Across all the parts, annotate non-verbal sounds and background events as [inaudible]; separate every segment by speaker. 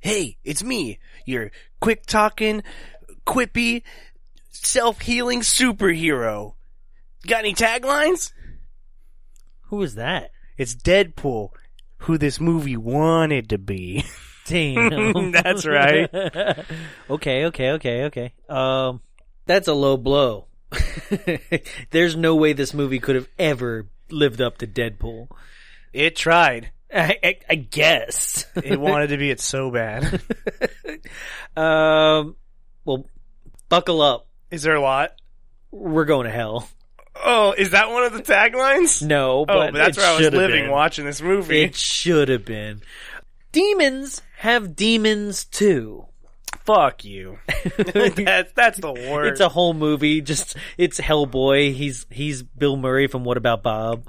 Speaker 1: Hey, it's me, your quick talking, quippy, self healing superhero. Got any taglines?
Speaker 2: Who is that?
Speaker 1: It's Deadpool, who this movie wanted to be. [laughs]
Speaker 2: Damn.
Speaker 1: That's right.
Speaker 2: [laughs] okay, okay, okay, okay. Um, that's a low blow. [laughs] There's no way this movie could have ever lived up to Deadpool.
Speaker 1: It tried.
Speaker 2: I, I, I guess. [laughs]
Speaker 1: It wanted to be it so bad.
Speaker 2: um, well, buckle up.
Speaker 1: Is there a lot?
Speaker 2: We're going to hell.
Speaker 1: Oh, is that one of the taglines?
Speaker 2: No,
Speaker 1: Oh,
Speaker 2: but,
Speaker 1: but that's
Speaker 2: it
Speaker 1: where I was
Speaker 2: should have
Speaker 1: living
Speaker 2: been.
Speaker 1: watching this movie.
Speaker 2: It should have been. Demons have demons too.
Speaker 1: Fuck [laughs] you. that's that's the worst.
Speaker 2: It's a whole movie. Just it's Hellboy. He's he's Bill Murray from What About Bob?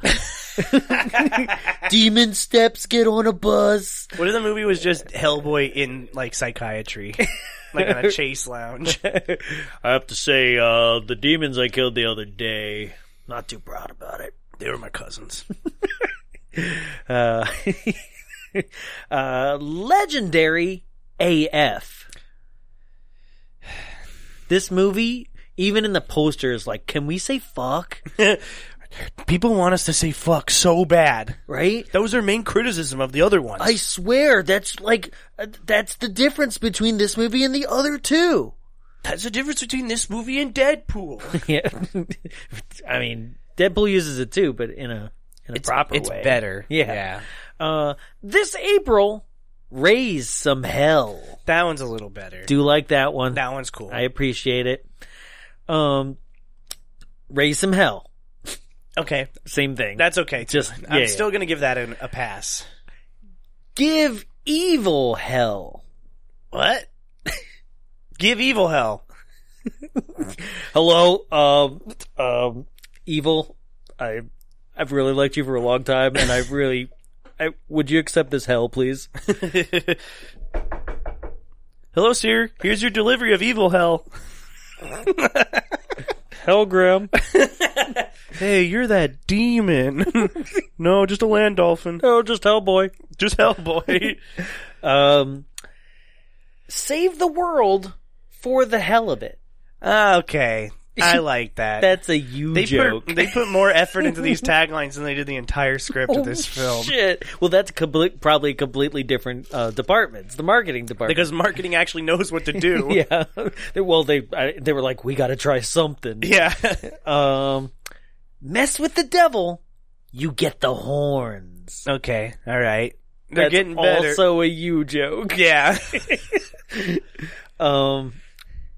Speaker 2: [laughs] Demon steps get on a bus.
Speaker 1: What if the movie was just Hellboy in like [laughs] psychiatry, like on a chase lounge?
Speaker 2: I have to say, uh, the demons I killed the other day. Not too proud about it.
Speaker 1: They were my cousins.
Speaker 2: Uh, uh, legendary AF. This movie, even in the poster, is like, can we say fuck?
Speaker 1: People want us to say fuck so bad.
Speaker 2: Right?
Speaker 1: That was their main criticism of the other ones.
Speaker 2: I swear, that's like, uh, that's the difference between this movie and the other two.
Speaker 1: that's the difference between this movie and [laughs] Deadpool.
Speaker 2: Yeah. [laughs] I mean, Deadpool uses it too, but in a, in a proper way. Yeah. Uh, this April, raise some hell.
Speaker 1: that one's a little better.
Speaker 2: Do like that one.
Speaker 1: that one's cool.
Speaker 2: I appreciate it. Um, raise some hell.
Speaker 1: okay,
Speaker 2: Same thing.
Speaker 1: that's okay. too.
Speaker 2: Just-
Speaker 1: I'm
Speaker 2: yeah,
Speaker 1: still gonna give that an, a pass.
Speaker 2: give evil hell.
Speaker 1: What? [laughs] give evil hell. [laughs]
Speaker 2: Hello, um, um, evil. I, I've really liked you for a long time, and I really, I would you accept this hell, please?
Speaker 1: Hello, sir. Here's your delivery of evil hell.
Speaker 2: Hell, Graham.
Speaker 1: Hey, you're that demon. [laughs] no, just a land dolphin.
Speaker 2: [laughs] oh, just Hellboy.
Speaker 1: Just Hellboy.
Speaker 2: Um, save the world for the hell of it.
Speaker 1: [laughs] okay. I like [laughs] that.
Speaker 2: That's a you
Speaker 1: they [laughs]
Speaker 2: joke.
Speaker 1: put they put more effort into
Speaker 2: [laughs]
Speaker 1: these taglines than they did the entire script of this film.
Speaker 2: Shit. Well, that's complete, probably completely different uh, departments. The marketing department.
Speaker 1: Because marketing actually knows what to do.
Speaker 2: [laughs] yeah. They- well, they I, they were like, we got to try something.
Speaker 1: Yeah.
Speaker 2: [laughs] Um, mess with the devil, you get the horns.
Speaker 1: okay. All right. They're
Speaker 2: that's
Speaker 1: getting better.
Speaker 2: Also, a you joke. [laughs]
Speaker 1: yeah.
Speaker 2: Um,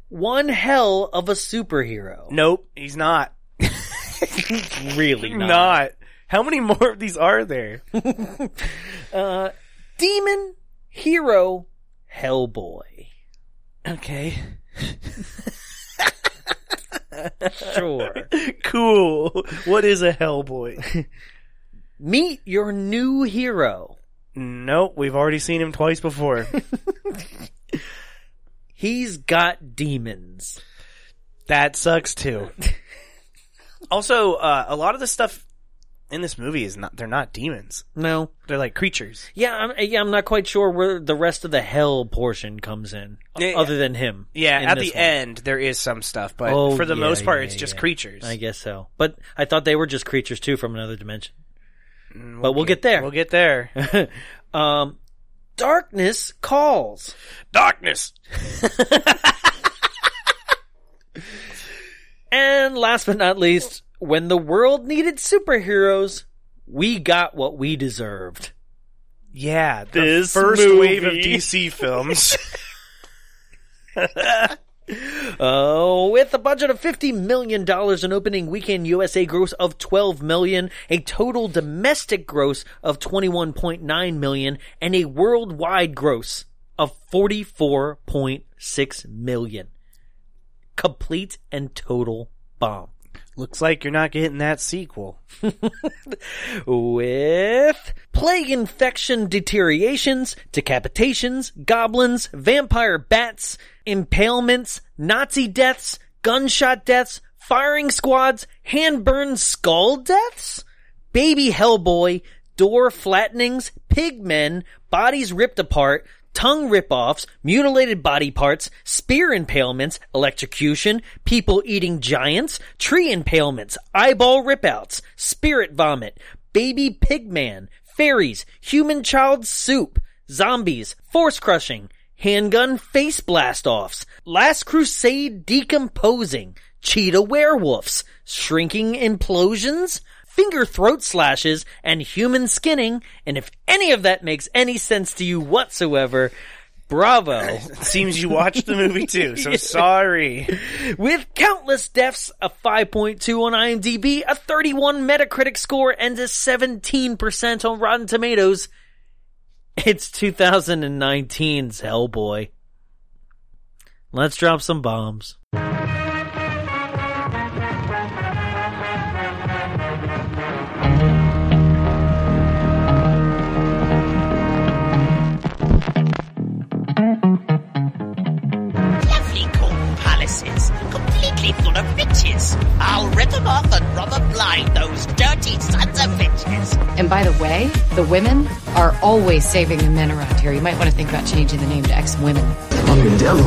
Speaker 2: one hell of a superhero.
Speaker 1: [laughs] nope. He's not.
Speaker 2: really
Speaker 1: Not. How many more of these are there?
Speaker 2: Uh, demon hero Hellboy.
Speaker 1: Okay.
Speaker 2: Sure.
Speaker 1: [laughs] Cool. What is a Hellboy?
Speaker 2: [laughs] Meet your new hero.
Speaker 1: Nope, we've already seen him twice
Speaker 2: [laughs]
Speaker 1: before.
Speaker 2: He's got demons.
Speaker 1: that sucks
Speaker 2: [laughs]
Speaker 1: too. also, uh, a lot of the stuff in this movie is not, they're not demons.
Speaker 2: No.
Speaker 1: They're like creatures.
Speaker 2: Yeah, I'm, yeah, I'm not quite sure where the rest of the hell portion comes in,
Speaker 1: Yeah,
Speaker 2: other than him.
Speaker 1: Yeah,
Speaker 2: in
Speaker 1: at
Speaker 2: this
Speaker 1: the
Speaker 2: one.
Speaker 1: end, there is some stuff, but
Speaker 2: Oh,
Speaker 1: for the
Speaker 2: yeah,
Speaker 1: most part,
Speaker 2: yeah,
Speaker 1: it's just
Speaker 2: yeah.
Speaker 1: creatures.
Speaker 2: I guess so. But I thought they were just creatures too from another dimension. but we'll get there.
Speaker 1: Mm, We'll get
Speaker 2: [laughs]
Speaker 1: there. [laughs]
Speaker 2: um, darkness calls.
Speaker 1: Darkness!
Speaker 2: And last but not least, when the world needed superheroes, we got what we deserved.
Speaker 1: Yeah, the
Speaker 2: This
Speaker 1: first wave of
Speaker 2: movie. [laughs]
Speaker 1: DC films.
Speaker 2: Oh, with a budget of $50 million, an opening weekend USA gross of $12 million, a total domestic gross of $21.9 million, and a worldwide gross of $44.6 million. Complete and total bomb.
Speaker 1: Looks like you're not getting that sequel.
Speaker 2: With plague infection deteriorations, decapitations, goblins, vampire bats, impalements, Nazi deaths, gunshot deaths, firing squads, hand burn skull deaths, baby Hellboy, door flattenings, pigmen, bodies ripped apart, tongue rip-offs, mutilated body parts, spear impalements, electrocution, people eating giants, tree impalements, eyeball ripouts, spirit vomit, baby pigman, fairies, human child soup, zombies, force crushing, handgun face blast offs, last crusade decomposing, cheetah werewolves, shrinking implosions, finger throat slashes, and human skinning. And if any of that makes any sense to you whatsoever, bravo.
Speaker 1: Seems you watched the movie too,
Speaker 2: [laughs]
Speaker 1: so sorry.
Speaker 2: With countless deaths, a 5.2 on IMDb, a 31 Metacritic score, and a 17% on Rotten Tomatoes. It's 2019's Hellboy. Let's drop some bombs.
Speaker 3: lovely corn palaces, completely full of riches. I'll rip them off and rubber blind those dirty sons of bitches.
Speaker 4: And by the way, the women are always saving the men around here. You might want to think about changing the name to ex women.
Speaker 5: I'm the devil.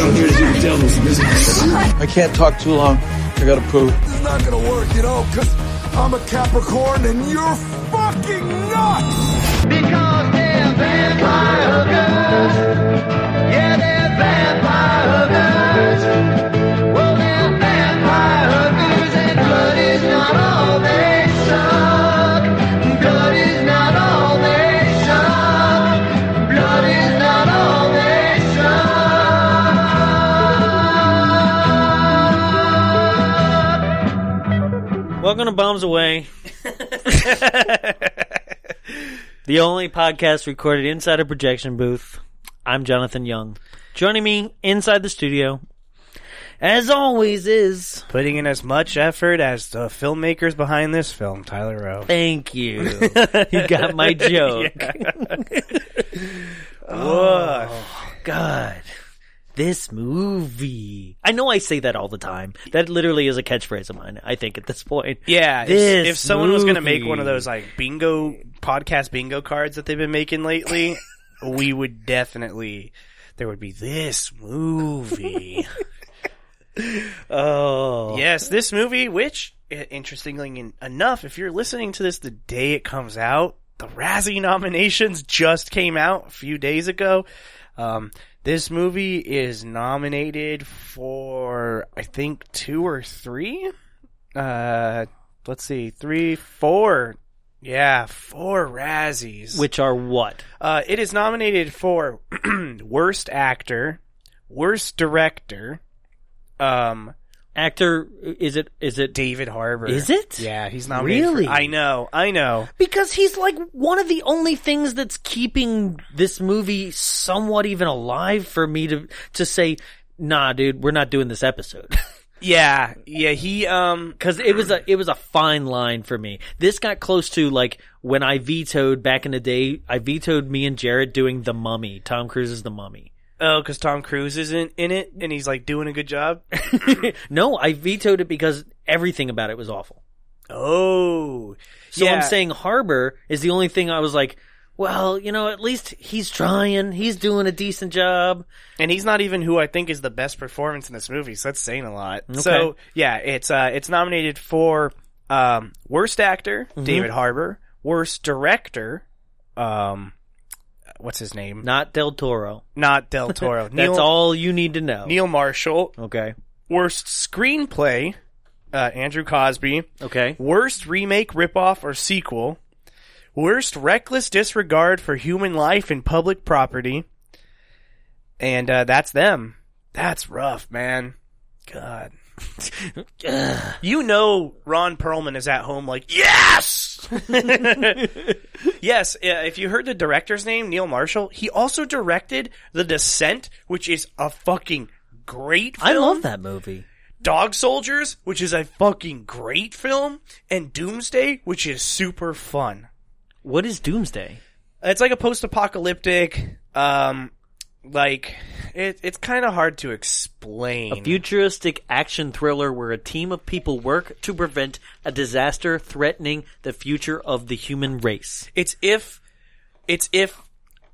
Speaker 5: I'm here to do the devil's business.
Speaker 6: I can't talk too long. I gotta poo.
Speaker 7: It's not gonna work, you know, because I'm a Capricorn and you're fucking nuts!
Speaker 8: Because they're vampire hookers. Yeah, they're vampire hookers. Well, they're vampire hookers, and blood is not all they suck. Blood is not all they suck. Blood is not all they suck.
Speaker 2: Welcome to Bombs Away. [laughs] the only podcast recorded inside a projection booth. I'm Jonathan Young. Joining me inside the studio, as always, is
Speaker 1: Putting in as much effort as the filmmakers behind this film, Tyler Rowe.
Speaker 2: Thank you. [laughs] you got my joke. [laughs] Oh, God. This movie. I know I say that all the time. That literally is a catchphrase of mine, I think, at this point.
Speaker 1: Yeah, if-
Speaker 2: This
Speaker 1: if, someone was going to make
Speaker 2: movie.
Speaker 1: one of those like bingo podcast bingo cards that they've been making
Speaker 2: [laughs]
Speaker 1: lately, we would definitely there would be this movie.
Speaker 2: [laughs] Oh.
Speaker 1: yes, this movie which i- interestingly en- enough, if you're listening to this the day it comes out, the Razzie nominations just came out a few days ago. Um this movie is nominated for I think 2 or 3 uh let's see, three, four. Yeah, four Razzies.
Speaker 2: Which are what?
Speaker 1: uh, it is nominated for [clears throat] worst actor, worst director, um,
Speaker 2: Actor, is it, is it,
Speaker 1: David Harbour.
Speaker 2: Is it?
Speaker 1: Yeah, he's nominated.
Speaker 2: Really?
Speaker 1: For, I know. I know.
Speaker 2: because he's like one of the only things that's keeping this movie somewhat even alive for me to, to say, nah, dude, we're not doing this episode. [laughs]
Speaker 1: Yeah, yeah. He um.
Speaker 2: because it was a it was a fine line for me. This got close to like when I vetoed back in the day. I vetoed me and Jared doing the Mummy, Tom Cruise's The Mummy.
Speaker 1: Oh, because Tom Cruise isn't in it, and he's like doing a good job. [laughs]
Speaker 2: no, I vetoed it because everything about it was awful.
Speaker 1: oh,
Speaker 2: So
Speaker 1: yeah.
Speaker 2: I'm saying Harbor is the only thing I was like, well, you know, at least he's trying, he's doing a decent job.
Speaker 1: and he's not even who I think is the best performance in this movie, so that's saying a lot. So yeah, it's uh, it's nominated for um, worst actor
Speaker 2: Mm-hmm.
Speaker 1: David Harbour, worst director, um, what's his name? Not,
Speaker 2: Not Del Toro. [laughs]
Speaker 1: Del Toro. Neil,
Speaker 2: That's all Oh. you need to know.
Speaker 1: Neil Marshall,
Speaker 2: okay.
Speaker 1: worst screenplay, uh, Andrew Cosby,
Speaker 2: Okay.
Speaker 1: worst remake, ripoff, or sequel, worst reckless disregard for human life and public property, and uh, that's them. That's rough, man.
Speaker 2: [laughs]
Speaker 1: God, you know Ron Perlman is at home, like
Speaker 2: [laughs]
Speaker 1: yes, yes. uh, If you heard the director's name, Neil Marshall, he also directed The Descent, which is a fucking great. Film.
Speaker 2: I love that movie.
Speaker 1: Dog Soldiers, which is a fucking great film, and Doomsday, which is super fun.
Speaker 2: What is Doomsday?
Speaker 1: It's like a post-apocalyptic. Um, Like it, it's kind of hard to explain.
Speaker 2: A futuristic action thriller where a team of people work to prevent a disaster threatening the future of the human race.
Speaker 1: It's if it's if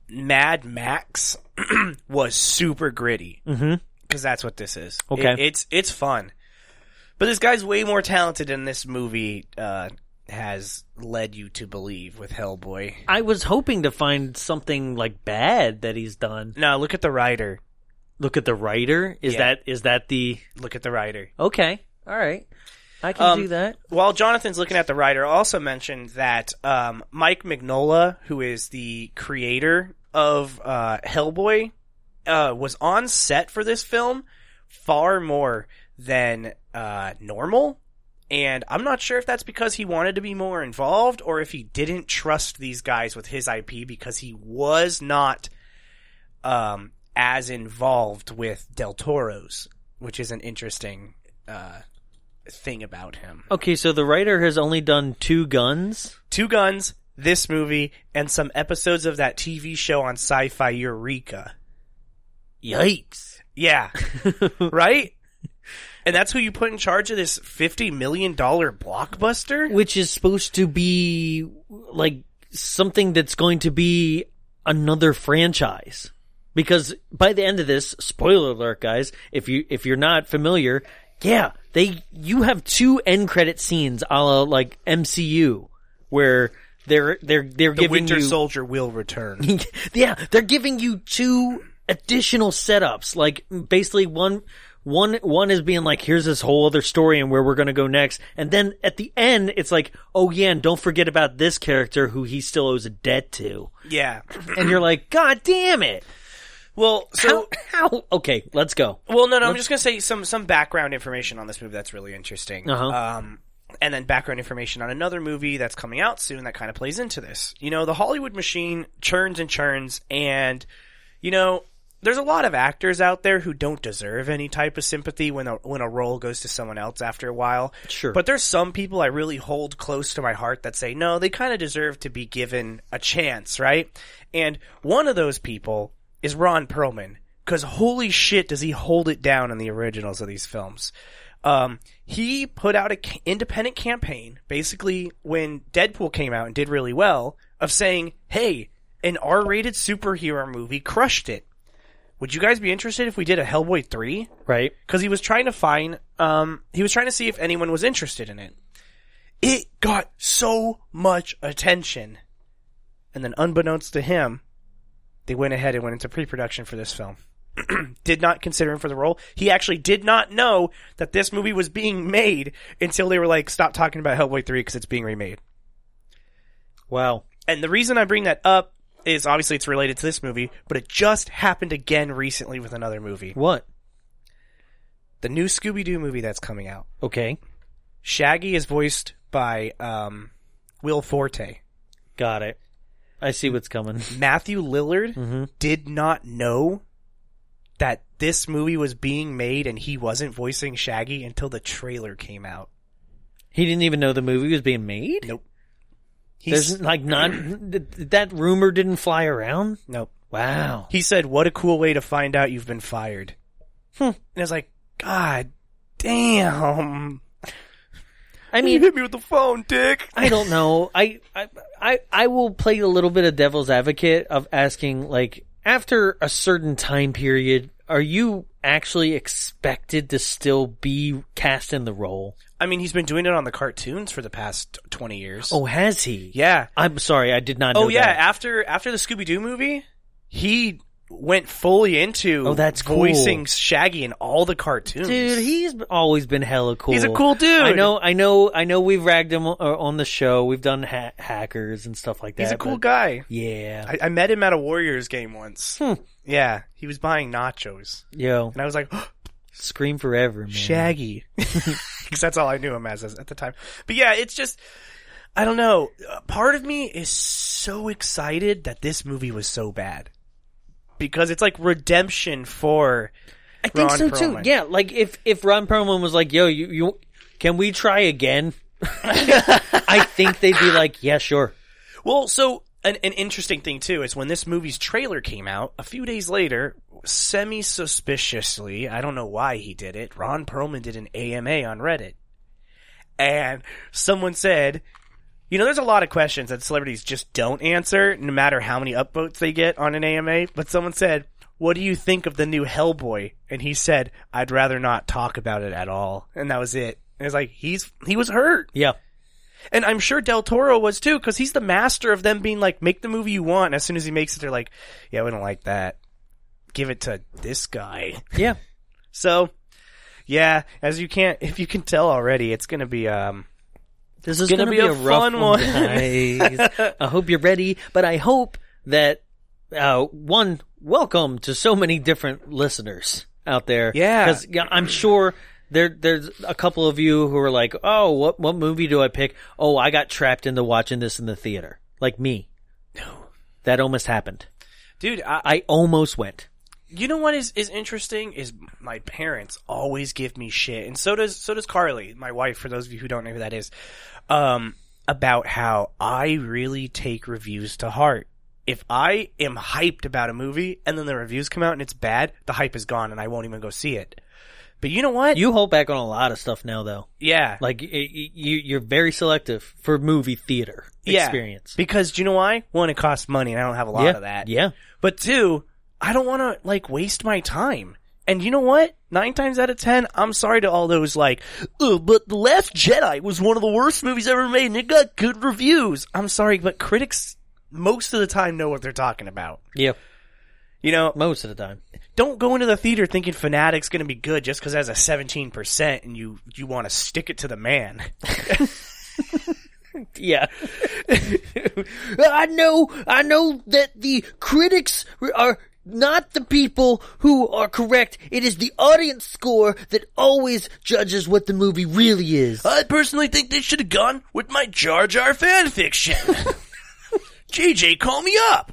Speaker 1: Mad Max [clears throat] was super gritty. Mm-hmm. Because that's what this is.
Speaker 2: Okay.
Speaker 1: It- it's it's fun, but this guy's way more talented than this movie uh, has led you to believe with Hellboy.
Speaker 2: I was hoping to find something like bad that he's done.
Speaker 1: Now look at the writer.
Speaker 2: Look at the writer. Is
Speaker 1: Yeah.
Speaker 2: that is that the
Speaker 1: Look at the writer.
Speaker 2: Okay. All right. I can
Speaker 1: Um,
Speaker 2: do that.
Speaker 1: While Jonathan's looking at the writer, also mentioned that um, Mike Mignola, who is the creator of uh, Hellboy, uh, was on set for this film far more than uh, normal. And I'm not sure if that's because he wanted to be more involved or if he didn't trust these guys with his IP because he was not um, as involved with Del Toro's, which is an interesting uh, thing about him.
Speaker 2: Okay, so the writer has only done two guns.
Speaker 1: Two Guns, this movie, and some episodes of that TV show on Sci Fi Eureka.
Speaker 2: Yikes. [laughs]
Speaker 1: Yeah. right? And that's who you put in charge of this $50 million blockbuster?
Speaker 2: Which is supposed to be like something that's going to be another franchise. Because by the end of this, spoiler alert guys, if you if you're not familiar, yeah, they you have two end credit scenes a la like MCU where they're they're they're
Speaker 1: The
Speaker 2: giving
Speaker 1: Winter
Speaker 2: you
Speaker 1: Soldier will
Speaker 2: [laughs]
Speaker 1: return.
Speaker 2: yeah, they're giving you two additional setups. Like basically one one one is being like, here's this whole other story and where we're gonna go next. And then at the end it's like, oh yeah, and don't forget about this character who he still owes a debt to.
Speaker 1: yeah.
Speaker 2: And you're like, God damn it.
Speaker 1: Well, so.
Speaker 2: how, how okay, let's go.
Speaker 1: Well, no, no. I'm just gonna say some some background information on this movie that's really interesting.
Speaker 2: Uh-huh.
Speaker 1: Um, and then background information on another movie that's coming out soon that kind of plays into this. You know, the Hollywood machine churns and churns, and you know, there's a lot of actors out there who don't deserve any type of sympathy when a when a role goes to someone else after a while.
Speaker 2: Sure.
Speaker 1: But there's some people I really hold close to my heart that say no, they kind of deserve to be given a chance, right? And one of those people is Ron Perlman because holy shit, does he hold it down in the originals of these films? Um, he put out an independent campaign, basically when Deadpool came out and did really well, of saying, "Hey, an R-rated superhero movie crushed it. Would you guys be interested if we did a Hellboy three?
Speaker 2: Right.
Speaker 1: Because he was trying to find, um, he was trying to see if anyone was interested in it. It got so much attention, and then unbeknownst to him, they went ahead and went into pre-production for this film. [clears throat] did not consider him for the role. He actually did not know that this movie was being made until they were like, "Stop talking about Hellboy three because it's being remade."
Speaker 2: Wow.
Speaker 1: And the reason I bring that up is obviously it's related to this movie, but it just happened again recently with another movie.
Speaker 2: What?
Speaker 1: The new Scooby Doo movie that's coming out.
Speaker 2: Okay.
Speaker 1: Shaggy is voiced by um, Will Forte.
Speaker 2: Got it. I see what's coming.
Speaker 1: Matthew Lillard
Speaker 2: Mm-hmm.
Speaker 1: did not know that this movie was being made and he wasn't voicing Shaggy until the trailer came out.
Speaker 2: He didn't even know the movie was being made?
Speaker 1: Nope. He's,
Speaker 2: There's like not that rumor didn't fly around?
Speaker 1: nope.
Speaker 2: Wow.
Speaker 1: He said, "What a cool way to find out you've been fired."
Speaker 2: Hmm.
Speaker 1: And I was like, "God
Speaker 2: [laughs]
Speaker 1: damn!"
Speaker 2: I
Speaker 1: you
Speaker 2: mean,
Speaker 1: hit me with the phone, Dick.
Speaker 2: I don't know. I, I I I will play a little bit of devil's advocate of asking like after a certain time period, are you actually expected to still be cast in the role?
Speaker 1: I mean, he's been doing it on the cartoons for the past twenty years.
Speaker 2: Oh, has he?
Speaker 1: yeah.
Speaker 2: I'm sorry, I did not know
Speaker 1: Oh yeah.
Speaker 2: that.
Speaker 1: After after the Scooby Doo movie, he went fully into
Speaker 2: Oh, that's cool.
Speaker 1: voicing Shaggy in all the cartoons.
Speaker 2: Dude, he's always been hella cool.
Speaker 1: He's a cool dude.
Speaker 2: I know, I know, I know. We've ragged him uh, on the show. We've done ha- hackers and stuff like that.
Speaker 1: he's a cool
Speaker 2: but-
Speaker 1: guy.
Speaker 2: Yeah,
Speaker 1: I, I met him at a Warriors game once.
Speaker 2: Hmm.
Speaker 1: Yeah, he was buying nachos,
Speaker 2: yo,
Speaker 1: and I was like. [gasps]
Speaker 2: scream forever, man. [laughs]
Speaker 1: Shaggy, [laughs] because that's all I knew him as as- at the time. But yeah, it's just I don't know. Uh, Part of me is so excited that this movie was so bad because it's like redemption for
Speaker 2: I think
Speaker 1: Ron
Speaker 2: so
Speaker 1: Perlman.
Speaker 2: too. Yeah, like if if Ron Perlman was like, "Yo, you you can [laughs] we try again?" I think they'd be like, "Yeah, sure."
Speaker 1: well, so an, an interesting thing too is when this movie's trailer came out a few days later, semi suspiciously, I don't know why he did it. Ron Perlman did an AMA on Reddit, and someone said, "You know, there's a lot of questions that celebrities just don't answer, no matter how many upvotes they get on an AMA." But someone said, "What do you think of the new Hellboy?" And he said, "I'd rather not talk about it at all," and that was it. And it's like he's he was hurt.
Speaker 2: Yeah.
Speaker 1: And I'm sure Del Toro was too, because he's the master of them being like, make the movie you want. And as soon as he makes it, they're like, yeah, we don't like that. Give it to this guy. [laughs]
Speaker 2: Yeah.
Speaker 1: So, yeah, as you can't, if you can tell already, it's gonna be, um,
Speaker 2: This is
Speaker 1: Gonna
Speaker 2: going to
Speaker 1: be
Speaker 2: be,
Speaker 1: a
Speaker 2: a, rough
Speaker 1: fun one.
Speaker 2: one, [laughs] guys. I hope you're ready, but I hope that uh, one welcome to so many different listeners out there.
Speaker 1: Yeah.
Speaker 2: because I'm sure there there's a couple of you who are like, oh, what what movie do I pick? Oh, I got trapped into watching this in the theater, like me. No, that almost happened.
Speaker 1: dude, I,
Speaker 2: I almost went.
Speaker 1: you know what is, is interesting is my parents always give me shit, and so does so does Carly, my wife. For those of you who don't know who that is, um, about how I really take reviews to heart. If I am hyped about a movie and then the reviews come out and it's bad, the hype is gone and I won't even go see it. But you know what?
Speaker 2: You hold back on a lot of stuff now, though.
Speaker 1: yeah,
Speaker 2: Like y- y- you, you're very selective for movie theater
Speaker 1: yeah.
Speaker 2: experience.
Speaker 1: because do you know why? One, it costs money, and I don't have a lot
Speaker 2: yeah,
Speaker 1: of that.
Speaker 2: Yeah.
Speaker 1: But two, I don't want to like waste my time. And you know what? Nine times out of ten, I'm sorry to all those like, "Ugh, but The Last Jedi was one of the worst movies ever made and it got good reviews. I'm sorry, but critics most of the time know what they're talking about.
Speaker 2: Yeah.
Speaker 1: You know,
Speaker 2: Most of the time.
Speaker 1: don't go into the theater thinking Fanatic's going to be good just because it has a 17% and you, you want to stick it to the man. [laughs]
Speaker 2: Yeah. [laughs] I know, I know that the critics are not the people who are correct. It is the audience score that always judges what the movie really is.
Speaker 1: I personally think they should have gone with my Jar Jar fan fiction. JJ, call me up.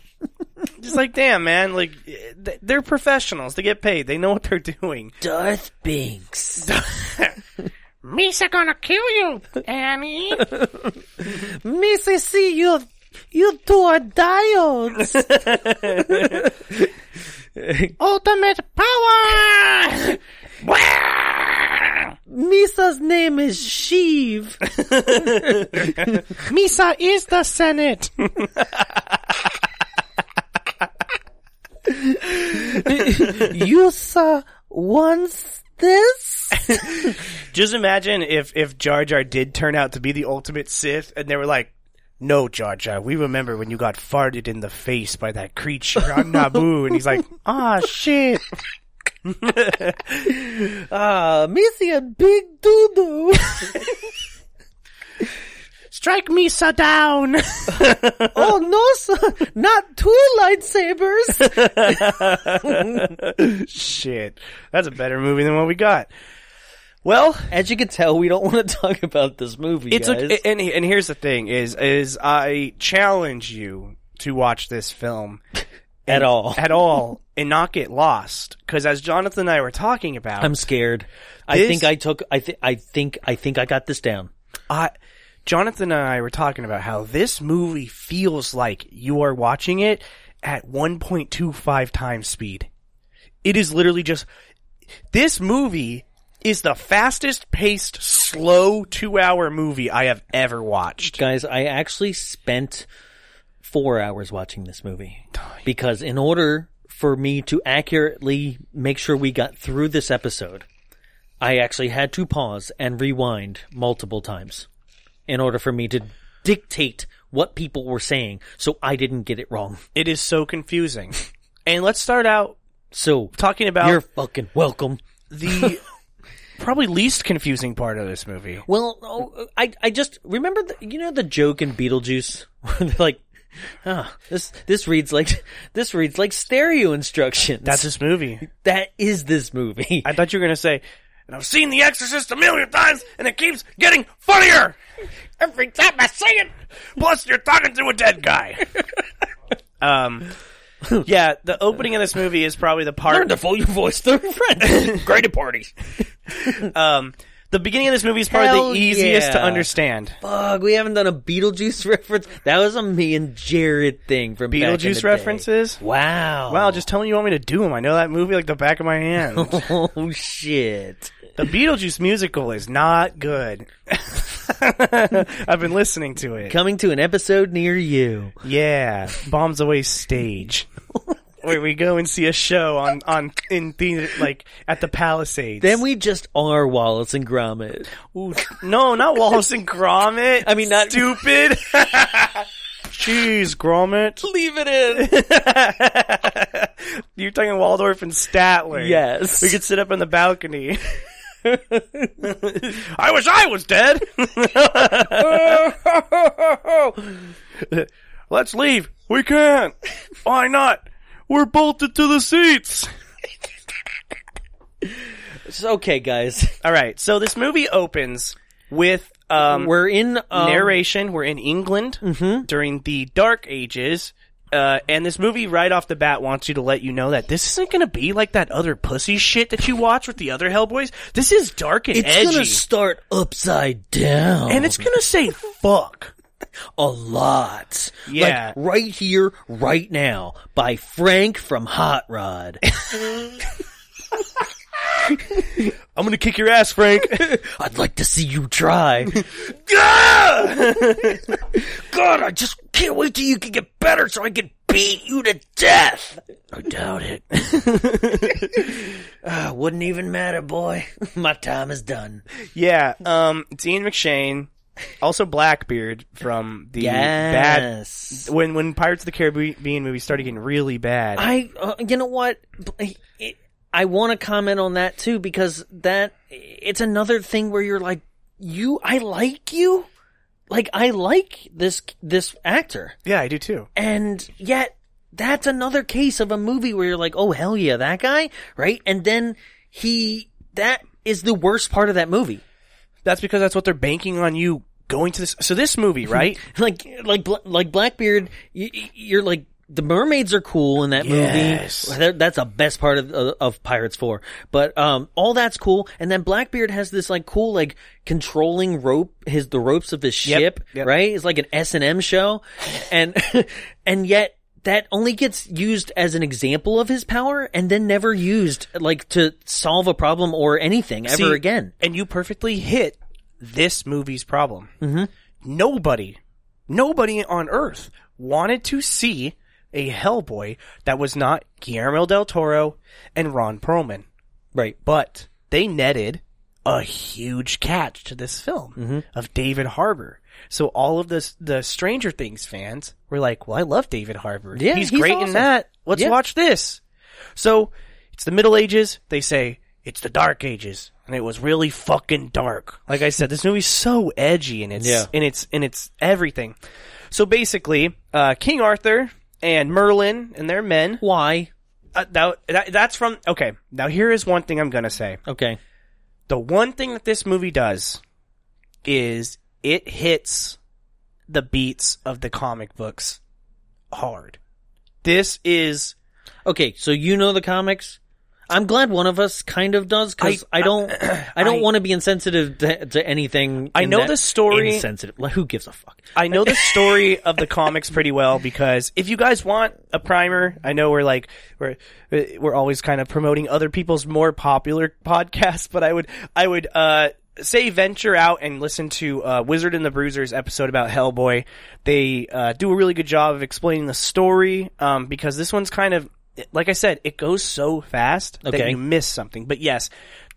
Speaker 1: Just like, damn, man, like eh, th- they're professionals. They get paid. They know what they're [laughs] doing.
Speaker 2: Darth Binks.
Speaker 1: Misa gonna kill you, Annie.
Speaker 2: Missy, see you, you two are diodes.
Speaker 1: Ultimate power.
Speaker 2: Misa's name is Sheev.
Speaker 1: Misa is the Senate.
Speaker 2: you saw once this?
Speaker 1: Just imagine if if Jar Jar did turn out to be the ultimate Sith, and they were like. No, Jar Jar. We remember when you got farted in the face by that creature
Speaker 2: [laughs]
Speaker 1: on Naboo, and he's like, "Ah, shit."
Speaker 2: Uh, Missy a big doo-doo.
Speaker 1: Strike me, sir, down.
Speaker 2: [laughs] oh no, sir, not two lightsabers.
Speaker 1: Shit, that's a better movie than what we got. Well,
Speaker 2: As you can tell, we don't want to talk about this movie,
Speaker 1: it's
Speaker 2: guys.
Speaker 1: a, and and here's the thing is is I challenge you to watch this film
Speaker 2: at all.
Speaker 1: at all and not get lost because as Jonathan and I were talking about,
Speaker 2: I'm scared. I
Speaker 1: This-
Speaker 2: think I took. I think. I think. I think I got this down.
Speaker 1: I, Jonathan and I were talking about how this movie feels like you are watching it at 1.25 times speed. It is literally just, this movie is the fastest paced, slow two hour movie I have ever watched.
Speaker 2: Guys, I actually spent four hours watching this movie because in order for me to accurately make sure we got through this episode, I actually had to pause and rewind multiple times in order for me to dictate what people were saying so I didn't get it wrong.
Speaker 1: It is so confusing. and let's start out
Speaker 2: So
Speaker 1: talking about
Speaker 2: you're fucking welcome.
Speaker 1: the probably least confusing part of this movie.
Speaker 2: Well, oh, I I just remember the, you know the joke in Beetlejuice [laughs] where they're like, ah, this this reads like this reads like stereo instructions.
Speaker 1: That's this movie.
Speaker 2: that is this movie. [laughs]
Speaker 1: I thought you were gonna say, and I've seen The Exorcist a million times, and it keeps getting funnier every time I say it. Plus, you're talking to a dead
Speaker 2: [laughs]
Speaker 1: guy. um, yeah, the opening of this movie is probably the part. [laughs]
Speaker 2: [laughs] Learn to fool your voice through your friend.
Speaker 1: Great party. um, the beginning of this movie is probably
Speaker 2: Hell
Speaker 1: the easiest to
Speaker 2: yeah.
Speaker 1: understand.
Speaker 2: Fuck, we haven't done a Beetlejuice [laughs] reference. That was a me and Jared thing from back in the
Speaker 1: Beetlejuice
Speaker 2: day.
Speaker 1: references?
Speaker 2: Wow.
Speaker 1: Wow, just tell me you want me to do them. I know that movie like the back of my hand.
Speaker 2: [laughs] oh shit.
Speaker 1: the Beetlejuice musical is not good. [laughs] I've been listening to it.
Speaker 2: Coming to an episode near you.
Speaker 1: Yeah, bombs away stage. Where we go and see a show on on in the like at the Palisades.
Speaker 2: Then we just are Wallace and Gromit.
Speaker 1: Ooh, no, not Wallace and Gromit.
Speaker 2: I mean, not-
Speaker 1: stupid. Jeez, Gromit.
Speaker 2: [laughs]
Speaker 1: [laughs]
Speaker 2: Leave it in.
Speaker 1: You're talking Waldorf and Statler.
Speaker 2: Yes.
Speaker 1: we could sit up on the balcony. [laughs] I wish I was dead. [laughs] Let's leave. We can't. Why not? We're bolted to the seats.
Speaker 2: okay, guys.
Speaker 1: All right. So this movie opens with [laughs] um,
Speaker 2: We're in um, Mm-hmm.
Speaker 1: narration. We're in England during the Dark Ages. Uh, and this movie right off the bat wants you to let you know that this isn't going to be like that other pussy shit that you watch with the other Hellboys. This is dark and
Speaker 2: It's
Speaker 1: edgy,
Speaker 2: gonna start upside down.
Speaker 1: and it's going to say fuck.
Speaker 2: a lot.
Speaker 1: Yeah.
Speaker 2: Like right here, right now, by Frank from Hot
Speaker 1: [laughs]
Speaker 2: Rod.
Speaker 1: I'm going to kick your ass, [laughs] Frank.
Speaker 2: I'd like to see you try.
Speaker 1: [laughs]
Speaker 2: [laughs] God, I just can't wait till you can get better so I can beat you to death. I
Speaker 1: [laughs]
Speaker 2: doubt it. [laughs] Ah, wouldn't even matter, boy. [laughs] My time is done.
Speaker 1: yeah. Um, Dean McShane, also Blackbeard from the bad
Speaker 2: Yes.
Speaker 1: when when Pirates of the Caribbean movies started getting really bad.
Speaker 2: I, uh, you know what? I- I want to comment on that too because that it's another thing where you're like, you, I like you, like I like this this actor,
Speaker 1: yeah, I do too.
Speaker 2: and yet that's another case of a movie where you're like, oh hell yeah, that guy, right? And then he, that is the worst part of that movie.
Speaker 1: That's because that's what they're banking on you going to this. So this movie, [laughs] right?
Speaker 2: like like Bla- like Blackbeard, you, you're like the mermaids are cool in that
Speaker 1: Yes.
Speaker 2: movie. That- That's the best part of, of of Pirates Four. But um, all that's cool, and then Blackbeard has this like cool like controlling rope his the ropes of his
Speaker 1: Yep,
Speaker 2: ship,
Speaker 1: yep.
Speaker 2: right? It's like an S and M show, and [laughs] and yet. That only gets used as an example of his power, and then never used like to solve a problem or anything ever
Speaker 1: See,
Speaker 2: again.
Speaker 1: And you perfectly hit this movie's problem. Mm-hmm. Nobody, nobody on earth wanted to see a Hellboy that was not Guillermo del Toro and Ron Perlman.
Speaker 2: Right?
Speaker 1: But they netted a huge catch to this film
Speaker 2: Mm-hmm.
Speaker 1: of David Harbour. So all of this, the Stranger Things fans were like, "Well, I love David Harbour.
Speaker 2: Yeah,
Speaker 1: he's,
Speaker 2: he's
Speaker 1: great in
Speaker 2: awesome.
Speaker 1: that. Let's
Speaker 2: Yeah.
Speaker 1: watch this." So it's the Middle Ages. They say it's the Dark Ages, and it was really fucking dark. Like I said, this movie's so edgy and it's
Speaker 2: Yeah.
Speaker 1: and it's and it's everything. So basically, uh, King Arthur and Merlin and their men.
Speaker 2: Why?
Speaker 1: Uh, that, that, that's from okay. Now here is one thing I'm gonna say
Speaker 2: Okay.
Speaker 1: the one thing that this movie does is it hits the beats of the comic books hard. This is
Speaker 2: Okay, so you know the comics. I'm glad one of us kind of does because I,
Speaker 1: I- uh,
Speaker 2: don't.
Speaker 1: [clears throat]
Speaker 2: I don't
Speaker 1: I-
Speaker 2: want to be insensitive to, to anything.
Speaker 1: I
Speaker 2: in
Speaker 1: know
Speaker 2: that-
Speaker 1: the story-
Speaker 2: Insensitive. Like, who gives a fuck?
Speaker 1: I know the story of the comics pretty well because if you guys want a primer, I know we're like we're we're always kind of promoting other people's more popular podcasts, but I would I would uh say venture out and listen to uh, Wizard and the Bruisers episode about Hellboy. They uh, do a really good job of explaining the story um, because this one's kind of like I said, it goes so fast that
Speaker 2: Okay.
Speaker 1: you miss something. But yes,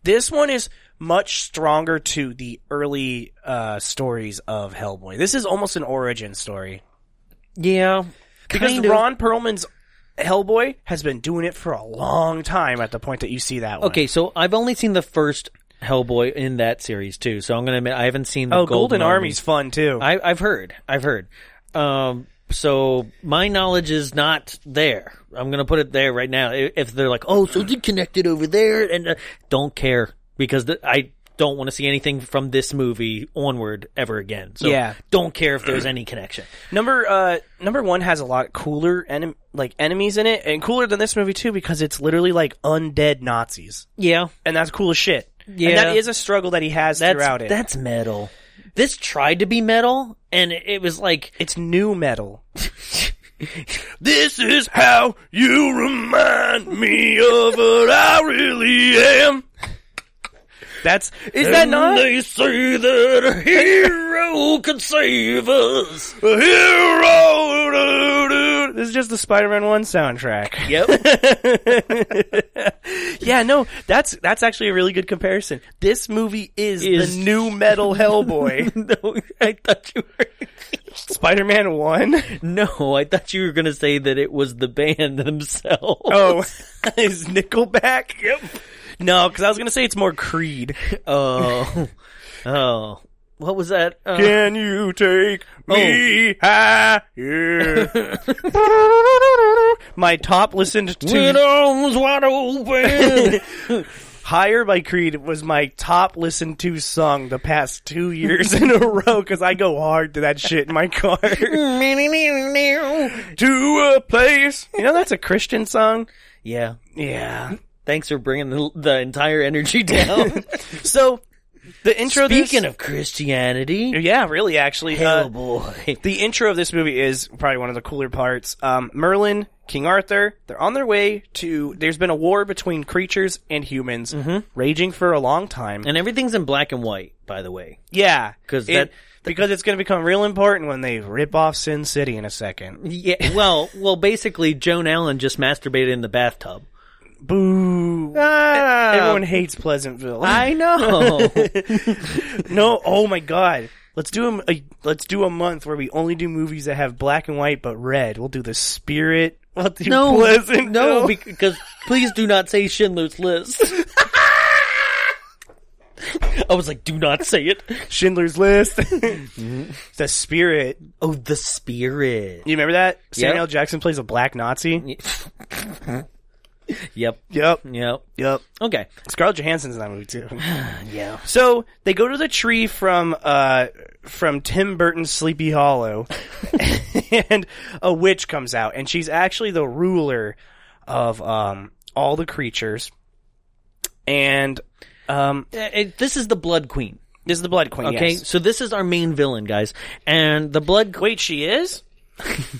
Speaker 1: this one is much stronger to the early uh, stories of Hellboy. This is almost an origin story
Speaker 2: Yeah,
Speaker 1: because
Speaker 2: kind of.
Speaker 1: Ron Perlman's Hellboy has been doing it for a long time. At the point that you see that, one.
Speaker 2: Okay, so I've only seen the first Hellboy in that series too. So I'm gonna admit I haven't seen the
Speaker 1: Oh,
Speaker 2: Golden,
Speaker 1: Golden,
Speaker 2: Army.
Speaker 1: Army's fun too.
Speaker 2: I, I've heard. I've heard. Um, so my knowledge is not there. I'm gonna put it there right now. I- If they're like, oh, so they connected over there, and uh, don't care because the, I don't want to see anything from this movie onward ever again. So
Speaker 1: Yeah.
Speaker 2: don't care if there's
Speaker 1: [clears throat]
Speaker 2: any connection.
Speaker 1: Number uh number one has a lot cooler enem- like enemies in it, and cooler than this movie too because it's literally like undead Nazis,
Speaker 2: Yeah,
Speaker 1: and that's cool as shit. And
Speaker 2: Yeah.
Speaker 1: that is a struggle that he has
Speaker 2: That's
Speaker 1: throughout it.
Speaker 2: that's metal. This tried to be metal, and it was like [laughs]
Speaker 1: It's new metal. [laughs] this is how you remind me of what I really am. That's is that not? They say that a hero can save us. A hero. do, do. This is just the Spider-Man One soundtrack.
Speaker 2: yep.
Speaker 1: [laughs] Yeah, no, that's that's actually a really good comparison. This movie is,
Speaker 2: Is-
Speaker 1: the new metal [laughs] Hellboy,
Speaker 2: no, I thought you were. [laughs]
Speaker 1: Spider-Man One.
Speaker 2: No, I thought you were gonna say that it was the band [laughs] themselves. [laughs]
Speaker 1: Oh, is Nickelback? Yep. No, because I was gonna say it's more Creed.
Speaker 2: [laughs] oh, oh. What was that? Uh,
Speaker 1: Can you take me higher? [laughs] My top listened
Speaker 2: with
Speaker 1: to
Speaker 2: arms wide open.
Speaker 1: [laughs] "Higher" by Creed was my top listened to song the past two years in a row because I go hard to that shit in my car. to a place, you know that's a Christian song.
Speaker 2: yeah.
Speaker 1: Yeah.
Speaker 2: Thanks for bringing the, the entire energy [laughs] down.
Speaker 1: So the intro. to this-
Speaker 2: Speaking of Christianity,
Speaker 1: yeah, really, actually, uh,
Speaker 2: oh boy.
Speaker 1: The intro of this movie is probably one of the cooler parts. Um, Merlin, King Arthur, they're on their way to. There's been a war between creatures and humans, raging for a long time.
Speaker 2: Mm-hmm. And everything's in black and white, by the way.
Speaker 1: yeah,
Speaker 2: 'Cause
Speaker 1: It-
Speaker 2: that-
Speaker 1: because it's going to become real important when they rip off Sin City in a second.
Speaker 2: Yeah. [laughs] Well, well, basically, Joan Allen just masturbated in the bathtub.
Speaker 1: Boo!
Speaker 2: Ah.
Speaker 1: Everyone hates Pleasantville. [laughs]
Speaker 2: I know.
Speaker 1: no, oh my god. Let's do a, a let's do a month where we only do movies that have black and white but red. We'll do The Spirit. We'll do
Speaker 2: [laughs] [laughs] no,
Speaker 1: Pleasantville.
Speaker 2: no, because please do not say Schindler's List. [laughs] I was like, do not say it.
Speaker 1: Schindler's List, [laughs]
Speaker 2: Mm-hmm.
Speaker 1: The Spirit.
Speaker 2: Oh, the spirit.
Speaker 1: You remember that? Samuel
Speaker 2: Yep.
Speaker 1: Jackson plays a black Nazi.
Speaker 2: Yep.
Speaker 1: Yep.
Speaker 2: Yep.
Speaker 1: Yep.
Speaker 2: hmm. Okay.
Speaker 1: Scarlett Johansson's in that movie
Speaker 2: [sighs]
Speaker 1: too. yeah. So they go to the tree from uh from Tim Burton's Sleepy
Speaker 2: [laughs]
Speaker 1: Hollow, and a witch comes out, and she's actually the ruler of um all the creatures, and um
Speaker 2: Uh, it- this is the Blood Queen.
Speaker 1: this is the Blood Queen.
Speaker 2: Okay,
Speaker 1: yes. [laughs]
Speaker 2: so this is our main villain, guys, and the Blood. Queen.
Speaker 1: Wait, she is?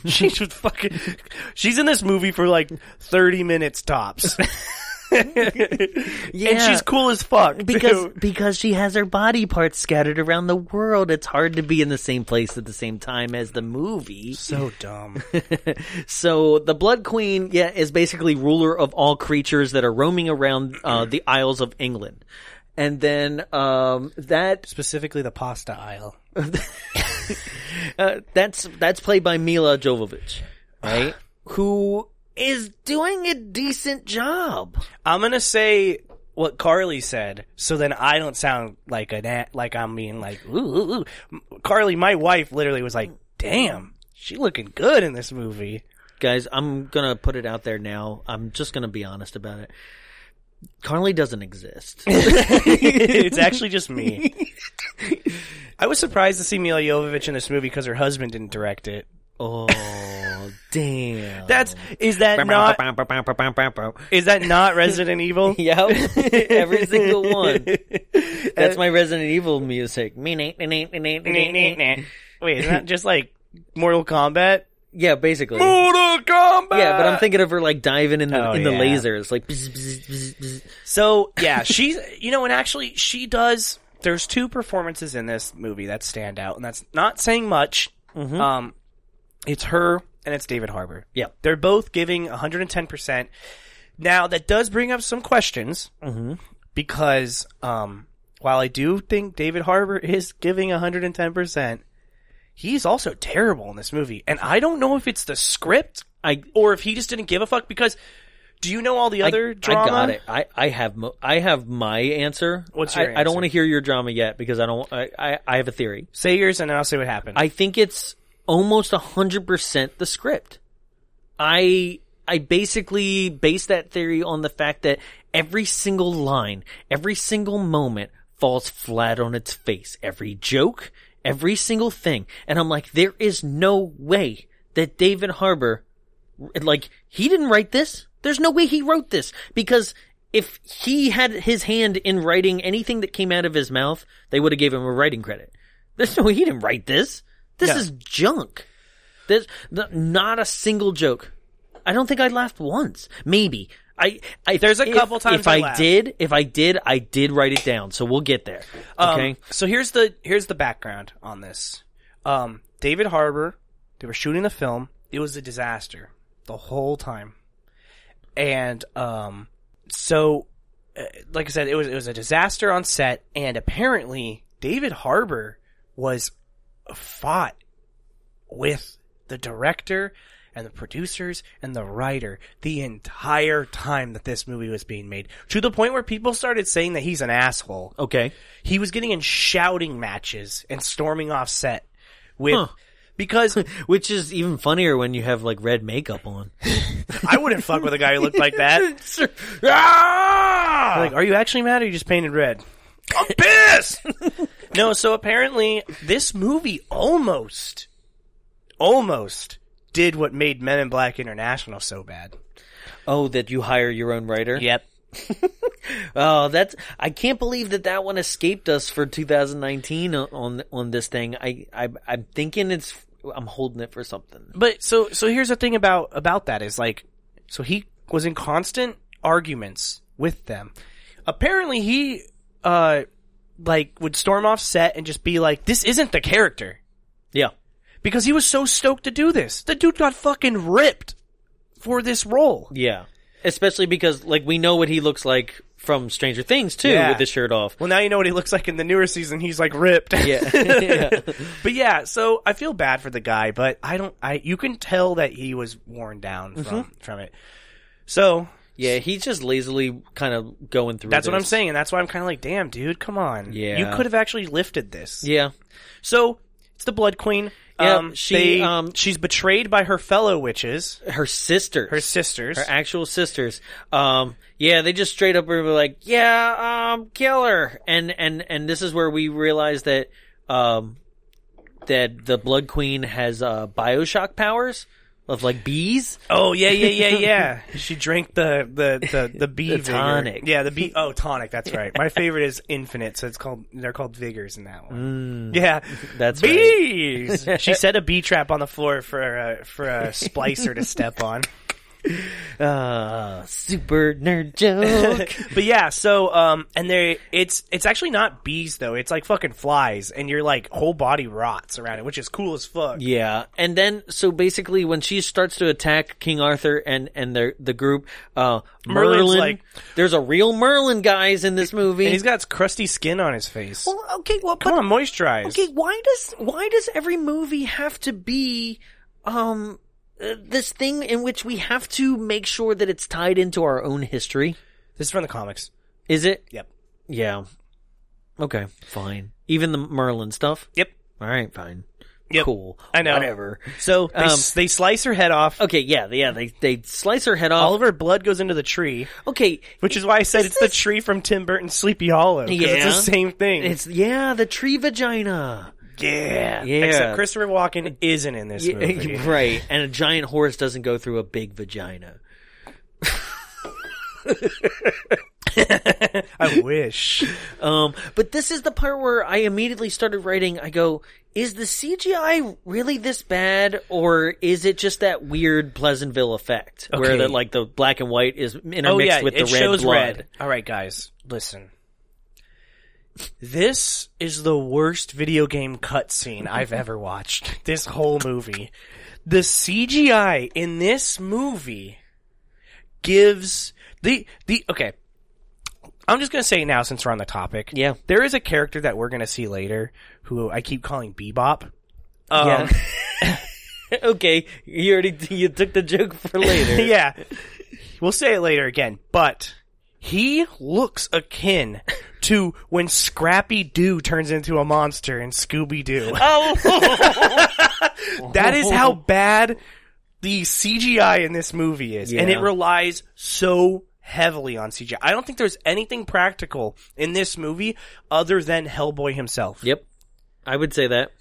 Speaker 1: She's just fucking. She's in this movie for like thirty minutes
Speaker 2: [laughs]
Speaker 1: tops.
Speaker 2: yeah,
Speaker 1: And
Speaker 2: [laughs]
Speaker 1: she's cool as fuck [laughs] too.
Speaker 2: because because she has her body parts scattered around the world. It's hard to be in the same place at the same time as the movie.
Speaker 1: so dumb.
Speaker 2: So the Blood Queen, yeah, is basically ruler of all creatures that are roaming around uh, the Isles of England. And then um, that
Speaker 1: [laughs] Specifically, the pasta aisle.
Speaker 2: uh, that's that's played by Mila Jovovich, right? [sighs] Who is doing a decent job.
Speaker 1: I'm gonna say what Carly said, so then I don't sound like an a- like I'm being like ooh, ooh, ooh. M- Carly. My wife literally was like, "Damn, she looking good in this movie." [laughs]
Speaker 2: Guys, I'm gonna put it out there now. I'm just gonna be honest about it. Carly doesn't [laughs] exist.
Speaker 1: it's actually just [laughs] me. I was surprised to see Mila Jovovich in this movie because her husband didn't direct it.
Speaker 2: oh damn.
Speaker 1: That's is that not is that not Resident [laughs] Evil?
Speaker 2: [laughs] Yep. [laughs] Every single [laughs] one. That's my Resident Evil music.
Speaker 1: Wait, is [laughs] that just like Mortal Kombat?
Speaker 2: Yeah, basically. Yeah,
Speaker 1: Mortal Kombat.
Speaker 2: but I'm thinking of her like diving in the
Speaker 1: Oh,
Speaker 2: in the
Speaker 1: yeah.
Speaker 2: lasers, like. bzz, bzz, bzz, bzz.
Speaker 1: So yeah, she's you know, and actually she does. There's two performances in this movie that stand out, and that's not saying much. Um, it's her and it's David Harbour.
Speaker 2: Yeah.
Speaker 1: they're both giving 110. percent Now that does bring up some questions because um, while I do think David Harbour is giving 110, percent he's also terrible in this movie, and I don't know if it's the script
Speaker 2: I
Speaker 1: or if he just didn't give a fuck because. Do you know all the other
Speaker 2: I,
Speaker 1: drama?
Speaker 2: I got it. I, I have mo- I have my answer.
Speaker 1: What's
Speaker 2: I,
Speaker 1: your
Speaker 2: I
Speaker 1: answer?
Speaker 2: don't want to hear your drama yet because I don't. I, I, I have a theory.
Speaker 1: Say yours, and then I'll say what happened.
Speaker 2: I think it's almost 100% the script. I I basically base that theory on the fact that every single line, every single moment falls flat on its face. Every joke, every single thing. And I'm like there is no way that David Harbour like he didn't write this. There's no way he wrote this because if he had his hand in writing anything that came out of his mouth, they would have gave him a writing credit. There's no, he didn't write this. This
Speaker 1: No.
Speaker 2: is junk. There's the, not a single joke. I don't think I laughed once. Maybe I. I
Speaker 1: There's a
Speaker 2: if-
Speaker 1: couple times
Speaker 2: If
Speaker 1: I
Speaker 2: I,
Speaker 1: laughed.
Speaker 2: did, if I did, I did write it down. So we'll get there.
Speaker 1: Um,
Speaker 2: okay.
Speaker 1: So here's the here's the background on this. Um, David Harbour, they were shooting the film. It was a disaster the whole time, and um, so uh, like I said, it was it was a disaster on set, and apparently David Harbour was fought with the director and the producers and the writer the entire time that this movie was being made to the point where people started saying that he's an asshole
Speaker 2: Okay.
Speaker 1: he was getting in shouting matches and storming off set with
Speaker 2: Huh.
Speaker 1: because
Speaker 2: [laughs] Which is even funnier when you have like red makeup on.
Speaker 1: I wouldn't fuck with a guy who looked like that. [laughs]
Speaker 2: Ah!
Speaker 1: Like, are you actually mad or you just painted red? Ah! I'm pissed. [laughs] no, so apparently this movie almost, almost did what made Men in Black International so bad.
Speaker 2: Oh, that you hire your own writer?
Speaker 1: Yep.
Speaker 2: Oh, that's I can't believe that that one escaped us for 2019 on on, on this thing. I, I I'm thinking it's I'm holding it for something.
Speaker 1: But so so here's the thing about about that is like so he was in constant arguments with them. Apparently he uh like would storm off set and just be like this isn't the character
Speaker 2: Yeah.
Speaker 1: because he was so stoked to do this. The dude got fucking ripped for this role.
Speaker 2: Yeah. Especially because like we know what he looks like from Stranger Things too
Speaker 1: Yeah.
Speaker 2: with his shirt off.
Speaker 1: Well, now you know what he looks like in the newer season. He's like ripped. [laughs]
Speaker 2: [laughs] Yeah. yeah.
Speaker 1: But yeah, so I feel bad for the guy, but I don't. I you can tell that he was worn down from from it. So
Speaker 2: Yeah, he's just lazily kind of going through
Speaker 1: That's what I'm
Speaker 2: this.
Speaker 1: saying, and that's why I'm kind of like, damn, dude, come on.
Speaker 2: Yeah.
Speaker 1: You could have actually lifted this.
Speaker 2: Yeah.
Speaker 1: So, it's the Blood Queen.
Speaker 2: Yeah,
Speaker 1: um,
Speaker 2: she,
Speaker 1: they-
Speaker 2: um,
Speaker 1: she's betrayed by her fellow witches,
Speaker 2: Her sisters.
Speaker 1: her sisters.
Speaker 2: Her actual sisters. Um, yeah, they just straight up were like, yeah, um, kill her. And, and, and this is where we realize that, um, that the Blood Queen has, uh, Bioshock powers of like bees.
Speaker 1: oh yeah, yeah,
Speaker 2: [laughs]
Speaker 1: yeah, yeah. she drank the the the, the bee
Speaker 2: The
Speaker 1: vigor.
Speaker 2: tonic.
Speaker 1: Yeah, the bee. Oh, tonic. That's right. My favorite is infinite. So it's called. They're called vigors in that one. yeah,
Speaker 2: Mm. That's right.
Speaker 1: bees. she set a bee trap on the floor for uh, for
Speaker 2: [laughs]
Speaker 1: a splicer to step on.
Speaker 2: Uh, super nerd joke.
Speaker 1: but yeah, so um, and they it's it's actually not bees though. It's like fucking flies, and your like whole body rots around it, which is cool as fuck.
Speaker 2: yeah. And then, so basically when she starts to attack King Arthur and, and their, the group, uh,
Speaker 1: Merlin's
Speaker 2: Merlin,
Speaker 1: like-
Speaker 2: there's a real Merlin guys in this movie.
Speaker 1: And he's got crusty skin on his face.
Speaker 2: Well, okay, well,
Speaker 1: Come
Speaker 2: but-
Speaker 1: on, moisturize.
Speaker 2: Okay, why does why does every movie have to be um uh, this thing in which we have to make sure that it's tied into our own history?
Speaker 1: This is from the comics.
Speaker 2: Is it?
Speaker 1: Yep.
Speaker 2: Yeah. Okay, fine. Even the Merlin stuff.
Speaker 1: Yep.
Speaker 2: All right, fine.
Speaker 1: Yep.
Speaker 2: Cool.
Speaker 1: I know.
Speaker 2: Whatever.
Speaker 1: So they,
Speaker 2: Um,
Speaker 1: s- they slice her head off.
Speaker 2: Okay, yeah, yeah. They they slice her head off.
Speaker 1: All of her blood goes into the tree,
Speaker 2: okay,
Speaker 1: which is why I said
Speaker 2: Is
Speaker 1: it's
Speaker 2: this-
Speaker 1: the tree from Tim Burton's Sleepy Hollow. 'cause It's
Speaker 2: Yeah.
Speaker 1: the same thing.
Speaker 2: It's yeah, the tree vagina.
Speaker 1: yeah.
Speaker 2: Yeah.
Speaker 1: Except Christopher Walken isn't in this movie.
Speaker 2: [laughs] right, and a giant horse doesn't go through a big vagina.
Speaker 1: I wish.
Speaker 2: Um, but this is the part where I immediately started writing. I go, is the CGI really this bad, or is it just that weird Pleasantville effect where
Speaker 1: Okay.
Speaker 2: that like the black and white is intermixed with the
Speaker 1: Oh, it
Speaker 2: red
Speaker 1: shows
Speaker 2: blood?
Speaker 1: red. All right, guys, listen. This is the worst video game cutscene I've ever watched. [laughs] This whole movie, the CGI in this movie gives the the okay. I'm just gonna say it now since we're on the topic.
Speaker 2: Yeah.
Speaker 1: there is a character that we're gonna see later who I keep calling Bebop. Um, [laughs]
Speaker 2: Yeah. [laughs] okay, you already you took the joke for
Speaker 1: [laughs]
Speaker 2: later.
Speaker 1: yeah. We'll say it later again, but he looks akin to when Scrappy Doo turns into a monster in Scooby Doo.
Speaker 2: Oh,
Speaker 1: [laughs] That is how bad the CGI in this movie is. And it
Speaker 2: Yeah.
Speaker 1: relies so heavily on CGI. I don't think there's anything practical in this movie other than Hellboy himself.
Speaker 2: yep. I would say that.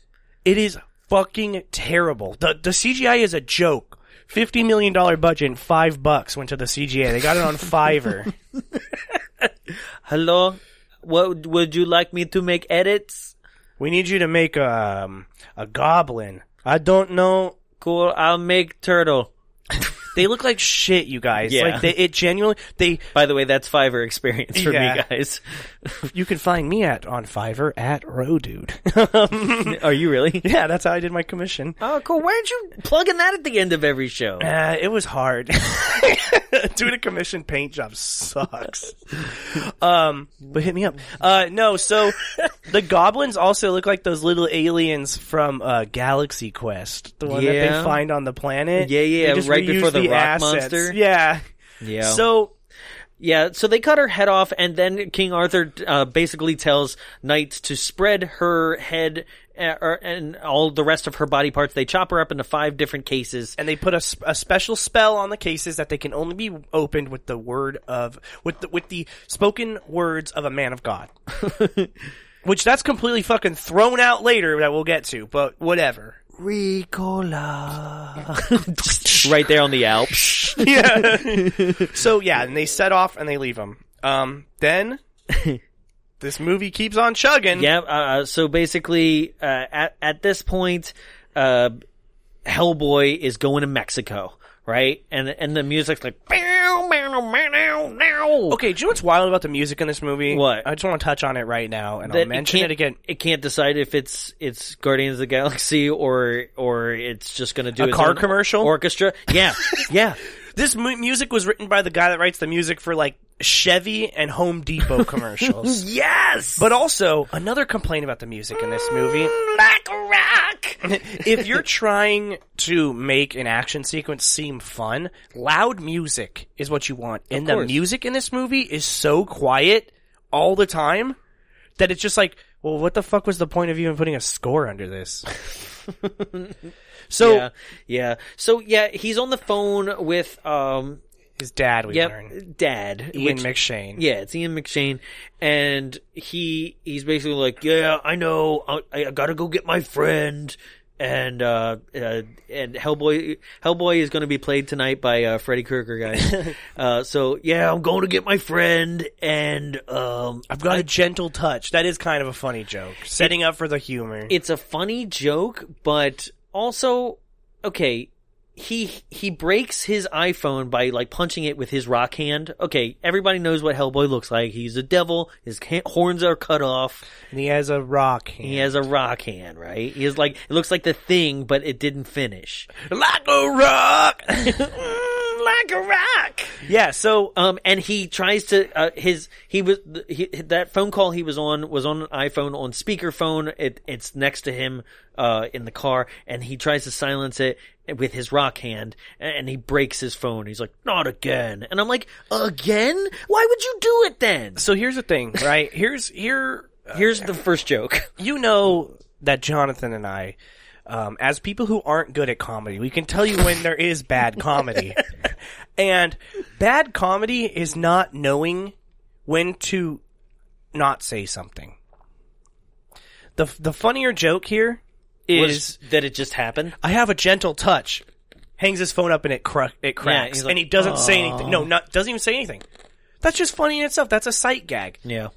Speaker 1: It is fucking terrible. The the CGI is a joke fifty million dollar budget, and five bucks went to the CGA. They got
Speaker 2: [laughs]
Speaker 1: it on Fiverr.
Speaker 2: Hello, what would you like me to make edits?
Speaker 1: we need you to make um, a goblin. I don't know.
Speaker 2: Cool, I'll make turtle.
Speaker 1: They look like shit, you guys.
Speaker 2: Yeah.
Speaker 1: Like they, it genuinely. They
Speaker 2: By the way, that's Fiverr experience [laughs] for
Speaker 1: Yeah.
Speaker 2: me, guys.
Speaker 1: [laughs] you can find me at on Fiverr at Rodude.
Speaker 2: [laughs] Are you really?
Speaker 1: [laughs] yeah, that's how I did my commission.
Speaker 2: Oh, cool. Why aren't you plugging that at the end of every show?
Speaker 1: Uh, it was hard. [laughs] Doing a commission paint job sucks. um, but hit me up. Uh, no, so the goblins also look like those little aliens from uh, Galaxy Quest, the one that
Speaker 2: Yeah.
Speaker 1: they find on the planet.
Speaker 2: Yeah, yeah,
Speaker 1: They just
Speaker 2: right
Speaker 1: reuse
Speaker 2: before the rock monster.
Speaker 1: Yeah.
Speaker 2: [laughs] Yeah.
Speaker 1: So
Speaker 2: Yeah, so they cut her head off, and then King Arthur uh, basically tells knights to spread her head uh, er, and all the rest of her body parts. They chop her up into five different cases. [laughs]
Speaker 1: and they put a, sp- a special spell on the cases that they can only be opened with the word of with the, with the spoken words of a man of
Speaker 2: [laughs]
Speaker 1: God. Which that's completely fucking thrown out later that we'll get to, but whatever.
Speaker 2: right there on the Alps.
Speaker 1: yeah. so yeah, and they set off and they leave him. Um,
Speaker 2: [laughs]
Speaker 1: then this movie keeps on chugging.
Speaker 2: yeah, uh, so basically, uh, at, at this point, uh, Hellboy is going to Mexico, right? And, and the music's like, "Meow, meow, meow, meow."
Speaker 1: Okay, do you know what's wild about the music in this movie?
Speaker 2: What?
Speaker 1: I just want to touch on it right now, and
Speaker 2: that
Speaker 1: I'll mention
Speaker 2: can't-
Speaker 1: it again.
Speaker 2: It can't decide if it's it's Guardians of the Galaxy or or it's just going to do
Speaker 1: A
Speaker 2: its
Speaker 1: car
Speaker 2: own
Speaker 1: commercial? [laughs]
Speaker 2: orchestra. Yeah, yeah.
Speaker 1: This mu- music was written by the guy that writes the music for like Chevy and Home Depot commercials.
Speaker 2: [laughs] yes.
Speaker 1: But also, another complaint about the music in this movie.
Speaker 2: Black
Speaker 1: [laughs]
Speaker 2: Rock.
Speaker 1: if you're trying to make an action sequence seem fun, loud music is what you want. And the
Speaker 2: course.
Speaker 1: music in this movie is so quiet all the time that it's just like, well, what the fuck was the point of even putting a score under
Speaker 2: [laughs]
Speaker 1: this? so
Speaker 2: yeah, yeah. So yeah, he's on the phone with um
Speaker 1: his dad, we
Speaker 2: yep,
Speaker 1: learn,
Speaker 2: dad
Speaker 1: Ian
Speaker 2: which-
Speaker 1: McShane.
Speaker 2: Yeah, it's Ian McShane, and he he's basically like, yeah, I know, I, I gotta go get my friend, and uh, uh and Hellboy Hellboy is gonna be played tonight by uh, Freddy Krueger, guys. uh, so yeah, I'm going to get my friend, and um,
Speaker 1: I've got a gentle touch. That is kind of a funny joke, setting up for the humor.
Speaker 2: it's a funny joke, but also okay. He he breaks his iPhone by like punching it with his rock hand. Okay, everybody knows what Hellboy looks like. He's a devil. His ha- horns are cut off.
Speaker 1: and he has a rock hand.
Speaker 2: He has a rock hand, right? He is like it looks like the thing, but it didn't finish.
Speaker 1: like a
Speaker 2: [laughs]
Speaker 1: rock, like a rock. Yeah. So
Speaker 2: Um, and he tries to uh, his he was he, that phone call he was on was on an iPhone on speakerphone. It it's next to him uh in the car, and he tries to silence it with his rock hand, and he breaks his phone. He's like, "Not again!" And I'm like, "Again? Why would you do it then?"
Speaker 1: So here's the thing, right? Here's here
Speaker 2: Here's the first joke. [laughs]
Speaker 1: you know that Jonathan and I, um, as people who aren't good at comedy, we can tell you when there is bad [laughs] comedy, and bad comedy is not knowing when to not say something. the The funnier joke here is
Speaker 2: Was that it just happened?
Speaker 1: I have a gentle touch. Hangs his phone up and it cru- it cracks,
Speaker 2: he's like,
Speaker 1: and he doesn't say anything. No, not doesn't even say anything. That's just funny in itself. That's a sight gag.
Speaker 2: Yeah.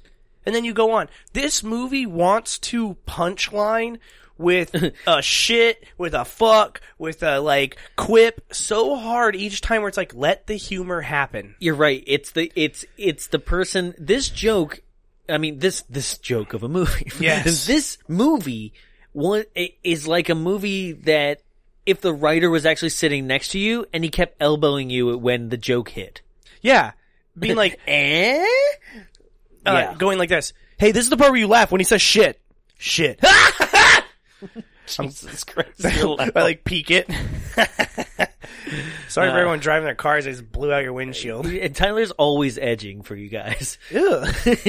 Speaker 1: And then you go on. This movie wants to punchline
Speaker 2: [laughs]
Speaker 1: with a shit, with a fuck, with a like quip so hard each time where it's like, let the humor happen.
Speaker 2: You're right. It's the it's it's the person. This joke, I mean this this joke of a movie. [laughs]
Speaker 1: Yes.
Speaker 2: this movie one i- is like a movie that if the writer was actually sitting next to you and he kept elbowing you when the joke hit.
Speaker 1: Yeah. [laughs] Being like,
Speaker 2: Eh?
Speaker 1: uh,
Speaker 2: Yeah.
Speaker 1: going like this. Hey, this is the part where you laugh when he says shit. [laughs] Shit.
Speaker 2: Jesus
Speaker 1: [laughs]
Speaker 2: Christ!
Speaker 1: I like peek it. Uh, Sorry for everyone driving their cars. I just blew out your windshield.
Speaker 2: and Tyler's always edging for you guys. [laughs]
Speaker 1: Just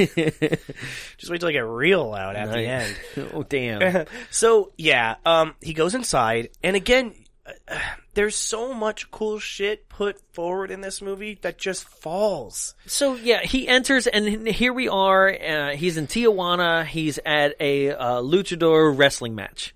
Speaker 1: wait till I get real loud at the end.
Speaker 2: oh
Speaker 1: [laughs]
Speaker 2: damn!
Speaker 1: So yeah, um, he goes inside, and again, uh, uh, [sighs] there's so much cool shit put forward in this movie that just falls.
Speaker 2: so yeah, he enters, and here we are. Uh, he's in Tijuana. He's at a uh, luchador wrestling match.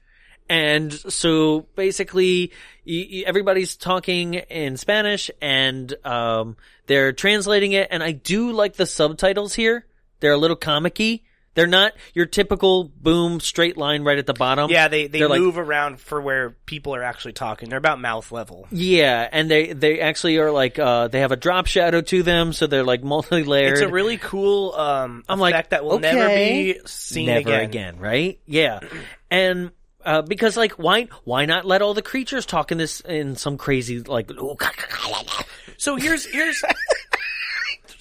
Speaker 2: And so basically, y- y- everybody's talking in Spanish and, um, they're translating it. And I do like the subtitles here. They're a little comic-y. They're not your typical boom straight line right at the bottom.
Speaker 1: Yeah, they, they
Speaker 2: They're like-
Speaker 1: move around for where people are actually talking. They're about mouth level.
Speaker 2: yeah, and they they actually are like uh they have a drop shadow to them, so they're like multi-layered.
Speaker 1: It's a really cool um,
Speaker 2: I'm
Speaker 1: effect
Speaker 2: like,
Speaker 1: that will
Speaker 2: okay.
Speaker 1: never be seen
Speaker 2: never again. right?
Speaker 1: [clears throat]
Speaker 2: Yeah, and uh, because like why why not let all the creatures talk in this in some crazy like
Speaker 1: So here's [laughs] here's.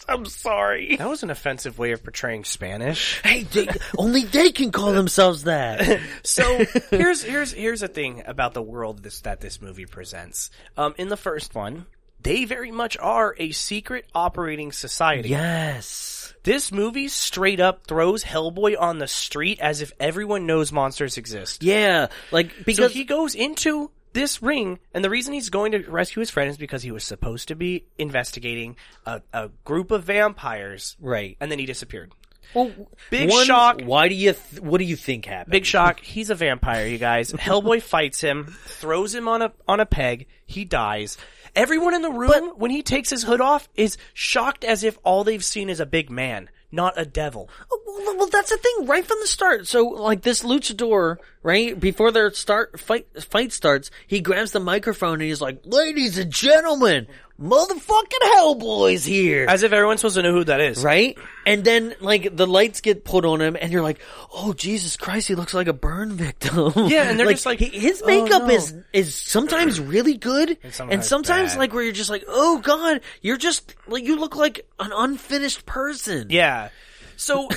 Speaker 1: I'm sorry. That was an offensive way of portraying Spanish.
Speaker 2: hey they, only they can call themselves that.
Speaker 1: [laughs] So here's here's here's a thing about the world this, that this movie presents. Um, in the first one, they very much are a secret operating society.
Speaker 2: yes,
Speaker 1: This movie straight up throws Hellboy on the street as if everyone knows monsters exist.
Speaker 2: yeah, like
Speaker 1: So
Speaker 2: because
Speaker 1: he goes into this ring, and the reason he's going to rescue his friend is because he was supposed to be investigating a, a group of vampires,
Speaker 2: right.
Speaker 1: and then he disappeared.
Speaker 2: Well,
Speaker 1: Big
Speaker 2: one,
Speaker 1: shock.
Speaker 2: Why do you th- what do you think happened?
Speaker 1: Big shock. He's a vampire, you
Speaker 2: [laughs]
Speaker 1: guys. Hellboy fights him, throws him on a on a peg. He dies. Everyone in the room, when he takes his hood off, is shocked as if all they've seen is a big man, not a devil.
Speaker 2: Well, well, that's the thing, right from the start. So, like this luchador, right before their start fight fight starts, he grabs the microphone and he's like, "Ladies and gentlemen, motherfucking Hellboy's here."
Speaker 1: As if everyone's supposed to know who that is.
Speaker 2: Right? And then, like, the lights get put on him, and you're like, oh, Jesus Christ, he looks like a burn victim.
Speaker 1: [laughs] Yeah,
Speaker 2: [laughs]
Speaker 1: and they're just like,
Speaker 2: he- his
Speaker 1: "Oh,
Speaker 2: makeup
Speaker 1: no."
Speaker 2: is, is sometimes really good, and sometimes,
Speaker 1: sometimes bad.
Speaker 2: like, where you're just like, oh, God, you're just, like, you look like an unfinished person.
Speaker 1: Yeah.
Speaker 2: [coughs]
Speaker 1: So,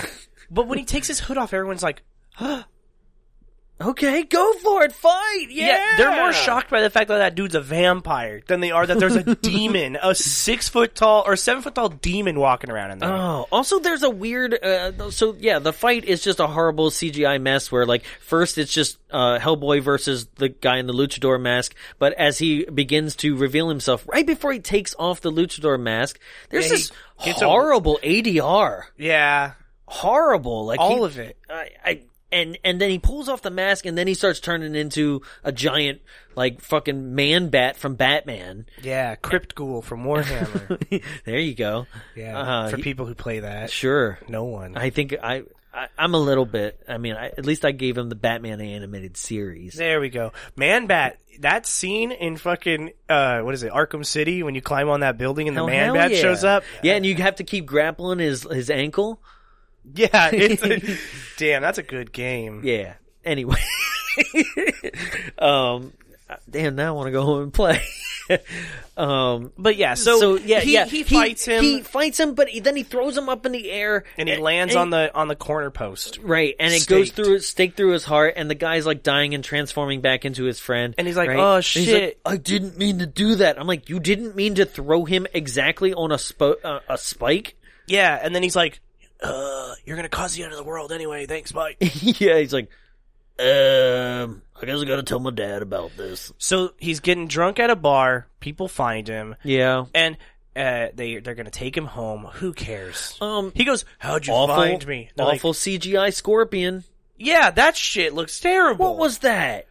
Speaker 1: but when he takes his hood off, everyone's like,
Speaker 2: Okay, go for it, fight, yeah!
Speaker 1: Yeah, they're more shocked by the fact that that dude's a vampire than they are that there's [laughs] a demon, a six foot tall or seven foot tall demon walking around in there.
Speaker 2: Oh, also there's a weird. Uh, so yeah, the fight is just a horrible CGI mess. Where like first it's just uh, Hellboy versus the guy in the luchador mask, but as he begins to reveal himself, right before he takes off the luchador mask, there's
Speaker 1: Yeah, he
Speaker 2: this
Speaker 1: gets a-
Speaker 2: horrible ADR,
Speaker 1: yeah,
Speaker 2: horrible. Like
Speaker 1: all
Speaker 2: he-
Speaker 1: of it.
Speaker 2: I, I and and then he pulls off the mask, and then he starts turning into a giant like fucking man bat from Batman.
Speaker 1: Yeah, Crypt Ghoul from [laughs] Warhammer.
Speaker 2: [laughs] there you go.
Speaker 1: Yeah,
Speaker 2: Uh,
Speaker 1: for
Speaker 2: he-
Speaker 1: people who play that,
Speaker 2: Sure.
Speaker 1: no one.
Speaker 2: I think I, I I'm a little bit. I mean, I, at least I gave him the Batman animated series.
Speaker 1: there we go, Man Bat. That scene in fucking uh, what is it, Arkham City, when you climb on that building and
Speaker 2: Oh,
Speaker 1: the Man
Speaker 2: hell
Speaker 1: Bat
Speaker 2: yeah.
Speaker 1: shows up.
Speaker 2: Yeah, and you have to keep grappling his his ankle.
Speaker 1: [laughs] yeah. It's [laughs] a, damn, that's a good game.
Speaker 2: Yeah. Anyway, [laughs] um, damn, now I want to go home and play. um,
Speaker 1: But yeah,
Speaker 2: [laughs]
Speaker 1: so,
Speaker 2: yeah,
Speaker 1: he,
Speaker 2: yeah,
Speaker 1: he fights him,
Speaker 2: He fights him, but he, then he throws him up in the air,
Speaker 1: and he lands on the on the corner post.
Speaker 2: right, and it goes
Speaker 1: Staked.
Speaker 2: through stake through his heart, and the guy's like dying and transforming back into his friend.
Speaker 1: And he's like,
Speaker 2: right?
Speaker 1: "Oh,
Speaker 2: And he's
Speaker 1: shit."
Speaker 2: like, I didn't mean to do that." I'm like, "You didn't mean to throw him exactly on a spo- uh, a spike." [laughs]
Speaker 1: Yeah, and then he's like, uh, "You're gonna cause the end of the world anyway." Thanks,
Speaker 2: [laughs]
Speaker 1: Mike.
Speaker 2: yeah, he's like, "Um, I guess I gotta tell my dad about this."
Speaker 1: so he's getting drunk at a bar. People find him,
Speaker 2: Yeah,
Speaker 1: and uh, they they're gonna take him home. Who cares?
Speaker 2: Um,
Speaker 1: he goes, "How'd you
Speaker 2: awful,
Speaker 1: find me?" They're like,
Speaker 2: awful CGI scorpion.
Speaker 1: yeah, that shit looks terrible.
Speaker 2: What was that?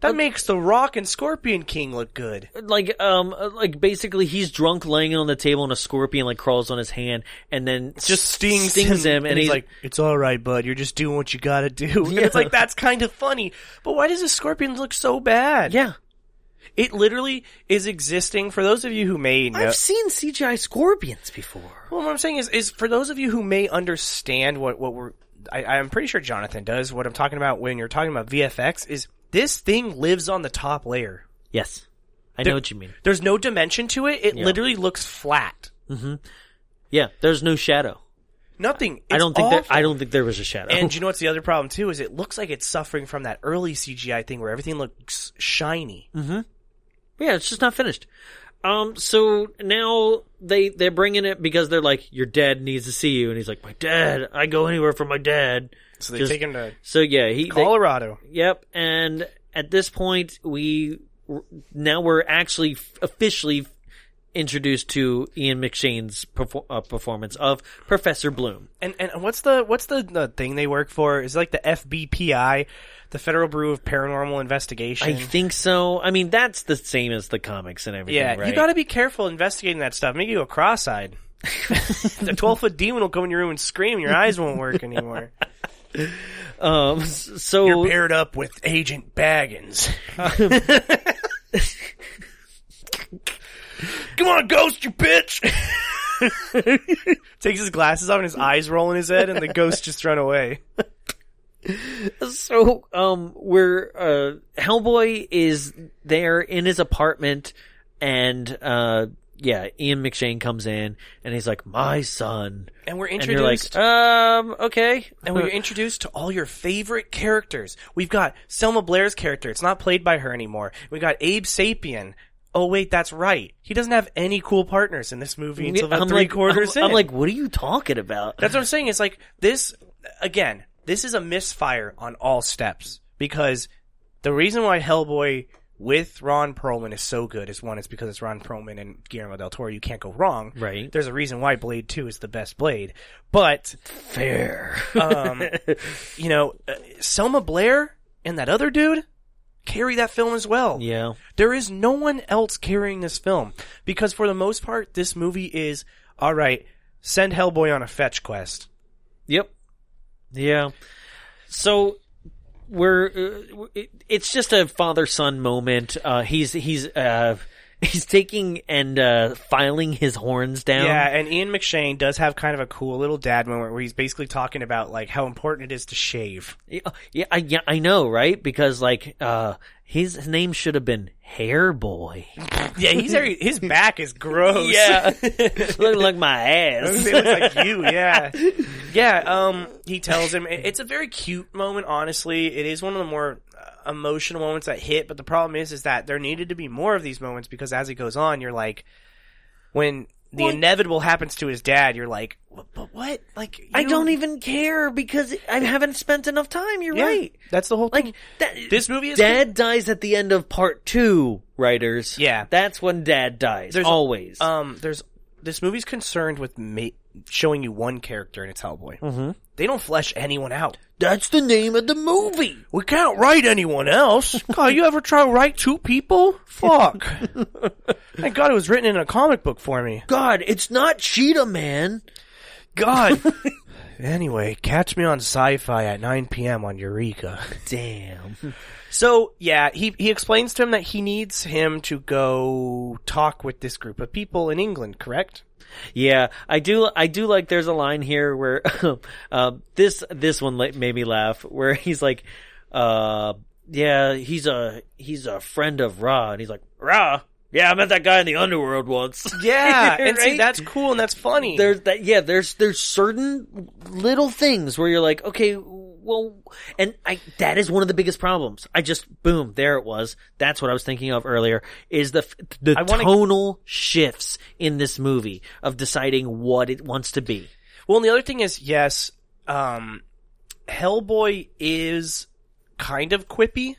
Speaker 1: that? Makes the Rock and Scorpion King look good.
Speaker 2: like um like basically he's drunk laying on the table and a scorpion like crawls on his hand and then
Speaker 1: Just stings,
Speaker 2: stings him, and,
Speaker 1: he's like, "It's all right, bud. You're just doing what you gotta do." [laughs] And
Speaker 2: Yeah.
Speaker 1: it's like that's kind of funny, but why does the scorpion look so bad?
Speaker 2: yeah
Speaker 1: it literally is existing for those of you who may know.
Speaker 2: I've seen CGI scorpions before
Speaker 1: Well, what I'm saying is, is for those of you who may understand what what we're, I, I'm pretty sure Jonathan does. What I'm talking about when you're talking about VFX is this thing lives on the top layer.
Speaker 2: yes I know what you mean
Speaker 1: There's no dimension to it. It literally looks flat.
Speaker 2: yeah there's no shadow
Speaker 1: Nothing.
Speaker 2: I
Speaker 1: It's
Speaker 2: don't think there
Speaker 1: awful.
Speaker 2: I don't think there was a shadow
Speaker 1: And you know what's the other problem too is it looks like it's suffering from that early CGI thing where everything looks shiny.
Speaker 2: [laughs] Mm-hmm. yeah it's just not finished um so now they they're bringing it because they're like your dad needs to see you and he's like my dad I go anywhere for my dad
Speaker 1: So they
Speaker 2: Just-
Speaker 1: take him to
Speaker 2: so yeah he they-
Speaker 1: Colorado.
Speaker 2: Yep. And at this point, we now we're actually f- officially introduced to Ian McShane's perfor- uh, performance of Professor Bloom.
Speaker 1: And and what's the what's the, the thing they work for? Is it like the FBPI, the Federal Bureau of Paranormal Investigation.
Speaker 2: I think so. I mean, that's the same as the comics and everything.
Speaker 1: yeah,
Speaker 2: right?
Speaker 1: you got to be careful investigating that stuff. Make you go [laughs] cross-eyed. the twelve foot demon will come in your room and scream. Your eyes won't work anymore.
Speaker 2: Um, s-
Speaker 1: [laughs]
Speaker 2: so
Speaker 1: You're paired up with Agent Baggins. [laughs] Come on, ghost, you bitch! [laughs] Takes his glasses off and his eyes roll in his head, and the ghost just run away.
Speaker 2: so um where uh Hellboy is there in his apartment and uh yeah, Ian McShane comes in and he's like, "My son,"
Speaker 1: And we're
Speaker 2: and you're like,
Speaker 1: introduced, and,
Speaker 2: "Um, okay." [laughs]
Speaker 1: we're introduced to all your favorite characters. We've got Selma Blair's character; it's not played by her anymore. We got Abe Sapien. Oh wait, that's right. He doesn't have any cool partners in this movie until about
Speaker 2: I'm
Speaker 1: three
Speaker 2: like,
Speaker 1: quarters
Speaker 2: I'm,
Speaker 1: in.
Speaker 2: I'm like, "What are you talking about?"
Speaker 1: That's what I'm saying. It's like this again. This is a misfire on all steps because the reason why Hellboy with Ron Perlman is so good is one, it's because it's Ron Perlman and Guillermo del Toro. You can't go wrong.
Speaker 2: Right.
Speaker 1: There's a reason why Blade Two is the best Blade, but
Speaker 2: fair.
Speaker 1: [laughs] um, you know, uh, Selma Blair and that other dude carry that film as well.
Speaker 2: [laughs] yeah.
Speaker 1: There is no one else carrying this film because for the most part, this movie is all right. Send Hellboy on a fetch quest.
Speaker 2: Yep. Yeah. So we're uh, it- it's just a father son moment. Uh, he's he's uh, [laughs] he's taking and uh, filing his horns down.
Speaker 1: Yeah, and Ian McShane does have kind of a cool little dad moment where he's basically talking about like how important it is to shave.
Speaker 2: Yeah, uh, yeah, I, yeah, I know, right? Because like uh, his, his name should have been Hair Boy.
Speaker 1: Yeah, he's already, his back [laughs] is gross.
Speaker 2: [laughs] looking like my [laughs] ass.
Speaker 1: [laughs] It looks like you, [laughs] yeah, yeah. Um, he tells him it- it's a very cute moment. Honestly, it is one of the more uh, emotional moments that hit. But the problem is, is that there needed to be more of these moments because as it goes on, you're like, when the inevitable happens to his dad, you're like, but what? Like,
Speaker 2: I
Speaker 1: you-
Speaker 2: don't even care because I haven't spent enough time. You're
Speaker 1: Yeah,
Speaker 2: right.
Speaker 1: That's the whole thing.
Speaker 2: Like that,
Speaker 1: this movie is
Speaker 2: Dad dies at the end of part two, writers.
Speaker 1: Yeah.
Speaker 2: That's when dad dies.
Speaker 1: There's-
Speaker 2: always.
Speaker 1: um, there's this movie's concerned with ma- showing you one character and it's Hellboy. Mm-hmm. They don't flesh anyone out.
Speaker 2: That's the name of the movie.
Speaker 1: We can't write anyone else. [laughs] God, you ever try to write two people? [laughs] Fuck. Thank God it was written in a comic book for me.
Speaker 2: God, it's not Cheetah Man.
Speaker 1: [laughs] God. anyway, catch me on sci-fi at 9 p.m. on Eureka.
Speaker 2: Damn.
Speaker 1: So yeah, he he explains to him that he needs him to go talk with this group of people in England. Correct?
Speaker 2: Yeah, I do. I do like. There's a line here where [laughs] uh, this this one la- made me laugh. Where he's like, uh, "Yeah, he's a he's a friend of Ra," and he's like, "Ra." Yeah, I met that guy in the underworld once. [laughs]
Speaker 1: [laughs] Yeah, and see
Speaker 2: Right?
Speaker 1: that's cool and that's funny.
Speaker 2: there's that yeah there's there's certain little things where you're like okay well and i that is one of the biggest problems i just boom there it was that's what i was thinking of earlier is the f- the
Speaker 1: I wanna-
Speaker 2: tonal shifts in this movie of deciding what it wants to be
Speaker 1: Well, and the other thing is, yes, um, Hellboy is kind of quippy,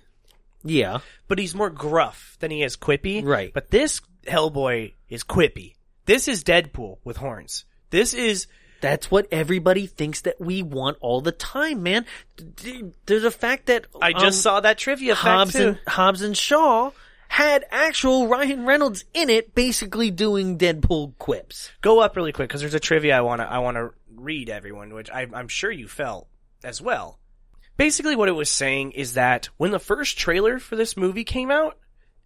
Speaker 2: yeah
Speaker 1: but he's more gruff than he is quippy.
Speaker 2: Right.
Speaker 1: But this Hellboy is quippy. This is Deadpool with horns. This is
Speaker 2: that's what everybody thinks that we want all the time man D- d- there's a fact that
Speaker 1: I just
Speaker 2: um,
Speaker 1: saw that trivia fact
Speaker 2: Hobbs
Speaker 1: too.
Speaker 2: and, Hobbs and Shaw had actual Ryan Reynolds in it, basically doing Deadpool quips.
Speaker 1: Go up really quick because there's a trivia I wanna I wanna read everyone, which I, I'm sure you felt as well. Basically, what it was saying is that when the first trailer for this movie came out,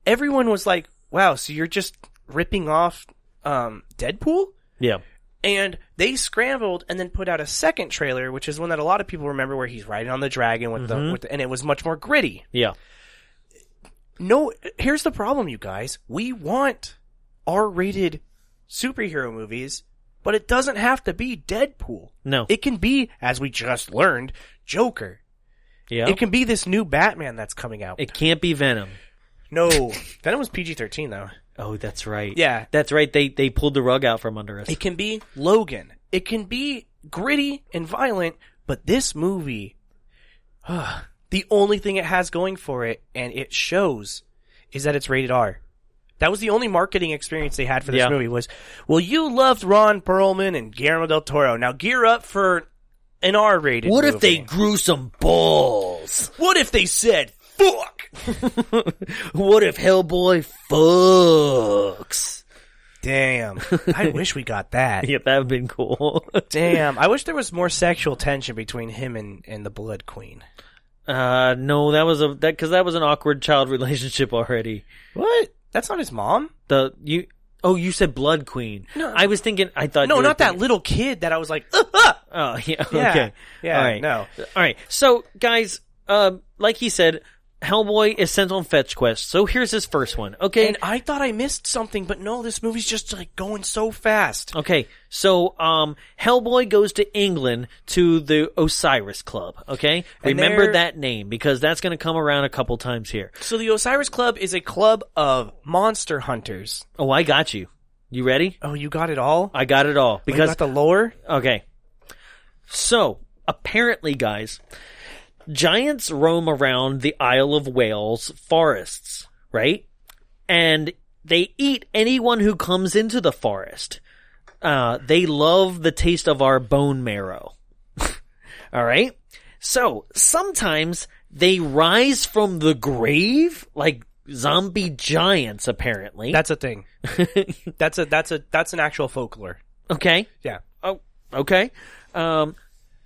Speaker 1: everyone was like, "Wow, so you're just ripping off um, Deadpool?"
Speaker 2: Yeah.
Speaker 1: And they scrambled and then put out a second trailer, which is one that a lot of people remember, where he's riding on the dragon with
Speaker 2: Mm-hmm.
Speaker 1: the, with the and it was much more gritty.
Speaker 2: Yeah.
Speaker 1: No, here's the problem, you guys. We want R-rated superhero movies, but it doesn't have to be Deadpool.
Speaker 2: No.
Speaker 1: It can be, as we just learned, Joker.
Speaker 2: yeah.
Speaker 1: It can be this new Batman that's coming out.
Speaker 2: It can't be Venom. [laughs]
Speaker 1: no, Venom was PG-13 though.
Speaker 2: Oh, that's right.
Speaker 1: Yeah.
Speaker 2: That's right. They they pulled the rug out from under us.
Speaker 1: It can be Logan. It can be gritty and violent, but this movie, the only thing it has going for it, and it shows, is that it's rated R. That was the only marketing experience they had for this
Speaker 2: Yeah.
Speaker 1: movie was, well, you loved Ron Perlman and Guillermo del Toro. Now gear up for an R rated.
Speaker 2: What if they grew some balls?
Speaker 1: What if they said fuck?
Speaker 2: [laughs] What if Hellboy [laughs] fucks? [laughs]
Speaker 1: Damn. I wish we got that.
Speaker 2: Yep, that would have been cool.
Speaker 1: Damn. I wish there was more sexual tension between him and, and the Blood Queen.
Speaker 2: uh, no, that was a that because that was an awkward child [laughs] relationship already.
Speaker 1: What? That's not his mom.
Speaker 2: The you oh you said Blood Queen.
Speaker 1: No.
Speaker 2: I was thinking I thought
Speaker 1: No,
Speaker 2: you were
Speaker 1: not that
Speaker 2: thinking-
Speaker 1: little kid that I was like, "Ugh, ah!"
Speaker 2: Oh [laughs] yeah,
Speaker 1: Yeah.
Speaker 2: okay,
Speaker 1: Yeah,
Speaker 2: all right,
Speaker 1: no.
Speaker 2: all right. So guys, um, like he said, Hellboy is sent on fetch quest. So here's his first one. Okay,
Speaker 1: and I thought I missed something, but no, this movie's just like going so fast.
Speaker 2: Okay, so um, Hellboy goes to England to the Osiris Club. Okay,
Speaker 1: And
Speaker 2: remember
Speaker 1: they're-
Speaker 2: that name because that's going to come around a couple times here.
Speaker 1: So the Osiris Club is a club of monster hunters.
Speaker 2: Oh, I got you. You ready?
Speaker 1: Oh, you got it all?
Speaker 2: I got it all
Speaker 1: Because
Speaker 2: Uh, because
Speaker 1: got the
Speaker 2: [laughs]
Speaker 1: lore?
Speaker 2: okay. So apparently, guys, giants roam around the Isle of Wales forests, right? And they eat anyone who comes into the forest. Uh, they love the taste of our bone marrow. [laughs] All right. So sometimes they rise from the grave like zombie giants, apparently.
Speaker 1: That's a thing. that's a that's a that's an actual folklore.
Speaker 2: okay.
Speaker 1: Yeah.
Speaker 2: Oh, okay. Um,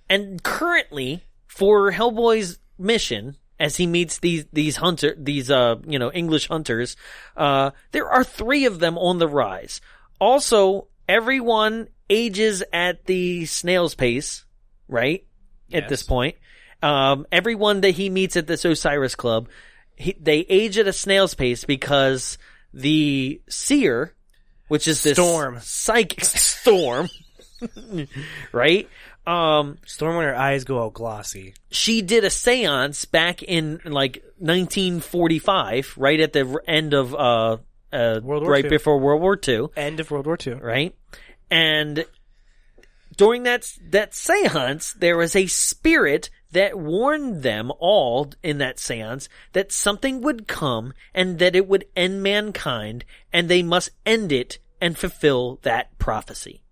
Speaker 2: and currently, for Hellboy's mission, as he meets these these hunter these uh you know English hunters, uh, there are three of them on the rise. Also, everyone ages at the snail's pace, right? At this point, um, everyone that he meets at this Osiris Club, he, they age at a snail's pace because the seer, which is this
Speaker 1: Storm.
Speaker 2: psychic [laughs] storm, right? Um,
Speaker 1: Storm when her eyes go all glossy.
Speaker 2: she did a seance back in like 1945, right at the r- end of uh, uh
Speaker 1: World War
Speaker 2: right
Speaker 1: II.
Speaker 2: before World War II,
Speaker 1: End of World War II.
Speaker 2: right? And during that s- that seance, there was a spirit that warned them all in that seance that something would come and that it would end mankind, and they must end it and fulfill that prophecy.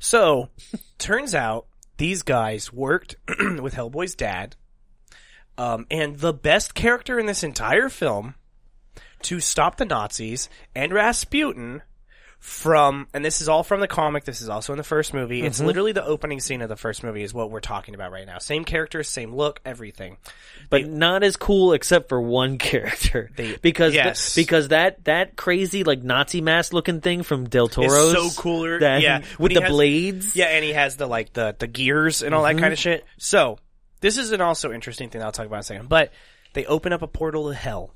Speaker 1: So, turns out these guys worked [clears throat] with Hellboy's dad, um, and the best character in this entire film to stop the Nazis and Rasputin from, and this is all from the comic. This is also in the first movie. It's literally the opening scene of the first movie is what we're talking about right now. Same character, same look, everything.
Speaker 2: but not as cool except for one [laughs] character
Speaker 1: They-
Speaker 2: because th-
Speaker 1: yes.
Speaker 2: because that that crazy like Nazi mask looking thing from Del Toro's
Speaker 1: It's so cooler.
Speaker 2: that- [laughs]
Speaker 1: yeah, When
Speaker 2: with
Speaker 1: he
Speaker 2: the
Speaker 1: has-
Speaker 2: blades. Mm-hmm.
Speaker 1: Yeah, and he has the like the the gears and all that kind of shit. So this is an also interesting thing that I'll talk about in a second. But they open up a portal to hell,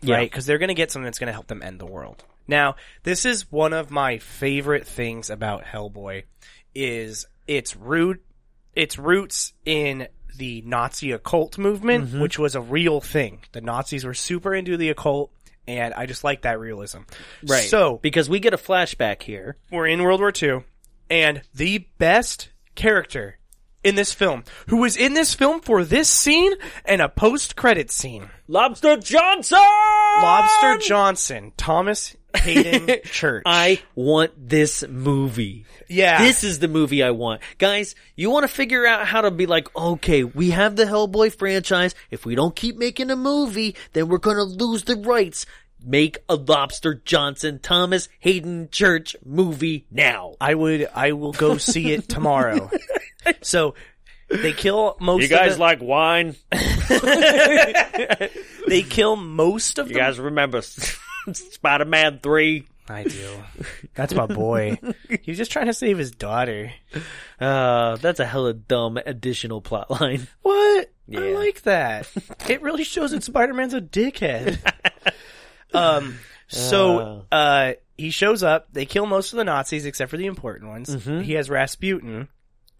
Speaker 2: Yeah.
Speaker 1: right? Because they're going to get something that's going to help them end the world. Now, this is one of my favorite things about Hellboy is its root its roots in the Nazi occult movement,
Speaker 2: Mm-hmm.
Speaker 1: which was a real thing. The Nazis were super into the occult, and I just like that realism.
Speaker 2: right.
Speaker 1: So
Speaker 2: because we get a flashback here,
Speaker 1: we're in World War II, and the best character in this film, who was in this film for this scene and a post-credit scene,
Speaker 2: Lobster Johnson.
Speaker 1: Lobster Johnson, Thomas [laughs] Hayden Church.
Speaker 2: I want this movie.
Speaker 1: yeah,
Speaker 2: This is the movie I want. Guys, you want to figure out how to be like, okay, we have the Hellboy franchise. If we don't keep making a movie, then we're going to lose the rights. Make a Lobster Johnson Thomas Hayden Church movie now.
Speaker 1: I would, I will go see it tomorrow. so. They kill most. of the,
Speaker 2: like wine?
Speaker 1: [laughs] They kill most of the. [laughs]
Speaker 2: guys remember [laughs] Spider Man 3?
Speaker 1: I do. That's my boy. He's just trying to save his daughter.
Speaker 2: Uh, that's a hella dumb additional plot line.
Speaker 1: What? I like that. It really shows that Spider Man's a [laughs] dickhead. um, so uh, he shows up. They kill most of the Nazis except for the important ones. He has Rasputin,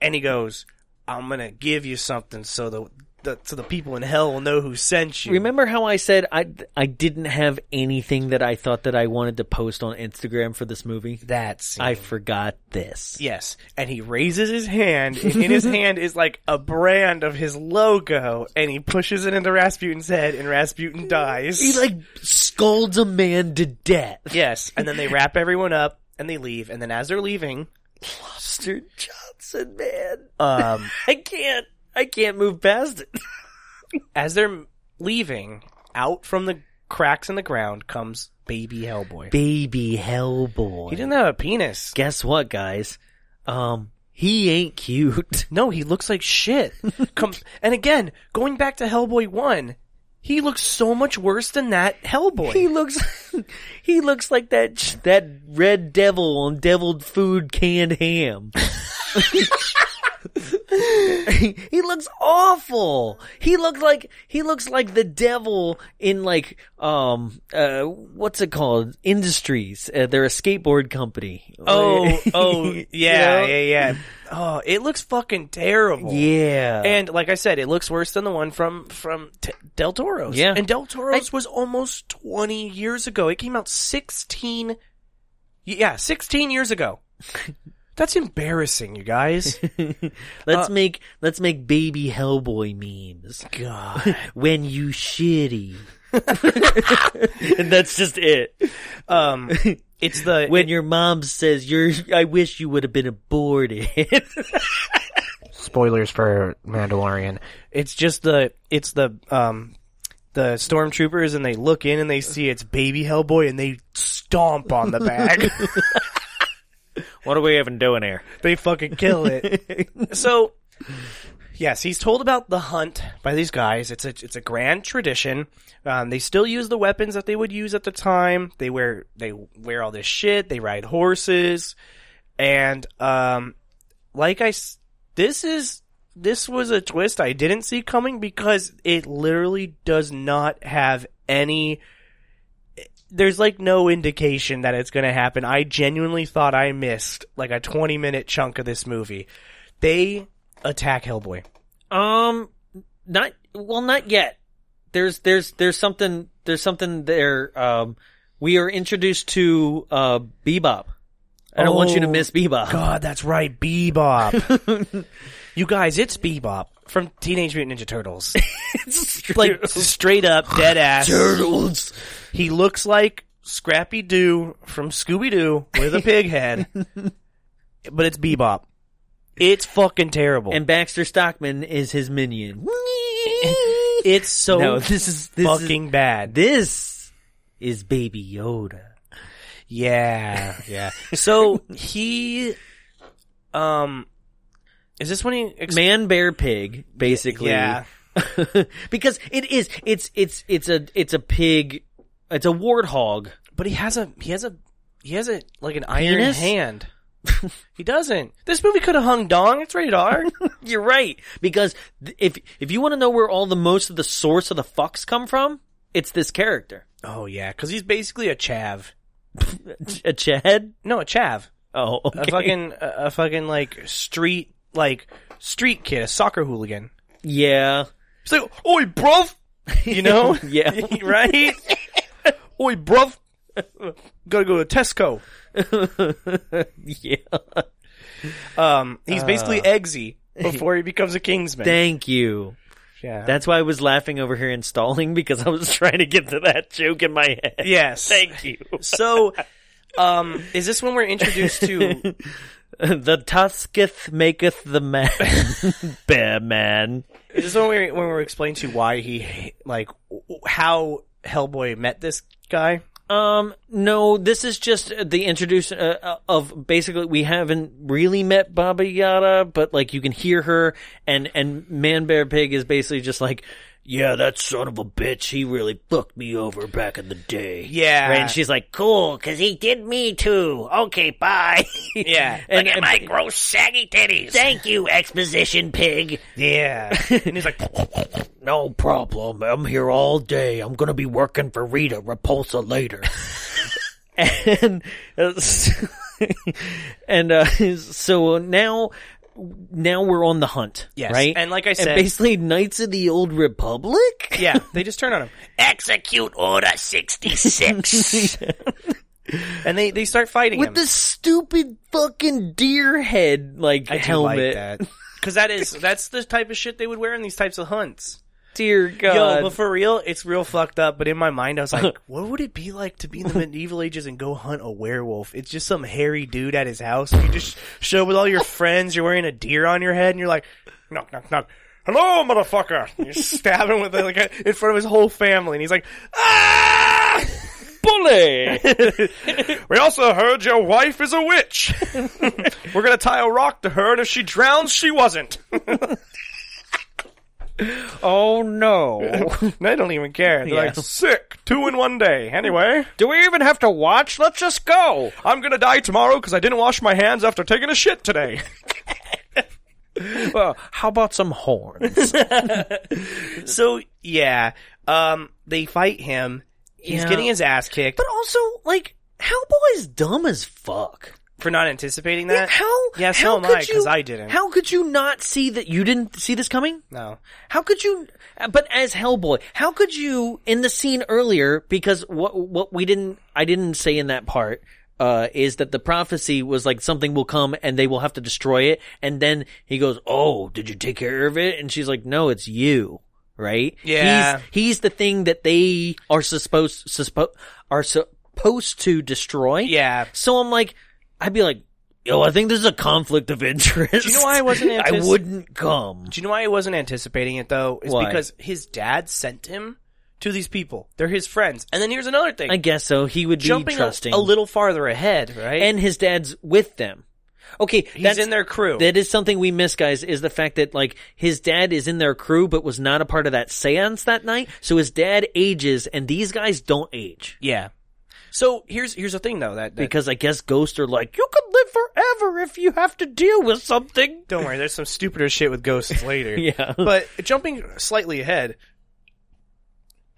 Speaker 1: and he goes, "I'm gonna give you something so the, the so the people in hell will know who sent you."
Speaker 2: Remember how I said I, I didn't have anything that I thought that I wanted to post on Instagram for this movie?
Speaker 1: that scene.
Speaker 2: I forgot this.
Speaker 1: Yes, and he raises his hand, and in [laughs] his hand is like a brand of his logo, and he pushes it into Rasputin's head, and Rasputin dies.
Speaker 2: He like scolds a man to death.
Speaker 1: Yes, and then they wrap everyone up and they leave. And then as they're leaving,
Speaker 2: Lobster Johnson, man.
Speaker 1: um,
Speaker 2: [laughs] I can't. I can't move past it.
Speaker 1: as they're leaving, out from the cracks in the ground comes baby Hellboy.
Speaker 2: Baby Hellboy.
Speaker 1: he didn't have a penis.
Speaker 2: Guess what, guys? Um, he ain't
Speaker 1: [laughs]
Speaker 2: cute.
Speaker 1: No, he looks like shit. Com- and again, going back to Hellboy 1, he looks so much worse than that Hellboy.
Speaker 2: He looks, [laughs] he looks like that that red devil on deviled food canned ham. [laughs] he, he looks awful. He looks like he looks like the devil in like um uh what's it called? Industries. Uh, they're a skateboard company. [laughs]
Speaker 1: oh, oh, yeah,
Speaker 2: You know?
Speaker 1: yeah, yeah. Oh, it looks fucking terrible.
Speaker 2: yeah.
Speaker 1: And like I said, it looks worse than the one from from T- Del Toro's.
Speaker 2: Yeah.
Speaker 1: and Del Toro's was almost twenty years ago. It came out sixteen, yeah, sixteen years ago. [laughs] That's embarrassing, you guys.
Speaker 2: let's make let's make baby Hellboy memes.
Speaker 1: God.
Speaker 2: [laughs] when you [laughs] shitty. and that's just it.
Speaker 1: Um, [laughs] it's the
Speaker 2: When your mom says you're I wish you would have been aborted. [laughs]
Speaker 1: spoilers for Mandalorian. It's just the it's the um the stormtroopers and they look in and they see it's baby Hellboy and they stomp on the [laughs] bag.
Speaker 2: what are we even doing here?
Speaker 1: they fucking kill it. so, yes, he's told about the hunt by these guys. It's a it's a grand tradition. Um, they still use the weapons that they would use at the time. They wear they wear all this shit. They ride horses, and um, like I, s- this is this was a twist I didn't see coming because it literally does not have any. There's like no indication that it's going to happen. I genuinely thought I missed like a 20 minute chunk of this movie. They attack Hellboy.
Speaker 2: Um not well not yet. There's there's there's something there's something there um we are introduced to uh Bebop. I don't want you to
Speaker 1: Oh,
Speaker 2: miss Bebop.
Speaker 1: God, that's right, Bebop.
Speaker 2: [laughs]
Speaker 1: you guys, it's Bebop from Teenage Mutant Ninja
Speaker 2: [laughs]
Speaker 1: Turtles. [laughs] like straight
Speaker 2: [gasps]
Speaker 1: up, dead ass.
Speaker 2: Turtles.
Speaker 1: He looks like Scrappy Doo from Scooby Doo with a pig
Speaker 2: [laughs]
Speaker 1: head, but it's Bebop. It's fucking terrible.
Speaker 2: And Baxter Stockman is his [laughs] minion.
Speaker 1: it's so
Speaker 2: no, this is this is-
Speaker 1: fucking bad.
Speaker 2: This is Baby Yoda.
Speaker 1: Yeah, yeah. So he, um, is this when he? Ex-
Speaker 2: Man bear pig, basically.
Speaker 1: Yeah.
Speaker 2: [laughs] because it is it's it's it's a it's a pig it's a warthog.
Speaker 1: but he has a he has a he has a like an iron
Speaker 2: Penis?
Speaker 1: hand. he doesn't. This movie could have hung dong. It's rated
Speaker 2: [laughs]
Speaker 1: R.
Speaker 2: You're right. Because th- if if you want to know where all the most of the source of the fucks come from, it's this character.
Speaker 1: oh yeah, because he's basically a chav.
Speaker 2: A Chad?
Speaker 1: No, a chav.
Speaker 2: Oh, okay.
Speaker 1: a fucking a, a fucking like street like street kid, a soccer hooligan.
Speaker 2: yeah.
Speaker 1: He's like, "Oi, bruv," you
Speaker 2: Oh.
Speaker 1: know?
Speaker 2: [laughs] Yeah.
Speaker 1: right? [laughs] "Oi, bruv." Gotta go to Tesco.
Speaker 2: yeah.
Speaker 1: Um, he's basically Eggsy before he becomes a Kingsman.
Speaker 2: Thank you.
Speaker 1: yeah.
Speaker 2: That's why I was laughing over here installing because I was trying to get to that joke in my head.
Speaker 1: yes.
Speaker 2: Thank you.
Speaker 1: so, um, is this when we're introduced to?
Speaker 2: the tusketh maketh the [laughs] man bear man.
Speaker 1: Is this when we when we're explained to why he like how Hellboy met this guy?
Speaker 2: Um, no, this is just the introduce uh, of basically we haven't really met Baba Yaga, but like you can hear her, and and Man Bear Pig is basically just like, yeah, that son of a bitch, he really fucked me over back in the day.
Speaker 1: Yeah.
Speaker 2: Right? and she's like, cool, cause he did me too. Okay, bye.
Speaker 1: Yeah.
Speaker 2: and, Look at my gross saggy titties. Thank you, exposition pig.
Speaker 1: Yeah, and he's like, [laughs]
Speaker 2: No problem. I'm here all day. I'm going to be working for Rita Repulsa later. [laughs] and uh, [laughs] and uh, so now now we're on the hunt,
Speaker 1: Yes,
Speaker 2: right?
Speaker 1: and like I said-
Speaker 2: basically Knights of the Old Republic.
Speaker 1: yeah, they just turn on him.
Speaker 3: Execute Order 66.
Speaker 1: and they they start fighting
Speaker 2: With
Speaker 1: him.
Speaker 2: this stupid fucking deer head like
Speaker 1: I do
Speaker 2: helmet.
Speaker 1: like that because that is that's the type of shit they would wear in these types of hunts.
Speaker 2: Dear God.
Speaker 1: Yo, but for real, it's real fucked up. But in my mind, I was like, what would it be like to be in the medieval ages and go hunt a werewolf? It's just some hairy dude at his house. You just show up with all your friends. You're wearing a deer on your head, and you're like, knock, knock, knock. Hello, motherfucker! And You're stabbing with it, like in front of his whole family, and he's like, "Ah!"
Speaker 2: bully.
Speaker 1: [laughs] We also heard your wife is a witch. [laughs] We're gonna tie a rock to her, and if she drowns, she wasn't.
Speaker 2: oh [laughs] no.
Speaker 1: [laughs] they don't even care. They're like
Speaker 2: Yeah.
Speaker 1: sick, two in one day. Anyway.
Speaker 2: Do we even have to watch? Uh, Let's just go.
Speaker 1: I'm gonna die tomorrow because I didn't wash my hands after taking a shit today.
Speaker 2: Well, how about some horns?
Speaker 1: [laughs] so yeah, um, they fight him. He's
Speaker 2: Yeah.
Speaker 1: getting his ass kicked
Speaker 2: but also, like, Hellboy's dumb as fuck.
Speaker 1: for not anticipating
Speaker 2: Yeah,
Speaker 1: that.
Speaker 2: How?
Speaker 1: Yeah,
Speaker 2: how
Speaker 1: so am
Speaker 2: could
Speaker 1: I because
Speaker 2: you-
Speaker 1: I didn't.
Speaker 2: How could you not see that? You didn't see this coming.
Speaker 1: No,
Speaker 2: How could you? But as Hellboy, how could you in the scene earlier? Because what what we didn't, I didn't say in that part. Uh, is that the prophecy was like something will come and they will have to destroy it. And then he goes, Oh, did you take care of it? And she's like, No, it's you. Right?
Speaker 1: Yeah.
Speaker 2: He's, he's the thing that they are supposed, suspo- are supposed to destroy.
Speaker 1: Yeah.
Speaker 2: So I'm like, I'd be like, Yo, I think this is a conflict of [laughs] interest.
Speaker 1: you know why I wasn't
Speaker 2: I
Speaker 1: antici-
Speaker 2: wouldn't come.
Speaker 1: do you know why I wasn't anticipating it though? Is
Speaker 2: Why?
Speaker 1: because his dad sent him to these people. They're his friends. And then here's another thing:
Speaker 2: I guess so. He would be
Speaker 1: jumping a,
Speaker 2: trusting
Speaker 1: a little farther ahead, right?
Speaker 2: and his dad's with them. Okay,
Speaker 1: he's
Speaker 2: that's,
Speaker 1: in their crew.
Speaker 2: That is something we miss, guys. Is the fact that like his dad is in their crew, but was not a part of that séance that night. So his dad ages, and these guys don't age
Speaker 1: yeah. So here's here's the thing though that, that
Speaker 2: because I guess ghosts are like, you can live forever if you have to deal with something.
Speaker 1: Don't worry, there's some stupider shit with
Speaker 2: [laughs]
Speaker 1: ghosts later.
Speaker 2: Yeah.
Speaker 1: But jumping slightly ahead,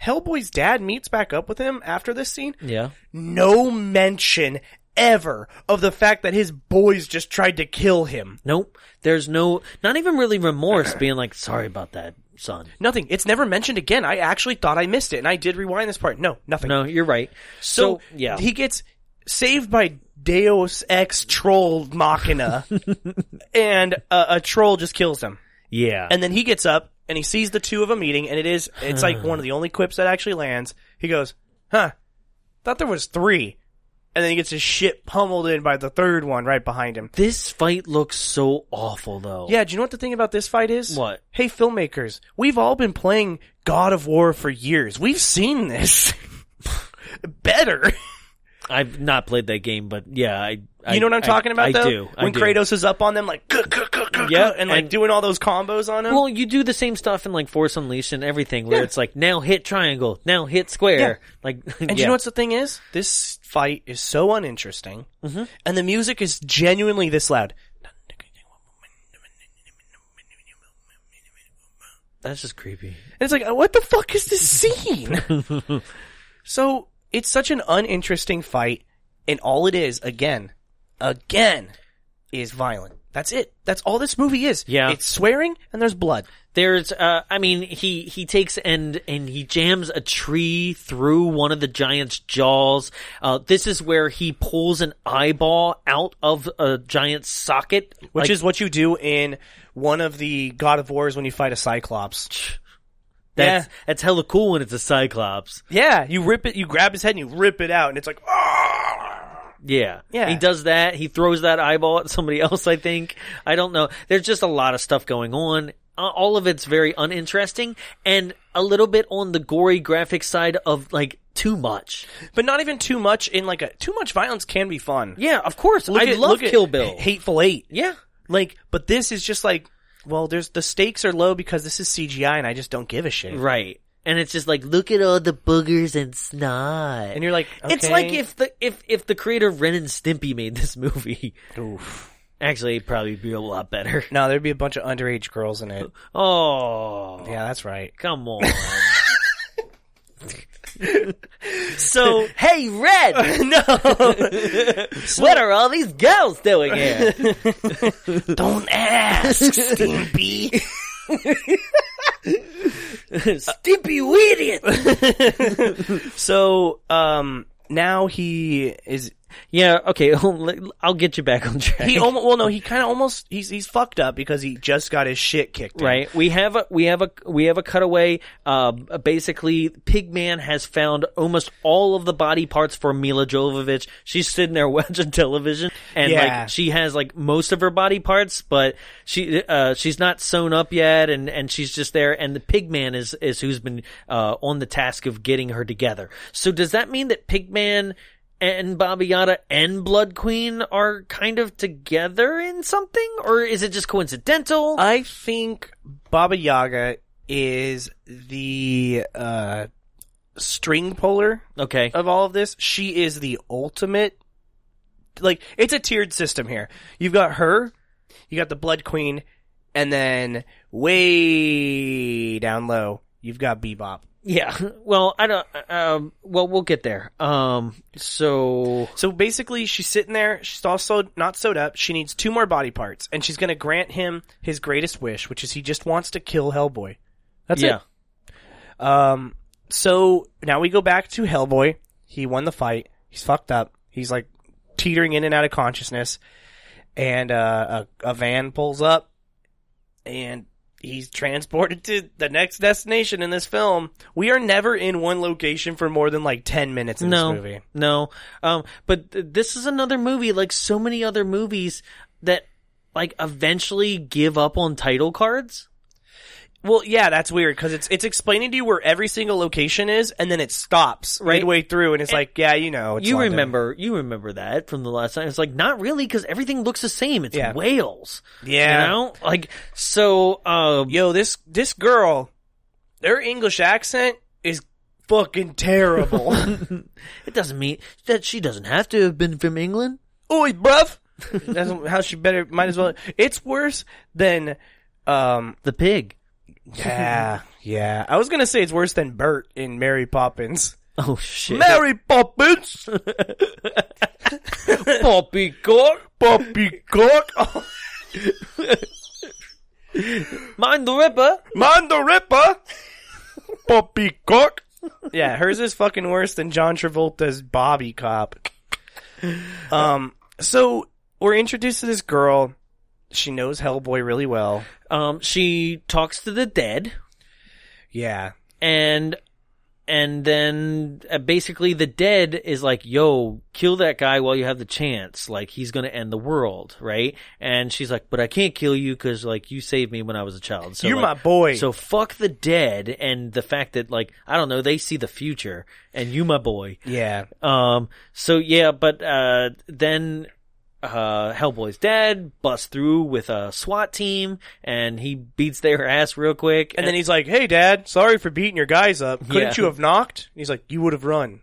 Speaker 1: Hellboy's dad meets back up with him after this scene.
Speaker 2: Yeah,
Speaker 1: No mention ever of the fact that his boys just tried to kill him.
Speaker 2: nope. There's no, not even really remorse, being like, sorry about that, son.
Speaker 1: Nothing. It's never mentioned again. I actually thought I missed it, and I did rewind this part. No, nothing.
Speaker 2: No, you're right.
Speaker 1: So,
Speaker 2: So, yeah,
Speaker 1: he gets saved by Deus Ex Troll
Speaker 2: [laughs]
Speaker 1: Machina, and uh, a troll just kills him.
Speaker 2: yeah,
Speaker 1: And then he gets up and he sees the two of them eating, and it is it's like one of the only quips that actually lands. He goes, "Huh? Thought there was three. And then he gets his shit pummeled in by the third one right behind him.
Speaker 2: this fight looks so awful, though.
Speaker 1: Yeah, do you know what the thing about this fight is?
Speaker 2: What?
Speaker 1: Hey, filmmakers, we've all been playing God of War for years. We've seen this [laughs] better. [laughs]
Speaker 2: I've not played that game, but yeah, I. I
Speaker 1: You know what I'm
Speaker 2: I-
Speaker 1: talking about?
Speaker 2: I
Speaker 1: though?
Speaker 2: do. I
Speaker 1: When
Speaker 2: do.
Speaker 1: Kratos is up on them, like, "Kuh, kuh, kuh, kuh,
Speaker 2: Yeah,
Speaker 1: kuh," and like
Speaker 2: and-
Speaker 1: doing all those combos on him.
Speaker 2: Well, you do the same stuff in like Force Unleashed and everything, where
Speaker 1: Yeah.
Speaker 2: it's like now hit triangle, now hit square,
Speaker 1: Yeah.
Speaker 2: like. [laughs]
Speaker 1: And you know what's the thing is? This fight is so uninteresting, and the music is genuinely this loud.
Speaker 2: That's just creepy.
Speaker 1: And it's like, uh, what the fuck is this scene? [laughs] so it's such an uninteresting fight, and all it is, again, again, is violent. That's it. That's all this movie is.
Speaker 2: Yeah.
Speaker 1: It's swearing and there's blood.
Speaker 2: There's, uh, I mean, he he takes and and he jams a tree through one of the giant's jaws. Uh, this is where he pulls an eyeball out of a giant's socket,
Speaker 1: Which
Speaker 2: like-
Speaker 1: is what you do in one of the God of Wars when you fight a Cyclops.
Speaker 2: that's
Speaker 1: yeah.
Speaker 2: that's hella cool when it's a cyclops.
Speaker 1: Yeah, you rip it, you grab his head and you rip it out, and it's like, "Ah!"
Speaker 2: Yeah.
Speaker 1: Yeah.
Speaker 2: He does that. He throws that eyeball at somebody [laughs] else, I think. I don't know. There's just a lot of stuff going on. Uh, all of it's very uninteresting and a little bit on the gory graphic side of like too much.
Speaker 1: but not even too much in like a too much violence can be fun.
Speaker 2: Yeah, of course.
Speaker 1: Look
Speaker 2: I
Speaker 1: at-
Speaker 2: love
Speaker 1: look at
Speaker 2: Kill Bill.
Speaker 1: Hateful Eight.
Speaker 2: yeah.
Speaker 1: Like, but this is just like, well, there's the stakes are low because this is CGI, and I just don't give a shit.
Speaker 2: Right. And it's just like, look at all the boogers and snot.
Speaker 1: And you're like,
Speaker 2: it's like
Speaker 1: okay.
Speaker 2: if the if if the creator of Ren and Stimpy made this [laughs] movie. Actually, it'd probably be a lot better. [laughs]
Speaker 1: No, there'd be a bunch of underage girls in it.
Speaker 2: Oh,
Speaker 1: Yeah, that's right.
Speaker 2: come [laughs] on. so, hey, [laughs] Red,
Speaker 1: no,
Speaker 2: what are all these girls doing [laughs] here?
Speaker 1: don't ask,
Speaker 2: [laughs]
Speaker 1: Stimpy.
Speaker 2: Stimpy
Speaker 1: [laughs]
Speaker 2: [laughs] idiot.
Speaker 1: so, um, now he is
Speaker 2: yeah, okay, [laughs] I'll get you back on track. [laughs]
Speaker 1: He almost well no he kind of almost he's he's fucked up because he just got his shit kicked in.
Speaker 2: Right. We have a we have a we have a cutaway. Uh, basically, Pigman has found almost all of the body parts for Mila Jovovich. She's sitting there [laughs] watching television, and
Speaker 1: Yeah.
Speaker 2: like she has like most of her body parts, but she uh, she's not sewn up yet, and, and she's just there. And the Pigman is is who's been uh, on the task of getting her together. So does that mean that Pigman? And Baba Yaga and Blood Queen are kind of together in something, or is it just coincidental?
Speaker 1: I think Baba Yaga is the uh string puller
Speaker 2: okay,
Speaker 1: of all of this. She is the ultimate like it's a tiered system here. You've got her, you got the Blood Queen, and then way down low, you've got Bebop.
Speaker 2: Yeah. Well, I don't. Um. Well, we'll get there. Um. So.
Speaker 1: So basically, she's sitting there. She's also not sewed up. She needs two more body parts, and she's going to grant him his greatest wish, which is he just wants to kill Hellboy. That's
Speaker 2: yeah.
Speaker 1: it. Um. So now we go back to Hellboy. He won the fight. He's fucked up. He's like teetering in and out of consciousness, and uh, a, a van pulls up, and he's transported to the next destination in this film. We are never in one location for more than like ten minutes in
Speaker 2: no.
Speaker 1: this movie.
Speaker 2: No. Um. But th- this is another movie, like so many other movies, that like eventually give up on title cards.
Speaker 1: Well, yeah, that's weird because it's it's explaining to you where every single location is, and then it stops
Speaker 2: Right.
Speaker 1: right midway through, and it's like, yeah, you know, it's
Speaker 2: you
Speaker 1: London.
Speaker 2: remember? You remember that from the last time? It's like not really because everything looks the same. It's
Speaker 1: Yeah.
Speaker 2: Wales.
Speaker 1: Yeah.
Speaker 2: You know. Like so. Um.
Speaker 1: yo, this this girl, their English accent is fucking [laughs] terrible.
Speaker 2: It doesn't mean that she doesn't have to have been from England.
Speaker 1: Oi, bruv. That's how she better might as well. It's worse than, um,
Speaker 2: The pig.
Speaker 1: [laughs] yeah, yeah. I was gonna say it's worse than Bert in Mary Poppins.
Speaker 2: Oh shit.
Speaker 1: Mary [laughs] Poppins,
Speaker 2: Poppycock.
Speaker 1: Poppy Cook, [laughs]
Speaker 2: Mind the Ripper.
Speaker 1: Man the Ripper, Poppy Cook. Yeah, hers is fucking worse than John Travolta's Bobby Cop. Um, so we're introduced to this girl. She knows Hellboy really well.
Speaker 2: Um, she talks to the dead,
Speaker 1: Yeah.
Speaker 2: and and then uh, basically the dead is like, "Yo, kill that guy while you have the chance. Like he's gonna end the world, right?" And she's like, "But I can't kill you because like you saved me when I was a child. So
Speaker 1: You're
Speaker 2: like-
Speaker 1: my boy.
Speaker 2: So fuck the dead and the fact that like I don't know they see the future and you my boy.
Speaker 1: Yeah.
Speaker 2: Um. So yeah, but uh, then uh, Hellboy's dead. Busts through with a SWAT team, and he beats their ass real quick.
Speaker 1: And then he's like, "Hey, Dad, sorry for beating your guys up. Couldn't
Speaker 2: Yeah.
Speaker 1: you have knocked?" And he's like, "You would have run."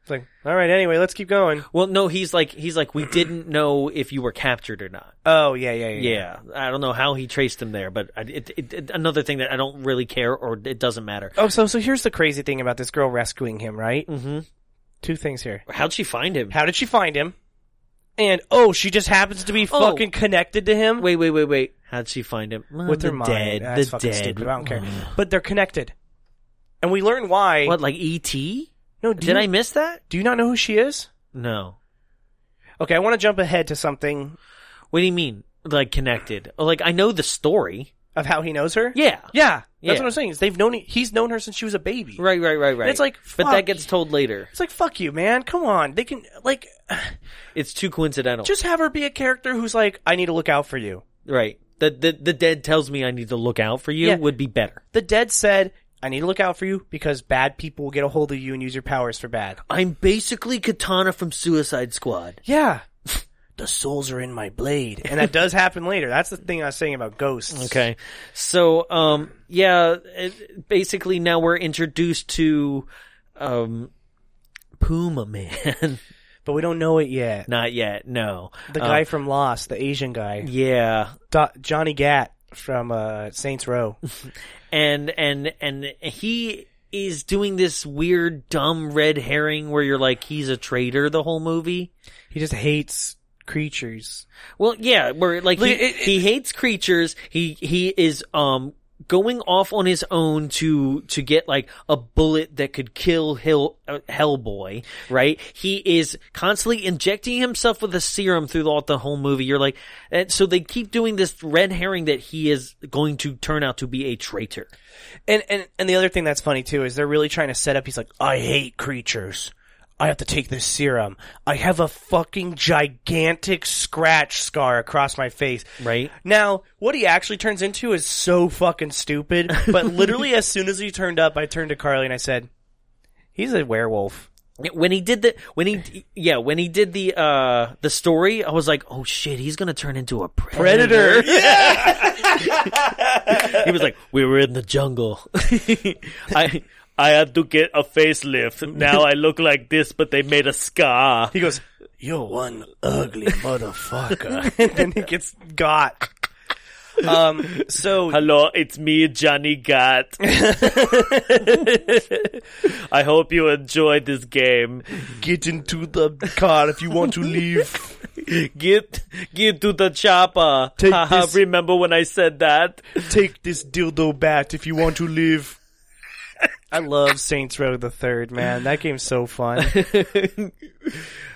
Speaker 1: It's like, "All right, anyway, let's keep going."
Speaker 2: well, no, he's like, he's like, we didn't know if you were captured or not.
Speaker 1: Oh yeah, yeah, yeah.
Speaker 2: Yeah, I don't know how he traced him there, but I- it, it, it, another thing that I don't really care, or it doesn't matter.
Speaker 1: Oh, so so here's the crazy thing about this girl rescuing him, right? Mm-hmm. Two things here.
Speaker 2: How'd she find him?
Speaker 1: How did she find him? And oh, she just happens to be
Speaker 2: Oh.
Speaker 1: fucking connected to him
Speaker 2: Wait, wait, wait, wait. How'd she find him? Well,
Speaker 1: with
Speaker 2: the
Speaker 1: her mind.
Speaker 2: dead,
Speaker 1: That's
Speaker 2: the
Speaker 1: fucking
Speaker 2: dead. Mm-hmm. Mm.
Speaker 1: stupid. I don't care. but they're connected, and we learn why.
Speaker 2: What, like E.T.?
Speaker 1: No, do
Speaker 2: Did
Speaker 1: you,
Speaker 2: I miss that?
Speaker 1: Do you not know who she is?
Speaker 2: No.
Speaker 1: Okay, I want to jump ahead to something
Speaker 2: What do you mean? Like connected? Like I know the story.
Speaker 1: of how he knows her.
Speaker 2: Yeah.
Speaker 1: Yeah, that's
Speaker 2: Yeah.
Speaker 1: what I'm saying. Is they've known e, he's known her since she was a baby.
Speaker 2: Right, right, right, right.
Speaker 1: it's like,
Speaker 2: but
Speaker 1: fuck.
Speaker 2: that gets told later.
Speaker 1: It's like fuck you, man. Come on, they can like
Speaker 2: It's too coincidental.
Speaker 1: just have her be a character who's like, I need to look out for you.
Speaker 2: right. The, the the dead tells me I need to look out for you
Speaker 1: Yeah.
Speaker 2: would be better.
Speaker 1: The dead said, I need to look out for you because bad people will get a hold of you and use your powers for bad.
Speaker 2: I'm basically Katana from Suicide Squad.
Speaker 1: Yeah. the souls are in my blade, and that does happen later. That's the thing I was saying about ghosts.
Speaker 2: Okay. So um yeah, it, basically now we're introduced to um Puma Man. [laughs]
Speaker 1: but we don't know it yet.
Speaker 2: Not yet. No.
Speaker 1: The
Speaker 2: Um,
Speaker 1: guy from Lost, the Asian guy,
Speaker 2: yeah.
Speaker 1: Do- Johnny Gat from uh, Saints Row.
Speaker 2: and and and he is doing this weird dumb red herring where you're like he's a traitor the whole movie
Speaker 1: he just hates creatures.
Speaker 2: well yeah where like he,
Speaker 1: Like, it-
Speaker 2: he hates creatures he he is um going off on his own to to get like a bullet that could kill Hill, uh, Hellboy, right? He is constantly injecting himself with a serum throughout the whole movie. You're like, and so they keep doing this red herring that he is going to turn out to be a traitor.
Speaker 1: And, and and the other thing that's funny too is they're really trying to set up. He's like, I hate creatures. I have to take this serum. I have a fucking gigantic scratch scar across my face.
Speaker 2: Right.
Speaker 1: now, what he actually turns into is so fucking stupid.
Speaker 2: [laughs]
Speaker 1: But literally, as soon as he turned up, I turned to Carly and I said, "He's a werewolf."
Speaker 2: when he did the when he yeah when he did the uh the story i was like oh shit he's gonna turn into a
Speaker 1: Predator.
Speaker 2: predator, [laughs] he was like we were in the jungle [laughs] i i had to get a facelift now i look like this but they made a scar
Speaker 1: He goes, "You're one ugly motherfucker," [laughs] and then he gets got. Um. So
Speaker 2: hello it's me johnny gat [laughs] i hope you enjoyed this game
Speaker 1: get into the car if you want to leave.
Speaker 2: [laughs] get get to the chopper
Speaker 1: Take
Speaker 2: Haha,
Speaker 1: this-
Speaker 2: remember when i said that
Speaker 1: Take this dildo bat if you want to live. I love Saints Row the Third, man. That game's so fun.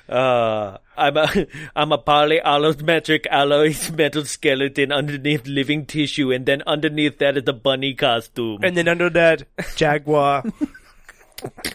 Speaker 2: Uh, I'm a [laughs] I'm a polyallometric alloy metal skeleton underneath living tissue, and then underneath that is the bunny costume.
Speaker 1: [laughs] And then under that, Jaguar.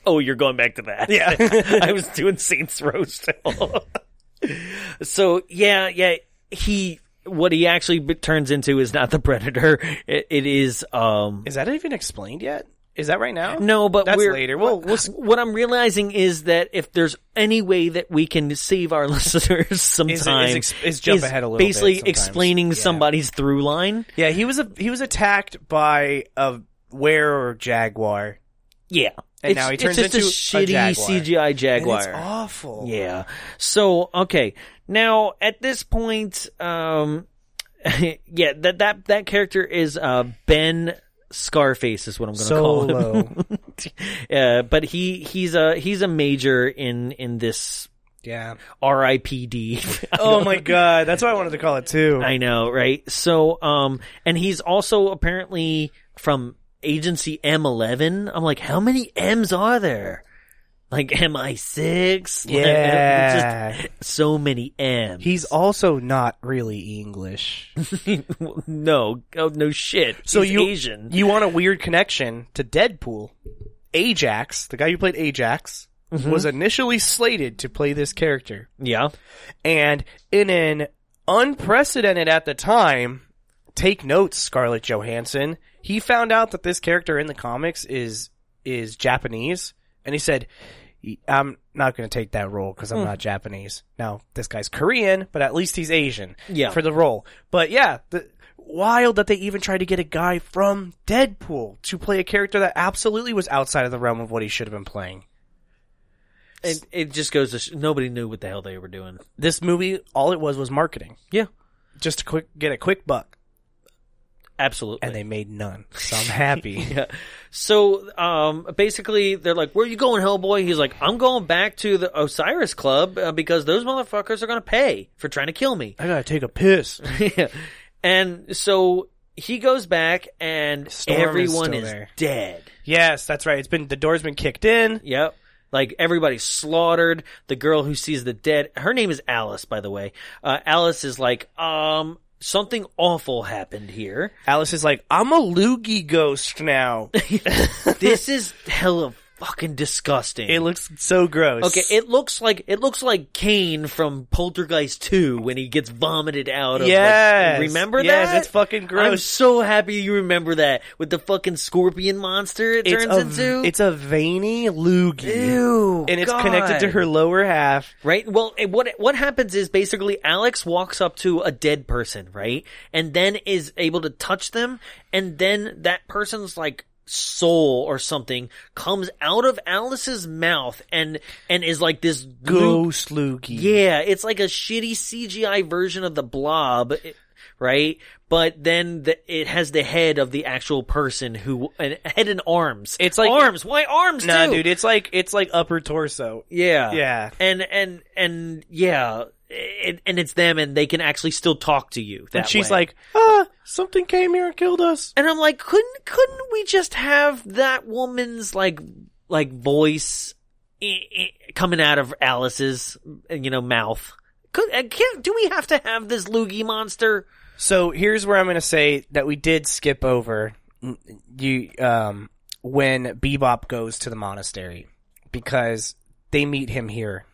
Speaker 2: oh, you're going back to that? Yeah, [laughs] I was doing Saints Row still. [laughs] so yeah, yeah, he what he actually b- turns into is not the predator. It, it is um
Speaker 1: Is that even explained yet? Is that right now?
Speaker 2: No, but
Speaker 1: that's
Speaker 2: we're,
Speaker 1: later. Well, we'll s-
Speaker 2: what I'm realizing is that if there's any way that we can save our [laughs] listeners
Speaker 1: is
Speaker 2: sometime,
Speaker 1: ex- is jump ahead a little bit
Speaker 2: basically
Speaker 1: sometimes.
Speaker 2: explaining somebody's through line.
Speaker 1: yeah, he was a he was attacked by a were jaguar,
Speaker 2: Yeah,
Speaker 1: And
Speaker 2: it's,
Speaker 1: now he
Speaker 2: it's
Speaker 1: turns
Speaker 2: just
Speaker 1: into a
Speaker 2: a shitty
Speaker 1: jaguar.
Speaker 2: CGI
Speaker 1: and
Speaker 2: jaguar.
Speaker 1: it's awful.
Speaker 2: Yeah. So okay, now at this point, um, [laughs] yeah, that that that character is uh Ben Scarface is what I'm going to call him.
Speaker 1: Solo.
Speaker 2: [laughs] uh, but he he's a he's a major in in this
Speaker 1: yeah.
Speaker 2: [laughs] R.I.P.D.
Speaker 1: Oh my god, that's what I wanted to call it too.
Speaker 2: I know, right? So, um, and he's also apparently from agency M11. I'm like, how many M's are there? Like MI6? Like,
Speaker 1: Yeah.
Speaker 2: just so many M's.
Speaker 1: He's also not really English.
Speaker 2: no, oh, no shit.
Speaker 1: So
Speaker 2: He's
Speaker 1: you
Speaker 2: Asian.
Speaker 1: you want a weird connection to Deadpool? Ajax, the guy who played Ajax,
Speaker 2: Mm-hmm.
Speaker 1: was initially slated to play this character,
Speaker 2: yeah.
Speaker 1: and in an unprecedented at the time, take notes, Scarlett Johansson. He found out that this character in the comics is is Japanese, and he said. I'm not going to take that role because I'm not Japanese. Now, this guy's Korean, but at least he's Asian
Speaker 2: Yeah.
Speaker 1: for the role. But yeah, the, wild that they even tried to get a guy from Deadpool to play a character that absolutely was outside of the realm of what he should have been playing.
Speaker 2: It, it just goes to sh- nobody knew what the hell they were doing.
Speaker 1: This movie, all it was was marketing,
Speaker 2: Yeah.
Speaker 1: just to quick get a quick buck,
Speaker 2: Absolutely.
Speaker 1: and they made [laughs] none. So I'm happy.
Speaker 2: So um, basically, they're like, "Where you going, Hellboy?" He's like, "I'm going back to the Osiris Club uh, because those motherfuckers are going to pay for trying to kill me."
Speaker 1: I gotta take a piss.
Speaker 2: [laughs] and so he goes back, and
Speaker 1: Storm is
Speaker 2: everyone
Speaker 1: still
Speaker 2: is,
Speaker 1: there.
Speaker 2: dead.
Speaker 1: yes, that's right. It's been the door's been kicked in.
Speaker 2: Yep. Like everybody's slaughtered. The girl who sees the dead, her name is Alice, by the way. Uh, Alice is like, um, something awful happened here.
Speaker 1: Alice is like, "I'm a loogie ghost
Speaker 2: [laughs]
Speaker 1: now."
Speaker 2: this is hella fucking disgusting.
Speaker 1: it looks so gross.
Speaker 2: Okay, it looks like it looks like Kane from Poltergeist Two when he gets vomited out. of
Speaker 1: Yes.
Speaker 2: like, remember
Speaker 1: Yes,
Speaker 2: that?
Speaker 1: it's fucking
Speaker 2: I'm
Speaker 1: gross.
Speaker 2: so happy you remember that with the fucking scorpion monster. It
Speaker 1: it's
Speaker 2: turns
Speaker 1: a,
Speaker 2: into
Speaker 1: it's a veiny loogie,
Speaker 2: Ew,
Speaker 1: and it's connected to
Speaker 2: God.
Speaker 1: her lower half.
Speaker 2: right. Well, it- what what happens is basically Alex walks up to a dead person, right, and then is able to touch them, and then that person's like soul or something comes out of Alice's mouth and and is like this loop-
Speaker 1: Ghost loogie.
Speaker 2: Yeah, it's like a shitty CGI version of the blob, it- right? But then the, it has the head of the actual person who and head and arms.
Speaker 1: It's like-
Speaker 2: arms. Why arms?
Speaker 1: Nah,
Speaker 2: too?
Speaker 1: dude, it's like it's like upper torso.
Speaker 2: Yeah,
Speaker 1: Yeah.
Speaker 2: and and and yeah, it, and it's them, and they can actually still talk to you. That
Speaker 1: And she's
Speaker 2: way.
Speaker 1: like, ah, something came here and killed us.
Speaker 2: And I'm like, couldn't couldn't we just have that woman's like like voice i- i- coming out of Alice's you know mouth? Could uh, can't, do we have to have this loogie monster?
Speaker 1: So here's where I'm going to say that we did skip over mm, you um, when Bebop goes to the monastery because they meet him here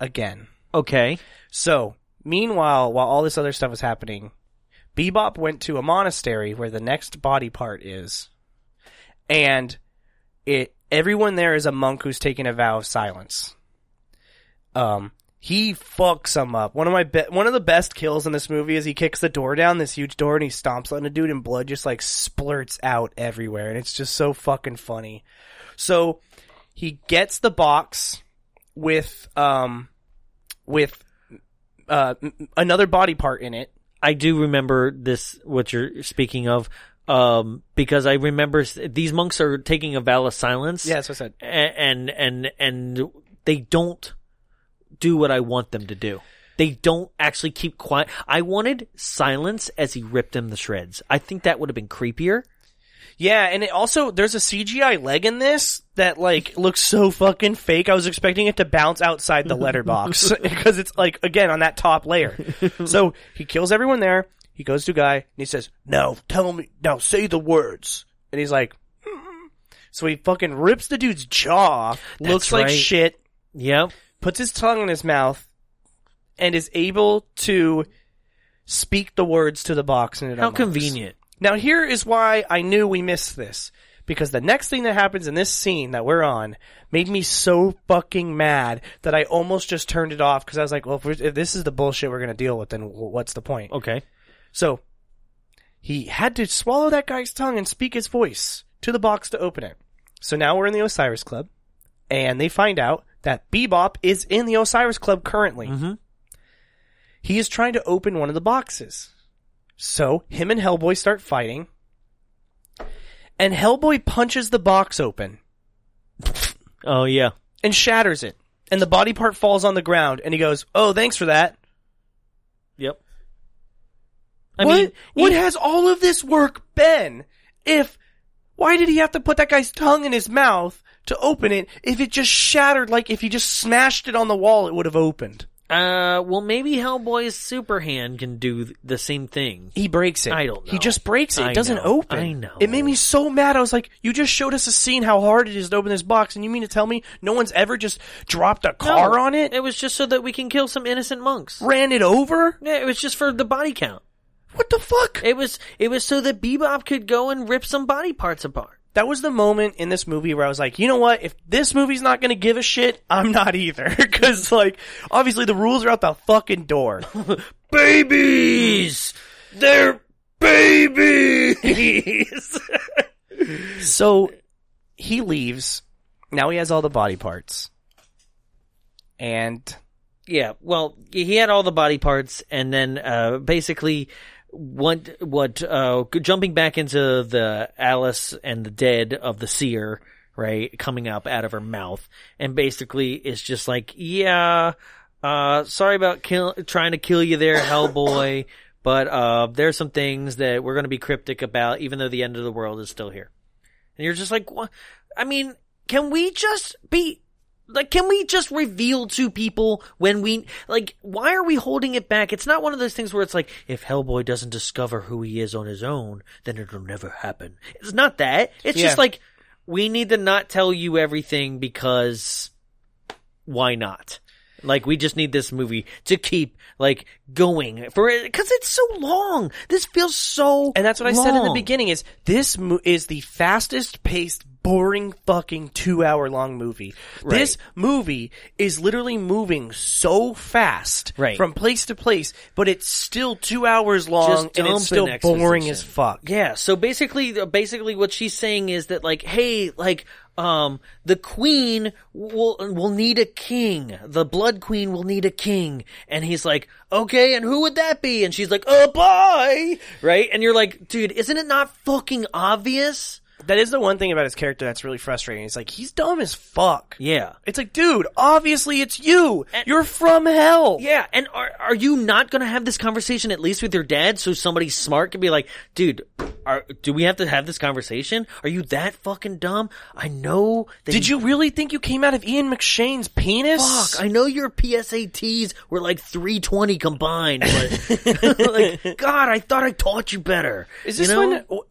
Speaker 1: again.
Speaker 2: Okay,
Speaker 1: So, meanwhile, while all this other stuff is happening, Bebop went to a monastery where the next body part is, and it everyone there is a monk who's taking a vow of silence. Um, he fucks him up. One of my be- one of the best kills in this movie is he kicks the door down, this huge door, and he stomps on a dude, and blood just like splurts out everywhere, and it's just so fucking funny. So he gets the box with um with uh, m- another body part in it.
Speaker 2: I do remember this. What you're speaking of, um, because I remember s- these monks are taking a vow of silence.
Speaker 1: that's what I said.
Speaker 2: a- and and and they don't do what I want them to do. They don't actually keep quiet. I wanted silence as he ripped him the shreds. I think that would have been creepier.
Speaker 1: Yeah, and it also there's a CGI leg in this that like looks so fucking fake. I was expecting it to bounce outside the [laughs] letterbox because it's like again on that top [laughs] layer. so he kills everyone there. He goes to a guy and he says, "Now tell me, now say the words." And he's like, "Mm." so he fucking rips the dude's jaw, looks like
Speaker 2: right.
Speaker 1: shit,
Speaker 2: Yep.
Speaker 1: puts his tongue in his mouth, and is able to speak the words to the box. And it
Speaker 2: How
Speaker 1: unlocks.
Speaker 2: convenient.
Speaker 1: Now, here is why I knew we missed this. Because the next thing that happens in this scene that we're on made me so fucking mad that I almost just turned it off because I was like, well, if, we're, if this is the bullshit we're going to deal with, then wh- what's the point?
Speaker 2: Okay.
Speaker 1: So, he had to swallow that guy's tongue and speak his voice to the box to open it. So now we're in the Osiris Club, and they find out that Bebop is in the Osiris Club currently. He is trying to open one of the boxes. So him and Hellboy start fighting, and Hellboy punches the box open
Speaker 2: Oh yeah.
Speaker 1: and shatters it, and the body part falls on the ground. And he goes, "Oh, thanks for that."
Speaker 2: Yep.
Speaker 1: I what? mean, what
Speaker 2: e-
Speaker 1: has all of this work been? If why did he have to put that guy's tongue in his mouth to open it? If it just shattered, like if he just smashed it on the wall, it would have opened.
Speaker 2: uh, well, maybe Hellboy's Superhand can do th- the same thing.
Speaker 1: He breaks it.
Speaker 2: I don't know.
Speaker 1: He just breaks it. It
Speaker 2: I
Speaker 1: doesn't
Speaker 2: know.
Speaker 1: open.
Speaker 2: I know.
Speaker 1: It made me so mad. I was like, "You just showed us a scene how hard it is to open this box, and you mean to tell me no one's ever just dropped a car
Speaker 2: No,
Speaker 1: on it,
Speaker 2: It was just so that we can kill some innocent monks.
Speaker 1: ran it over?
Speaker 2: Yeah, it was just for the body count.
Speaker 1: What the fuck?"
Speaker 2: It was it was so that Bebop could go and rip some body parts apart.
Speaker 1: that was the moment in this movie where I was like, you know what? If this movie's not going to give a shit, I'm not either. [laughs] Because, like, obviously the rules are out the fucking
Speaker 2: [laughs]
Speaker 1: door.
Speaker 2: babies. They're [laughs] babies.
Speaker 1: so he leaves. Now he has all the body parts. And
Speaker 2: yeah. Well, he had all the body parts, and then uh, basically, what what uh, jumping back into the Alice and the dead of the seer, right, coming up out of her mouth, and basically it's just like, yeah, uh, sorry about kill- trying to kill you there, Hellboy. But uh, there's some things that we're going to be cryptic about, even though the end of the world is still here. And you're just like, what? I mean, can we just be, like, can we just reveal to people when we, like, why are we holding it back? It's not one of those things where it's like, if Hellboy doesn't discover who he is on his own, then it'll never happen. It's not that. It's just
Speaker 1: Yeah.
Speaker 2: like, we need to not tell you everything because why not? Like we just need this movie to keep like going for it because it's so long. This feels so
Speaker 1: and that's what I said in the
Speaker 2: long.
Speaker 1: beginning is this mo- is the fastest paced, boring fucking two hour long movie. This movie is literally moving so fast
Speaker 2: Right.
Speaker 1: from place to place, but it's still two hours long and
Speaker 2: dump
Speaker 1: it's still
Speaker 2: an
Speaker 1: boring
Speaker 2: exposition.
Speaker 1: as fuck.
Speaker 2: Yeah. So basically, uh, basically, what she's saying is that like, hey, like, um, the queen will will need a king. The blood queen will need a king. And he's like, okay, and uh, who would that be? And she's like, a boy, right? And you're like, dude, isn't it not fucking obvious?
Speaker 1: that is the one thing about his character that's really frustrating. It's like he's dumb as fuck.
Speaker 2: Yeah.
Speaker 1: It's like, dude, obviously it's you.
Speaker 2: And-
Speaker 1: You're from hell.
Speaker 2: Yeah, and are are you not going to have this conversation at least with your dad so somebody smart can be like, "Dude, are do we have to have this conversation? Are you that fucking dumb? I know that
Speaker 1: Did you really think you came out of Ian McShane's penis?
Speaker 2: Fuck, I know your PSATs were like 320 combined, but [laughs] like, God, I thought I taught you better.
Speaker 1: is this
Speaker 2: you know?
Speaker 1: one? w-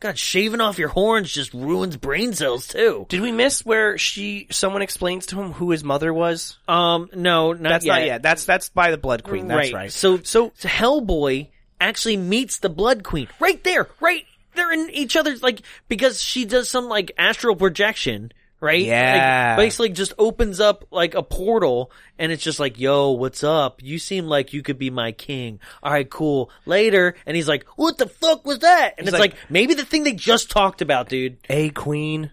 Speaker 2: God, shaving off your horns just ruins brain cells too.
Speaker 1: Did we miss where she? Someone explains to him who his mother was.
Speaker 2: Um, no, not
Speaker 1: That's not yet. That's that's by the Blood Queen. That's right.
Speaker 2: So, so Hellboy actually meets the Blood Queen right there, right? They're in each other's like because she does some like astral projection, right?
Speaker 1: Yeah.
Speaker 2: Like, basically, just opens up like a portal, and it's just like, "Yo, what's up? You seem like you could be my king. All right, cool. Later." And he's like, "What the fuck was that?" And it's
Speaker 1: like-
Speaker 2: like, maybe the thing they just talked about, dude.
Speaker 1: a queen,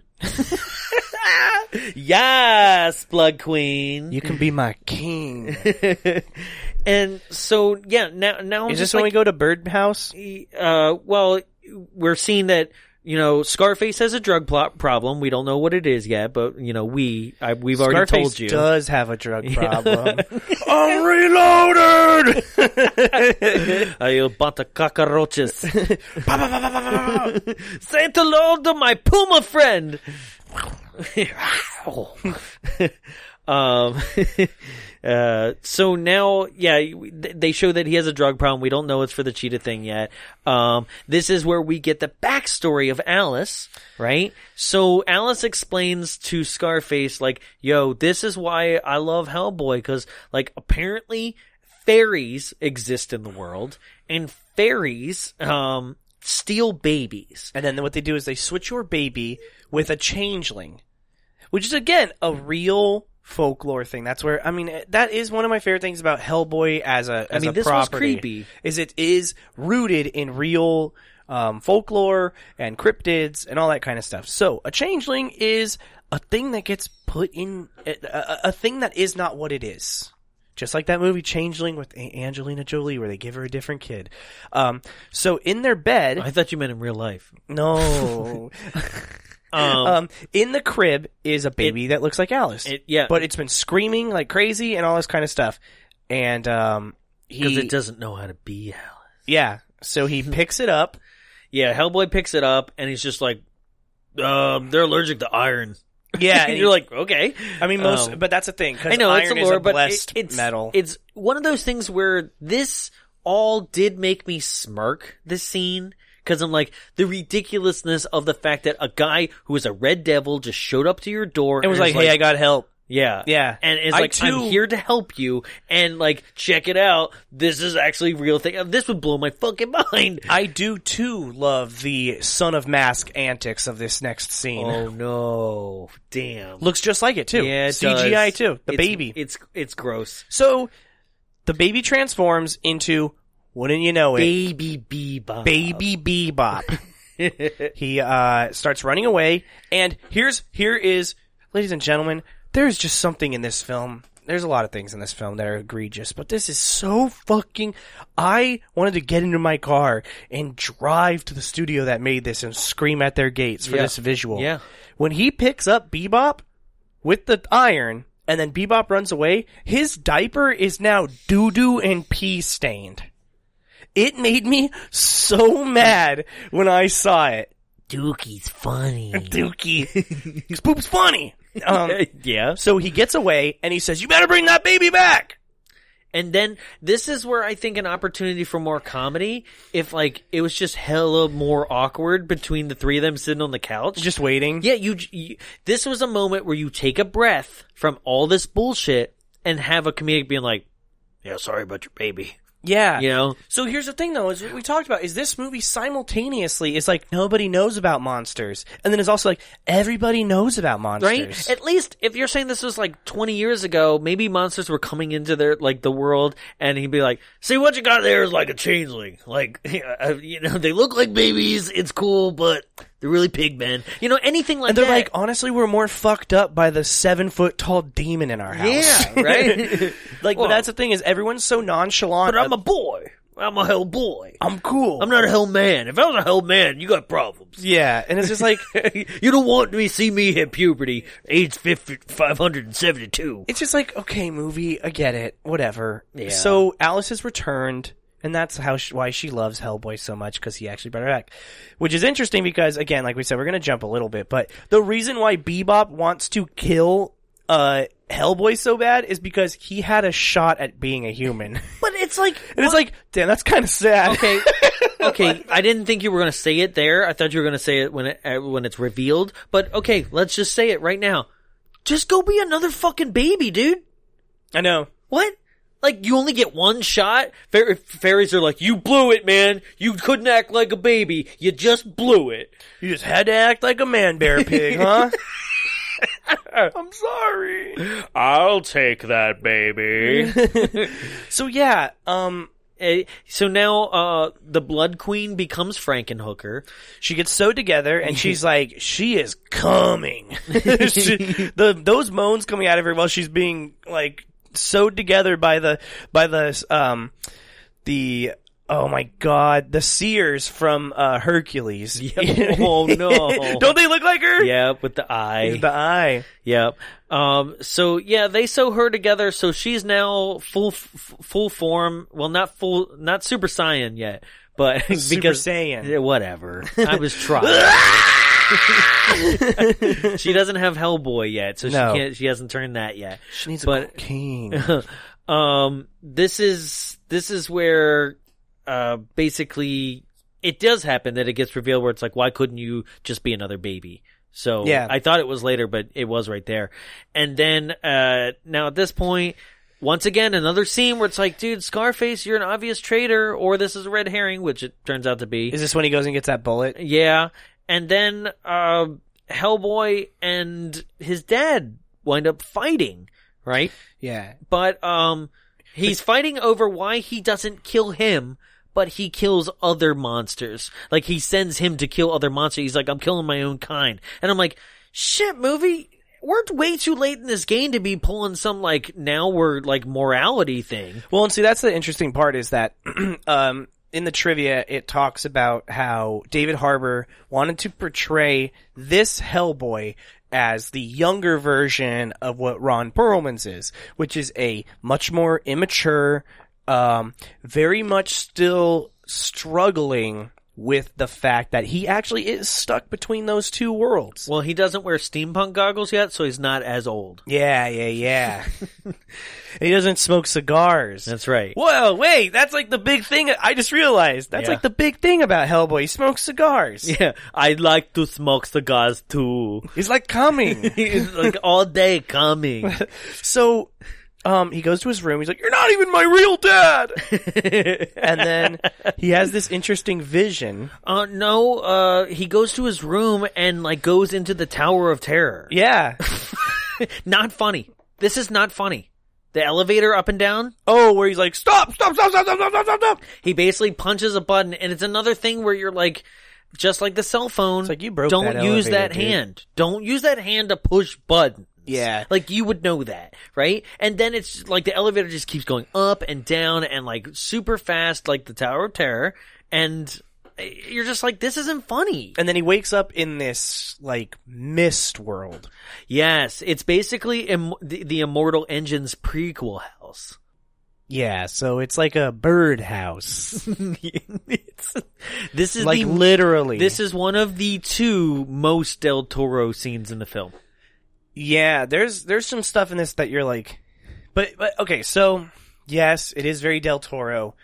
Speaker 2: Yes, Blood Queen.
Speaker 1: you can be my
Speaker 2: [laughs]
Speaker 1: king.
Speaker 2: and so yeah, now now I'm
Speaker 1: is
Speaker 2: just
Speaker 1: this when
Speaker 2: like,
Speaker 1: we go to Birdhouse?
Speaker 2: uh, well, we're seeing that you know Scarface has a drug plot problem. We don't know what it is yet, but you know we I, we've already
Speaker 1: Scarface
Speaker 2: told you. [laughs]
Speaker 1: does have a drug problem. I'm reloaded.
Speaker 2: I bought the
Speaker 1: [laughs]
Speaker 2: cockroaches. [laughs] Say hello to my puma friend. [laughs] um, uh, so now, yeah, th- they show that he has a drug problem. We don't know it's for the cheetah thing yet. Um, this is where we get the backstory of Alice, right? So Alice explains to Scarface, like, yo, this is why I love Hellboy, because, like, apparently fairies exist in the world, and fairies, um, steal babies.
Speaker 1: And then what they do is they switch your baby with a changeling, which is again a real folklore thing. That's where I mean eh, that is one of my favorite things about Hellboy as a as
Speaker 2: mean,
Speaker 1: a
Speaker 2: this was
Speaker 1: property.
Speaker 2: creepy.
Speaker 1: Is it is rooted in real um, folklore and cryptids and all that kind of stuff. So a changeling is a thing that gets put in a, a, a thing that is not what it is. Just like that movie Changeling with A- Angelina Jolie, where they give her a different kid. Um, so in their bed,
Speaker 2: I thought you meant in real life.
Speaker 1: [laughs] no. um, in the crib is a baby that looks like Alice.
Speaker 2: it- yeah.
Speaker 1: But it's been screaming like crazy and all this kind of stuff. And um,
Speaker 2: Because
Speaker 1: he
Speaker 2: it doesn't know how to be Alice.
Speaker 1: yeah. So
Speaker 2: [laughs]
Speaker 1: he picks it up.
Speaker 2: Yeah, Hellboy picks it up and he's just like, um, they're allergic to iron.
Speaker 1: Yeah,
Speaker 2: [laughs] and
Speaker 1: and
Speaker 2: you're
Speaker 1: he-
Speaker 2: like, okay.
Speaker 1: I mean, most,
Speaker 2: Um,
Speaker 1: but that's the thing. 'cause
Speaker 2: I know it's a
Speaker 1: iron is
Speaker 2: lore, but it,
Speaker 1: blessed
Speaker 2: it's
Speaker 1: metal.
Speaker 2: It's one of those things where this all did make me smirk this scene because I'm like the ridiculousness of the fact that a guy who is a red devil just showed up to your door
Speaker 1: it was like, hey, I got help.
Speaker 2: Yeah.
Speaker 1: Yeah.
Speaker 2: And it's
Speaker 1: I
Speaker 2: like, I'm
Speaker 1: too-
Speaker 2: here to help you. And like, check it out. This is actually real thing. This would blow my fucking [laughs] mind.
Speaker 1: I do too love the son of mask antics of this next scene.
Speaker 2: Oh no. Damn.
Speaker 1: Looks just like it too.
Speaker 2: yeah, it
Speaker 1: CGI
Speaker 2: does.
Speaker 1: too. The
Speaker 2: It's-
Speaker 1: baby.
Speaker 2: It's, it's gross.
Speaker 1: so the baby transforms into. Wouldn't you know it?
Speaker 2: Baby Bebop.
Speaker 1: Baby Bebop. he uh, starts running away, and here's here is, ladies and gentlemen, there's just something in this film. There's a lot of things in this film that are egregious, but this is so fucking. I wanted to get into my car and drive to the studio that made this and scream at their gates for
Speaker 2: Yeah.
Speaker 1: this visual.
Speaker 2: Yeah.
Speaker 1: When he picks up Bebop with the iron, and then Bebop runs away, his diaper is now doo doo and pee stained. It made me so mad when I saw it. [laughs]
Speaker 2: Dookie's funny.
Speaker 1: Dookie. His poop's funny.
Speaker 2: [laughs]
Speaker 1: Um,
Speaker 2: yeah.
Speaker 1: so he gets away and he says, You better bring that baby back.
Speaker 2: And then this is where I think an opportunity for more comedy. If like it was just hella more awkward between the three of them sitting on the couch.
Speaker 1: Just waiting.
Speaker 2: Yeah, you, you. This was a moment where you take a breath from all this bullshit and have a comedic being like, "Yeah, sorry about your baby."
Speaker 1: Yeah.
Speaker 2: You know,
Speaker 1: So here's the thing though, is what we talked about is this movie simultaneously is like nobody knows about monsters. And then it's also like everybody knows about
Speaker 2: right?
Speaker 1: monsters.
Speaker 2: At least if you're saying this was like 20 years ago, maybe monsters were coming into their like the world, and he'd be like, "See what you got there is like a changeling. Like, [laughs] uh, you know, they look like babies. It's cool, but they're really pig men. You know, anything like
Speaker 1: and they're
Speaker 2: that."
Speaker 1: like, "Oh, honestly, we're more fucked up by the seven foot tall demon in our house.
Speaker 2: yeah, right.
Speaker 1: [laughs] like,
Speaker 2: Well-
Speaker 1: but that's the thing is everyone's so nonchalant.
Speaker 2: but I'm a boy. I'm a hell boy.
Speaker 1: I'm cool.
Speaker 2: I'm not a hell man. If I was a hell man, you
Speaker 1: [laughs]
Speaker 2: got problems.
Speaker 1: Yeah, and it's just
Speaker 2: [laughs]
Speaker 1: like
Speaker 2: you don't want me see me hit puberty, age 50, 572.
Speaker 1: it's just like okay, movie, I get it, whatever.
Speaker 2: Yeah.
Speaker 1: So Alice has returned, and that's how she, why she loves Hellboy so much because he actually brought her back, which is interesting because again, like we said, we're gonna jump a little bit, but the reason why Bebop wants to kill uh Hellboy so bad is because he had a shot at being a human, [laughs]
Speaker 2: But it's like
Speaker 1: and it's like, damn, that's kind of sad. [laughs]
Speaker 2: okay, okay. I didn't think you were going to say it there. I thought you were going to say it when it uh, when it's revealed. But okay, let's just say it right now. Just go be another fucking baby, dude.
Speaker 1: I know.
Speaker 2: What? Like you only get one shot. Fair- fairies are like, you blew it, man. You couldn't act like a baby. You just blew it.
Speaker 1: You just had to act like a man bear pig,
Speaker 2: [laughs]
Speaker 1: huh? I'm sorry.
Speaker 2: I'll take that, [laughs] baby.
Speaker 1: So yeah, um
Speaker 2: Eh, so now, uh, the Blood Queen becomes Frankenhooker.
Speaker 1: she gets sewed together [laughs] and she's like, she is coming. [laughs] She- the those moans coming out of her while she's being like sewed together by the by the um the oh my god the seers from uh, Hercules. [laughs]
Speaker 2: [laughs] Oh no!
Speaker 1: Don't they look like her?
Speaker 2: Yep, with the eye.
Speaker 1: The eye.
Speaker 2: Yep. Um, so yeah, they sew her together. So she's now full, f- full form. Well, not full, not super saiyan yet, but [laughs] because
Speaker 1: Saiyan.
Speaker 2: Yeah, whatever.
Speaker 1: [laughs]
Speaker 2: I was trying. she doesn't have Hellboy yet, so
Speaker 1: No.
Speaker 2: she can't. She hasn't turned that yet.
Speaker 1: She needs
Speaker 2: But-
Speaker 1: a cocaine.
Speaker 2: Um, this is this is where, uh, basically it does happen that it gets revealed where it's like, why couldn't you just be another baby? So
Speaker 1: Yeah.
Speaker 2: I thought it was later, but it was right there. And then, uh, now at this point, once again, another scene where it's like, dude, Scarface, you're an obvious traitor, or this is a red herring, which it turns out to be.
Speaker 1: [laughs] is this when he goes and gets that bullet?
Speaker 2: Yeah, and then uh, Hellboy and his dad wind up fighting, right?
Speaker 1: Yeah.
Speaker 2: But um, he's fighting over why he doesn't kill him, but he kills other monsters. Like he sends him to kill other monsters. He's like, I'm killing my own kind, and I'm like, shit, movie. We're way too late in this game to be pulling some like now we're like morality thing.
Speaker 1: Well, and see, that's the interesting part is that [clears throat] um, in the trivia, it talks about how David Harbour wanted to portray this Hellboy as the younger version of what Ron Perlman's is, which is a much more immature, um, very much still struggling with the fact that he actually is stuck between those two worlds.
Speaker 2: Well, he doesn't wear steampunk goggles yet, so he's not as old.
Speaker 1: Yeah, yeah,
Speaker 2: [laughs]
Speaker 1: yeah. he doesn't smoke cigars.
Speaker 2: That's right. [laughs]
Speaker 1: Whoa, wait, that's like the big thing. I just realized that's
Speaker 2: Yeah.
Speaker 1: like the big thing about Hellboy. He smokes cigars.
Speaker 2: Yeah, I like to smoke cigars too.
Speaker 1: He's like
Speaker 2: [laughs]
Speaker 1: coming.
Speaker 2: He's like all day coming.
Speaker 1: so, um, he goes to his room. He's like, "You're not even my real
Speaker 2: [laughs]
Speaker 1: dad." and then he has this interesting vision.
Speaker 2: Uh, no, uh, he goes to his room and like goes into the Tower of Terror.
Speaker 1: Yeah.
Speaker 2: Not funny. This is not funny. The elevator up and down.
Speaker 1: Oh, where he's like, "Stop! Stop! Stop! Stop! Stop! Stop! Stop! Stop!"
Speaker 2: He basically punches a button, and it's another thing where you're like, just like the cell phone.
Speaker 1: like you broke
Speaker 2: Don't
Speaker 1: that
Speaker 2: use
Speaker 1: elevator,
Speaker 2: that
Speaker 1: dude.
Speaker 2: hand. Don't use that hand to push buttons.
Speaker 1: Yeah.
Speaker 2: like you would know that, right? And then it's like the elevator just keeps going up and down and like super fast, like the Tower of Terror, and eh, you're just like, this isn't funny.
Speaker 1: And then he wakes up in this like mist world.
Speaker 2: Yes, it's basically Im- the, the Immortal Engine's prequel house. [laughs]
Speaker 1: Yeah, so it's like a birdhouse,
Speaker 2: It's- this is
Speaker 1: like
Speaker 2: the,
Speaker 1: literally.
Speaker 2: This is one of the two most Del Toro scenes in the film.
Speaker 1: Yeah, there's there's some stuff in this that you're like, but but okay, so yes, it is very Del Toro.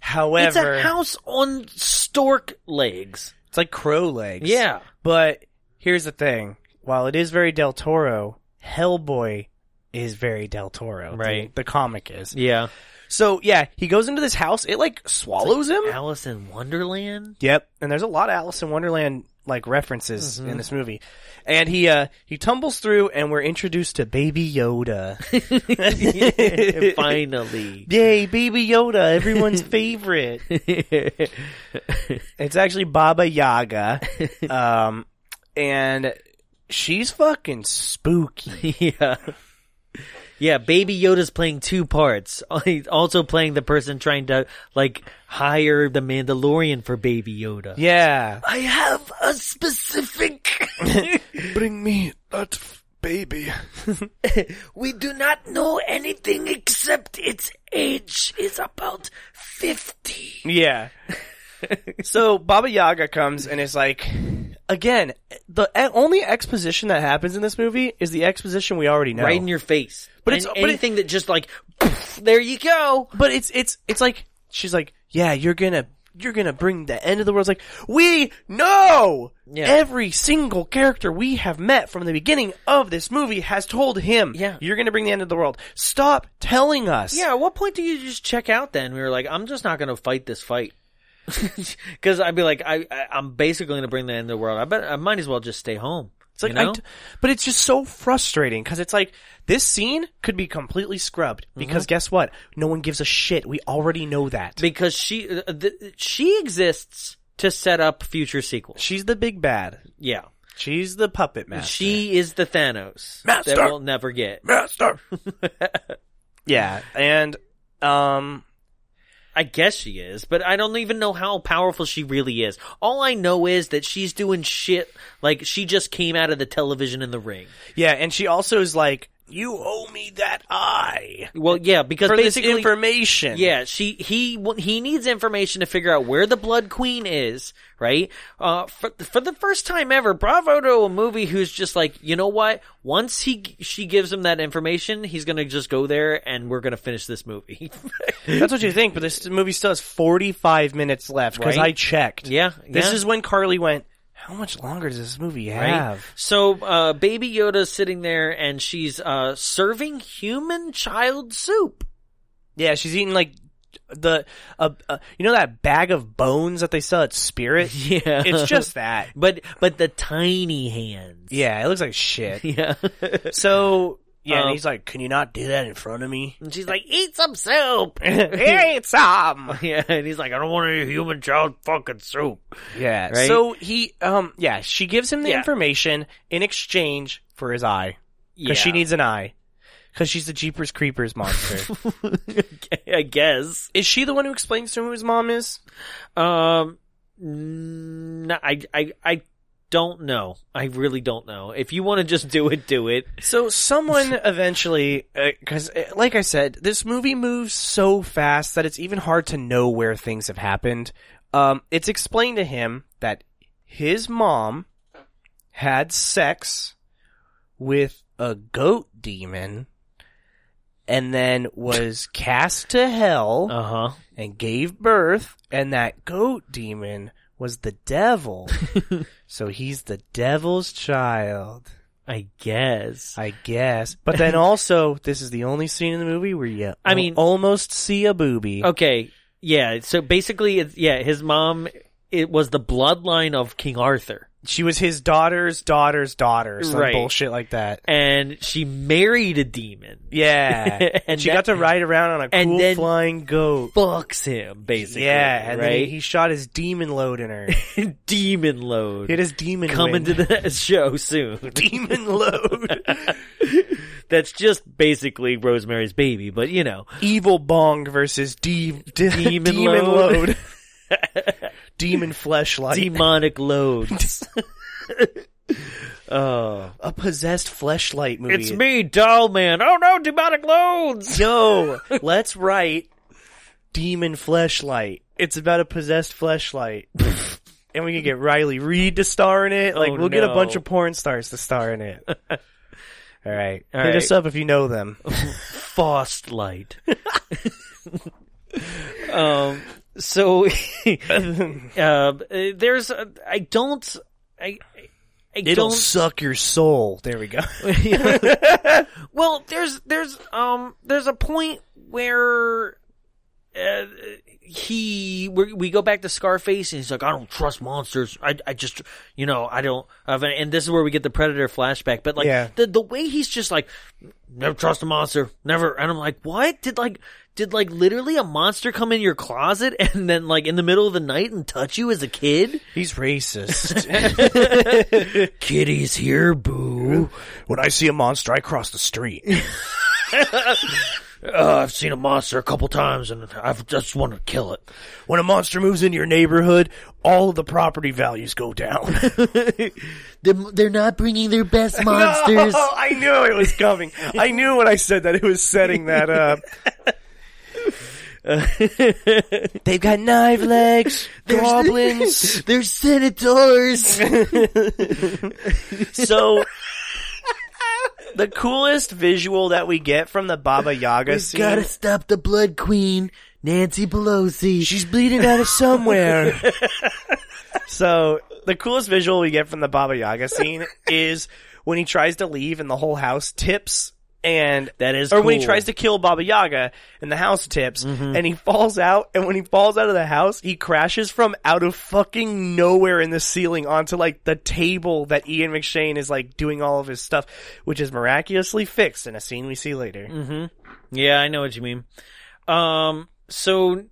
Speaker 1: However,
Speaker 2: It's a house on stork legs.
Speaker 1: it's like crow legs.
Speaker 2: Yeah.
Speaker 1: but here's the thing: while it is very Del Toro, Hellboy is very Del Toro.
Speaker 2: Right.
Speaker 1: The, the comic is.
Speaker 2: Yeah.
Speaker 1: So yeah, he goes into this house. It like swallows him.
Speaker 2: Um, Alice in [laughs] Wonderland.
Speaker 1: Yep, and there's a lot of Alice in Wonderland like references
Speaker 2: Mm-hmm.
Speaker 1: in this movie, and he uh he tumbles through, and we're introduced to Baby
Speaker 2: [laughs]
Speaker 1: Yoda.
Speaker 2: Finally.
Speaker 1: Yay, Baby Yoda, everyone's
Speaker 2: [laughs]
Speaker 1: favorite. [laughs] It's actually Baba Yaga. Um,
Speaker 2: [laughs]
Speaker 1: and she's fucking spooky.
Speaker 2: yeah. Yeah, Baby Yoda's playing two parts. [laughs] He's also playing the person trying to like hire the Mandalorian for Baby Yoda.
Speaker 1: Yeah.
Speaker 2: I have a specific. [laughs]
Speaker 1: Bring me that baby.
Speaker 2: we do not know anything except its age is about fifty.
Speaker 1: Yeah. so Baba Yaga comes and is like, again, the e- only exposition that happens in this movie is the exposition we already know.
Speaker 2: Right in your face.
Speaker 1: But
Speaker 2: But
Speaker 1: it's-
Speaker 2: it's
Speaker 1: but it-
Speaker 2: anything that just like, poof, there you go.
Speaker 1: but it's it's it's like she's like, yeah, you're gonna you're gonna bring the end of the world. It's like we know
Speaker 2: Yeah.
Speaker 1: every single character we have met from the beginning of this movie has told him,
Speaker 2: Yeah.
Speaker 1: you're gonna bring the end of the world. Stop telling us.
Speaker 2: Yeah, at what point do you just check out then? We were like, I'm just not going to fight this fight. [laughs] Because I'd be like, I, I, I'm basically going to bring the end of the world. I bet I might as well just stay home.
Speaker 1: It's like,
Speaker 2: you know?
Speaker 1: I d- but it's just so frustrating because it's like this scene could be completely scrubbed
Speaker 2: Mm-hmm.
Speaker 1: because guess what? No one gives a shit. We already know that.
Speaker 2: because she uh, th- she exists to set up future sequels.
Speaker 1: She's the big bad.
Speaker 2: Yeah,
Speaker 1: She's the puppet master.
Speaker 2: she is the Thanos
Speaker 1: Master.
Speaker 2: that we'll never get.
Speaker 1: master. yeah, and um,
Speaker 2: I guess she is, but I don't even know how powerful she really is. All I know is that she's doing shit like she just came out of the television in the ring.
Speaker 1: yeah, and she also is like, you owe me that eye
Speaker 2: Well, yeah, because
Speaker 1: for this
Speaker 2: basically
Speaker 1: information.
Speaker 2: Yeah, she he w- he needs information to figure out where the Blood Queen is, right? Uh, for for the first time ever, bravo to a movie who's just like, you know what? Once he g- she gives him that information, he's gonna just go there, and we're gonna finish this movie. [laughs]
Speaker 1: That's what you think, but this movie still has 45 minutes left because
Speaker 2: Right.
Speaker 1: I checked.
Speaker 2: Yeah,
Speaker 1: This
Speaker 2: yeah.
Speaker 1: is when Carly went, How much longer does this movie have?
Speaker 2: Right? So, uh, Baby Yoda's sitting there, and she's uh, serving human child soup.
Speaker 1: Yeah, she's eating like the uh, uh, you know that bag of bones that they sell at Spirit.
Speaker 2: [laughs] Yeah.
Speaker 1: it's just that.
Speaker 2: But but the tiny hands.
Speaker 1: Yeah, it looks like shit.
Speaker 2: [laughs] Yeah.
Speaker 1: So yeah, and
Speaker 2: Um,
Speaker 1: he's like, "Can you not do that in front of
Speaker 2: [laughs]
Speaker 1: me?"
Speaker 2: and she's like, eat some soup. [laughs]
Speaker 1: it's um.
Speaker 2: Yeah, and he's like, I don't want any human child fucking soup.
Speaker 1: Yeah.
Speaker 2: Right?
Speaker 1: So he um yeah, she gives him the
Speaker 2: Yeah.
Speaker 1: information in exchange for his eye because she needs an eye because she's the Jeepers Creepers
Speaker 2: [laughs]
Speaker 1: monster.
Speaker 2: I guess.
Speaker 1: is she the one who explains to him who his mom is?
Speaker 2: Um, n- I, I, I don't know. I really don't know. If you want to just do it, do it.
Speaker 1: So someone eventually, because like I said, this movie moves so fast that it's even hard to know where things have happened. Um, it's explained to him that his mom had sex with a goat demon, and then was cast to hell
Speaker 2: Uh huh.
Speaker 1: and gave birth, and that goat demon was the devil. so he's the devil's child.
Speaker 2: I guess.
Speaker 1: I guess. But
Speaker 2: [laughs]
Speaker 1: then also, this is the only scene in the movie where you
Speaker 2: I mean-
Speaker 1: al- almost see a boobie.
Speaker 2: Okay. Yeah. So basically, it's, yeah, his mom. It was the bloodline of King Arthur,
Speaker 1: She was his daughter's daughter's daughter, some
Speaker 2: Right.
Speaker 1: bullshit like that.
Speaker 2: and she married a demon.
Speaker 1: Yeah.
Speaker 2: [laughs] And
Speaker 1: she
Speaker 2: that-
Speaker 1: got to ride around on a
Speaker 2: and
Speaker 1: cool
Speaker 2: then-
Speaker 1: flying goat.
Speaker 2: Fucks him basically.
Speaker 1: Yeah, and then he,
Speaker 2: right.
Speaker 1: he shot his demon load in
Speaker 2: [laughs]
Speaker 1: her.
Speaker 2: demon load.
Speaker 1: He had his demon
Speaker 2: coming to
Speaker 1: wind.
Speaker 2: the [laughs] show soon.
Speaker 1: [laughs] demon load.
Speaker 2: [laughs] That's just basically Rosemary's Baby, but you know,
Speaker 1: Evil bong versus de- de- demon,
Speaker 2: [laughs] Demon
Speaker 1: load.
Speaker 2: load.
Speaker 1: demon fleshlight.
Speaker 2: [laughs] demonic [laughs] loads. oh,
Speaker 1: a possessed fleshlight movie.
Speaker 2: it's me, doll man. Oh no, demonic loads.
Speaker 1: Yo, let's write Demon Fleshlight. It's about a possessed fleshlight. and we can get Riley Reed to star in it. Like,
Speaker 2: Oh,
Speaker 1: we'll get a
Speaker 2: no.
Speaker 1: bunch of porn stars to star in
Speaker 2: [laughs]
Speaker 1: it. All right.
Speaker 2: All
Speaker 1: Hit
Speaker 2: right.
Speaker 1: us up if you know
Speaker 2: [laughs]
Speaker 1: them.
Speaker 2: Fast [laughs] light. um. So, [laughs] uh, there's a, I don't I. I
Speaker 1: It'll
Speaker 2: don't
Speaker 1: suck your soul. There
Speaker 2: [laughs]
Speaker 1: we go.
Speaker 2: Well, there's there's um there's a point where uh, he we we go back to Scarface and he's like, I don't trust monsters. I I just you know I don't. I've, and this is where we get the Predator flashback. But like
Speaker 1: Yeah.
Speaker 2: the the way he's just like never trust a monster, never. And I'm like, what did like did like literally a monster come in your closet [laughs] and then like in the middle of the night and touch you as a kid?
Speaker 1: He's racist.
Speaker 2: Kitty's here, boo. [laughs]
Speaker 1: when I see a monster, I cross the street.
Speaker 2: "Uh, I've seen a monster a couple times and I just want to kill it. When a monster moves into your neighborhood,
Speaker 1: All of the property values go down.
Speaker 2: they're not bringing their best monsters.
Speaker 1: No, I knew it was coming. I knew when I said that it was setting that up. They've got knife
Speaker 2: [laughs]
Speaker 1: legs, goblins.
Speaker 2: They're senators. [laughs]
Speaker 1: so the coolest visual that we get from the Baba Yaga scene.
Speaker 2: stop the blood queen, Nancy Pelosi.
Speaker 1: She's bleeding out of somewhere. so the coolest visual we get from the Baba Yaga scene [laughs] is when he tries to leave and the whole house tips. And
Speaker 2: That is
Speaker 1: or when he
Speaker 2: cool. Mm-hmm.
Speaker 1: tries to kill Baba Yaga and the house tips and he falls out and when he falls out of the house he crashes from out of fucking nowhere in the ceiling onto like the table that Ian McShane is like doing all of his stuff which is miraculously fixed in a scene we see later.
Speaker 2: [laughs] Mm. Yeah, I know what you mean. Um, so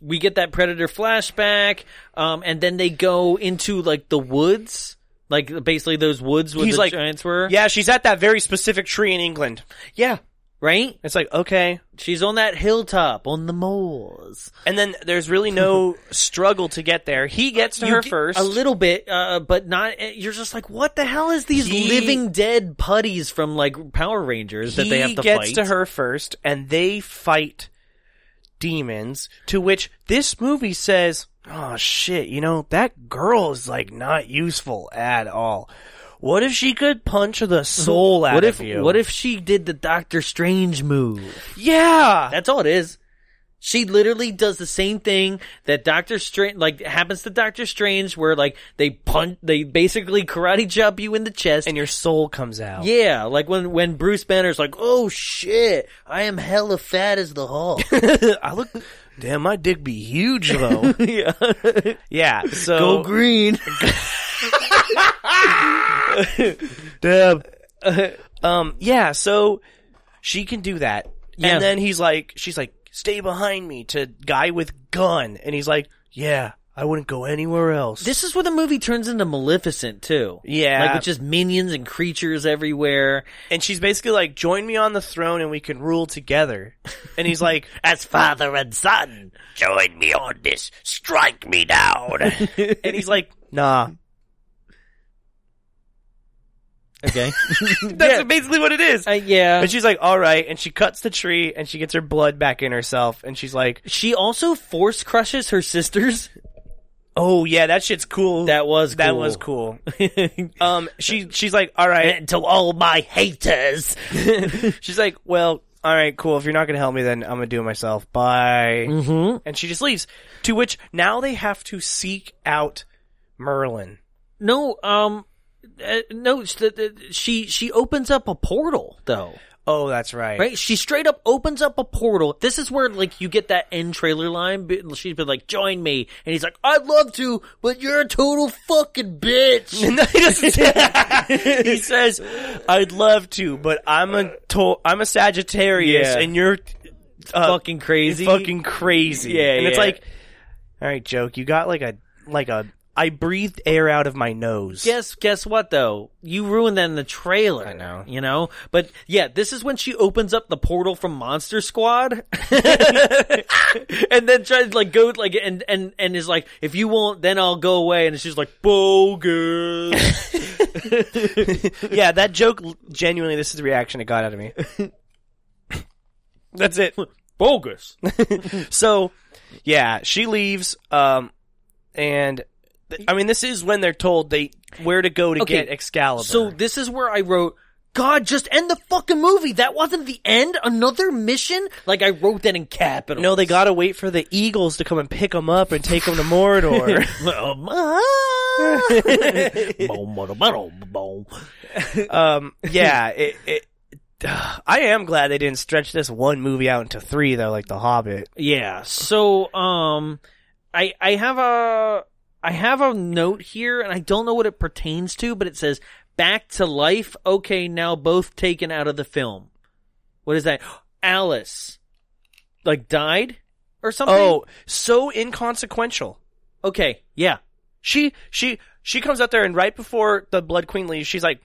Speaker 2: we get that predator flashback, um, and then they go into like the woods, like basically those woods where
Speaker 1: He's
Speaker 2: the
Speaker 1: like-
Speaker 2: giants were.
Speaker 1: Yeah, she's at that very specific tree in England.
Speaker 2: yeah, right.
Speaker 1: It's like okay,
Speaker 2: She's on that hilltop on the moors.
Speaker 1: And then there's really
Speaker 2: [laughs]
Speaker 1: no struggle to get there. He gets to
Speaker 2: You
Speaker 1: her
Speaker 2: get
Speaker 1: first.
Speaker 2: a little bit, uh, but not. You're just like, what the hell is these
Speaker 1: He-
Speaker 2: living dead putties from like Power Rangers that they
Speaker 1: He
Speaker 2: have to
Speaker 1: gets
Speaker 2: fight?
Speaker 1: to her first, and they fight demons. To which this movie says, "Oh shit, you know that girl is like not useful at all. What if she could punch
Speaker 2: [laughs]
Speaker 1: the soul out
Speaker 2: What if
Speaker 1: of you?
Speaker 2: what if she did the Doctor Strange move?
Speaker 1: Yeah,
Speaker 2: That's all it is. She literally does the same thing that Doctor Strange, like happens to Doctor Strange, where like they punch, they basically karate chop you in the chest.
Speaker 1: and your soul comes out.
Speaker 2: yeah, like when when Bruce Banner's like, "Oh shit, I am hella fat as the [laughs] Hulk."
Speaker 1: I look. Damn, my dick be huge though.
Speaker 2: [laughs] yeah,
Speaker 1: yeah, so
Speaker 2: go [laughs] green.
Speaker 1: Um, yeah, so she can do that.
Speaker 2: Yeah.
Speaker 1: And then he's like, she's like, stay behind me to guy with gun. And he's like, yeah, I wouldn't go anywhere else.
Speaker 2: This is where the movie turns into Maleficent too.
Speaker 1: Yeah.
Speaker 2: like with just minions and creatures everywhere.
Speaker 1: and she's basically like, join me on the throne and we can rule together. And he's like,
Speaker 3: [laughs] As father and son, join me on this. Strike me down.
Speaker 1: [laughs] and he's like, nah.
Speaker 2: [laughs] Okay,
Speaker 1: That's basically what it is.
Speaker 2: Uh, yeah.
Speaker 1: And she's like, all right. And she cuts the tree and she gets her blood back in herself. And she's like,
Speaker 2: she also force crushes her sisters.
Speaker 1: oh yeah, that shit's cool.
Speaker 2: That was
Speaker 1: that
Speaker 2: cool.
Speaker 1: was cool.
Speaker 2: [laughs]
Speaker 1: um, she, she's like, all right.
Speaker 2: and to all my haters.
Speaker 1: [laughs] She's like, well, all right, cool. If you're not going to help me, then I'm going to do it myself. Bye. Mm-hmm. And she just leaves. To which now they have to seek out Merlin.
Speaker 2: no, um, uh, no, s- th- th- she she opens up a portal though,
Speaker 1: Oh, that's right.
Speaker 2: right? She straight up opens up a portal. This is where like you get that end trailer line. but She's been like, "Join me," and he's like, "I'd love to, but you're a total fucking [laughs] bitch."
Speaker 1: No, he doesn't say
Speaker 2: [laughs]
Speaker 1: that. he says, "I'd love to, but I'm a to- I'm a Sagittarius,
Speaker 2: Yeah.
Speaker 1: and you're uh,
Speaker 2: fucking crazy.
Speaker 1: fucking crazy."
Speaker 2: Yeah,
Speaker 1: and it's
Speaker 2: yeah.
Speaker 1: like, all right, joke. You got like a like a I breathed air out of my nose.
Speaker 2: Guess guess what though? You ruined that in the trailer. I
Speaker 1: know.
Speaker 2: You know? But yeah, this is when she opens up the portal from Monster Squad [laughs] and then tries to like go like and and and is like, if you won't, then I'll go away and she's like, Bogus
Speaker 1: yeah, that joke genuinely. This is the reaction it got out of me. [laughs] That's it.
Speaker 2: Bogus.
Speaker 1: So, yeah, she leaves. Um, and th- I mean, this is when they're told they where to go to
Speaker 2: Okay,
Speaker 1: get Excalibur.
Speaker 2: So this is where I wrote God, just end the fucking movie. That wasn't the end. Another mission? Like I wrote that in capital.
Speaker 1: no, they gotta wait for the eagles to come and pick them up and take them to [laughs] Mordor. um, yeah, it. it [sighs] I am glad they didn't stretch this one movie out into three, though, like The Hobbit.
Speaker 2: Yeah. So um I I have a I have a note here and I don't know what it pertains to, but it says back to life. Okay, now both taken out of the film. What is that? Alice like died or something?
Speaker 1: Oh, so inconsequential.
Speaker 2: okay. Yeah.
Speaker 1: She she she comes out there and right before the Blood Queen leaves, she's like,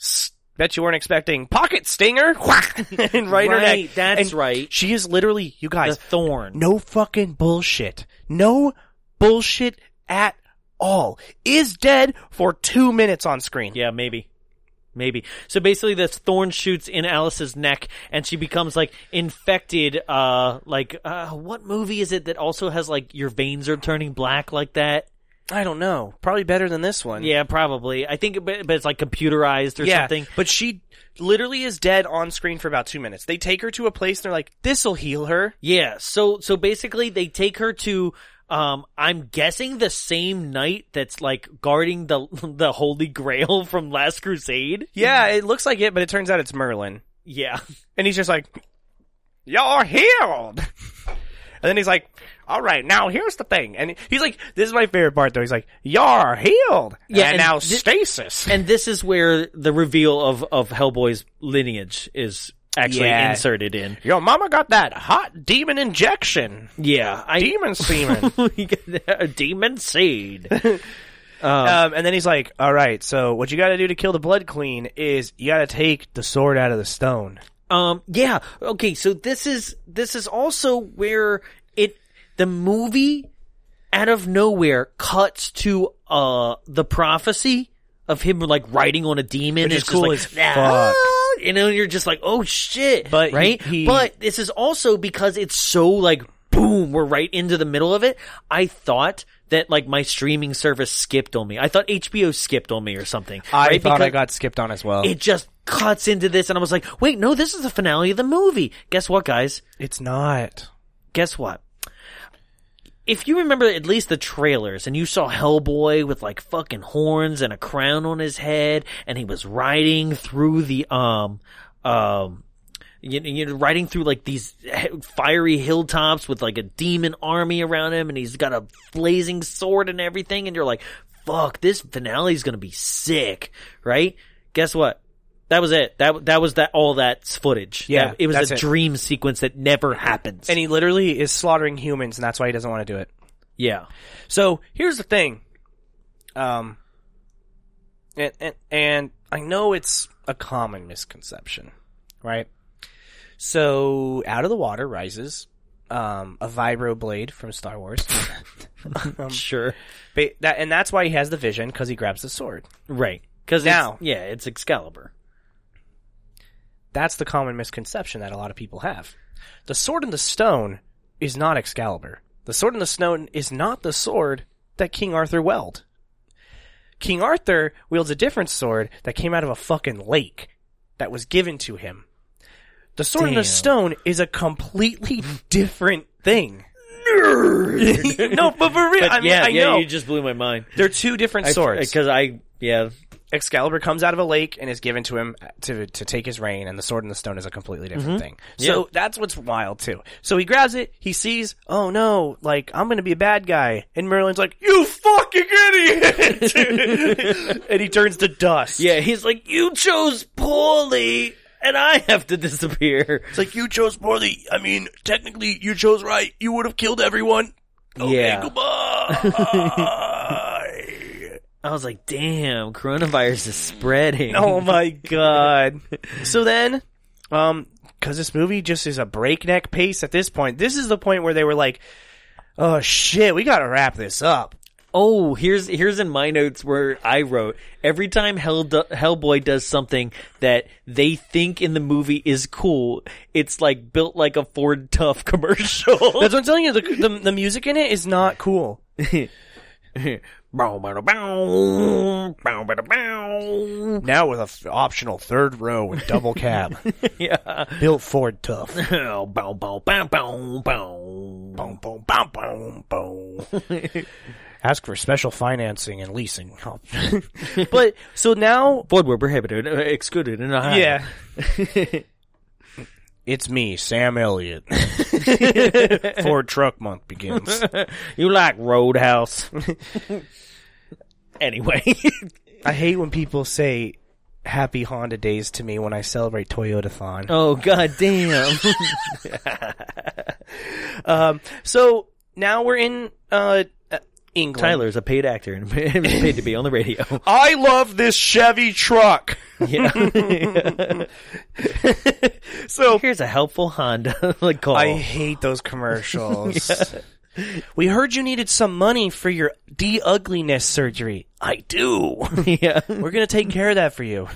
Speaker 1: "S- Bet you weren't expecting pocket stinger, [laughs] whack, and right, in her
Speaker 2: Right,
Speaker 1: neck.
Speaker 2: that's
Speaker 1: And
Speaker 2: right.
Speaker 1: She is literally, you
Speaker 2: The
Speaker 1: guys,
Speaker 2: thorn.
Speaker 1: no fucking bullshit. No bullshit at all. Is dead for two minutes on screen.
Speaker 2: Yeah, maybe. Maybe. So basically this thorn shoots in Alice's neck and she becomes like infected uh like uh what movie is it that also has like your veins are turning black like that?
Speaker 1: I don't know. Probably better than this one.
Speaker 2: Yeah, probably. I think but, but it's like computerized or
Speaker 1: yeah,
Speaker 2: something.
Speaker 1: But she literally is dead on screen for about two minutes. They take her to a place and they're like, this'll heal her.
Speaker 2: Yeah, so so basically they take her to um I'm guessing the same knight that's like guarding the [laughs] the Holy Grail [laughs] from Last Crusade.
Speaker 1: Yeah, it looks like it, but it turns out it's Merlin.
Speaker 2: Yeah.
Speaker 1: And he's just like, You're healed. And then he's like, All right, now here's the thing. And he's like, This is my favorite part though. He's like, You're healed.
Speaker 2: Yeah,
Speaker 1: and,
Speaker 2: and
Speaker 1: now
Speaker 2: thi-
Speaker 1: stasis.
Speaker 2: and this is where the reveal of of Hellboy's lineage is actually
Speaker 1: Yeah.
Speaker 2: inserted in.
Speaker 1: Your mama got that hot demon injection.
Speaker 2: Yeah, I [laughs]
Speaker 1: Demon [laughs] semen.
Speaker 2: demon seed.
Speaker 1: um, and then he's like, All right, so what you gotta do to kill the blood clean is you gotta take the sword out of the stone.
Speaker 2: Um, yeah. Okay, so this is this is also where it the movie out of nowhere cuts to uh the prophecy of him like riding on a demon.
Speaker 1: Which is
Speaker 2: It's just
Speaker 1: cool
Speaker 2: like, "Ah,"
Speaker 1: as fuck.
Speaker 2: You know, you're just like, oh shit,
Speaker 1: But he-
Speaker 2: right?
Speaker 1: he-
Speaker 2: but this is also because it's so like boom, we're right into the middle of it. I thought that like my streaming service skipped on me. I thought HBO skipped on me or something.
Speaker 1: I
Speaker 2: right?
Speaker 1: thought I
Speaker 2: Because-
Speaker 1: got skipped on as well.
Speaker 2: it just cuts into this and I was like, wait, no, this is the finale of the movie. Guess what, guys?
Speaker 1: it's not.
Speaker 2: Guess what? If you remember at least the trailers and you saw Hellboy with like fucking horns and a crown on his head and he was riding through the, um, um, you, you know, riding through like these he- fiery hilltops with like a demon army around him and he's got a blazing sword and everything and you're like, fuck, this finale's gonna be sick, right? Guess what? That was it. That that was that all that footage.
Speaker 1: Yeah,
Speaker 2: That- it was
Speaker 1: that's
Speaker 2: a
Speaker 1: it.
Speaker 2: dream sequence that never happens.
Speaker 1: And he literally is slaughtering humans, and that's why he doesn't want to do it.
Speaker 2: yeah.
Speaker 1: So here's the thing, um, and, and and I know it's a common misconception, right? So out of the water rises um, a vibroblade from Star Wars,
Speaker 2: [laughs]
Speaker 1: um,
Speaker 2: Sure.
Speaker 1: ba- that, and that's why he has the vision because he grabs the sword.
Speaker 2: Right. Because
Speaker 1: Now-
Speaker 2: yeah, it's Excalibur.
Speaker 1: That's the common misconception that a lot of people have. The sword in the stone is not Excalibur. The sword in the stone is not the sword that King Arthur weld. King Arthur wields a different sword that came out of a fucking lake that was given to him. The sword in the
Speaker 2: Damn.
Speaker 1: stone is a
Speaker 2: [laughs]
Speaker 1: completely different thing. [laughs] no, but for real, I mean,
Speaker 2: yeah,
Speaker 1: I
Speaker 2: yeah,
Speaker 1: know
Speaker 2: you just blew my mind.
Speaker 1: they're two different swords.
Speaker 2: Because I, yeah,
Speaker 1: Excalibur comes out of a lake and is given to him to to take his reign, and the sword and the stone is a completely different thing. So
Speaker 2: Mm-hmm. Yeah.
Speaker 1: that's what's wild too. So he grabs it, he sees, oh no, like I'm gonna be a bad guy, and Merlin's like, you fucking [laughs] idiot, and he turns to dust.
Speaker 2: yeah. He's like, you chose poorly, and I have to disappear.
Speaker 1: it's like you chose poorly. I mean, technically, you chose right. You would have killed everyone.
Speaker 2: yeah. [laughs]
Speaker 1: Goodbye.
Speaker 2: I was like, damn, coronavirus is
Speaker 1: [laughs]
Speaker 2: spreading.
Speaker 1: Oh my god. so then, um, cause this movie just is a breakneck pace at this point. This is the point where they were like, oh shit, we gotta wrap this up.
Speaker 2: Oh, here's here's in my notes where I wrote every time Hell Hellboy does something that they think in the movie is cool, it's like built like a Ford Tough [laughs]
Speaker 1: [laughs]
Speaker 2: commercial. [laughs]
Speaker 1: That's what I'm telling you, the, the, the music in it is not cool.
Speaker 2: Bow, bada, bow, bow, bada, bow.
Speaker 1: Now with a f- optional third row with double cab.
Speaker 2: [laughs] Yeah.
Speaker 1: Built Ford tough.
Speaker 2: [laughs] Bow, bow, bow, bow, bow.
Speaker 1: boom, boom, boom, boom,
Speaker 2: [laughs]
Speaker 1: boom. Ask for special financing and
Speaker 2: [laughs]
Speaker 1: leasing. but, so now
Speaker 2: Ford were prohibited, uh, excluded, and I.
Speaker 1: Yeah. it's me, Sam Elliott. Ford Truck Month begins.
Speaker 2: You like
Speaker 1: [laughs]
Speaker 2: Roadhouse. anyway.
Speaker 1: I hate when people say happy Honda days to me when I celebrate Toyotathon.
Speaker 2: oh, god damn.
Speaker 1: So now we're in uh, England.
Speaker 2: Tyler is a paid actor and [laughs] paid to be on the radio.
Speaker 1: I love this Chevy truck.
Speaker 2: Yeah.
Speaker 1: So
Speaker 2: [laughs] Here's a helpful Honda [laughs] like
Speaker 1: [laughs]
Speaker 2: call.
Speaker 1: I hate those [laughs] commercials. We heard you needed some money for your de ugliness surgery. I [laughs] do.
Speaker 2: yeah.
Speaker 1: We're going to take care of that for you.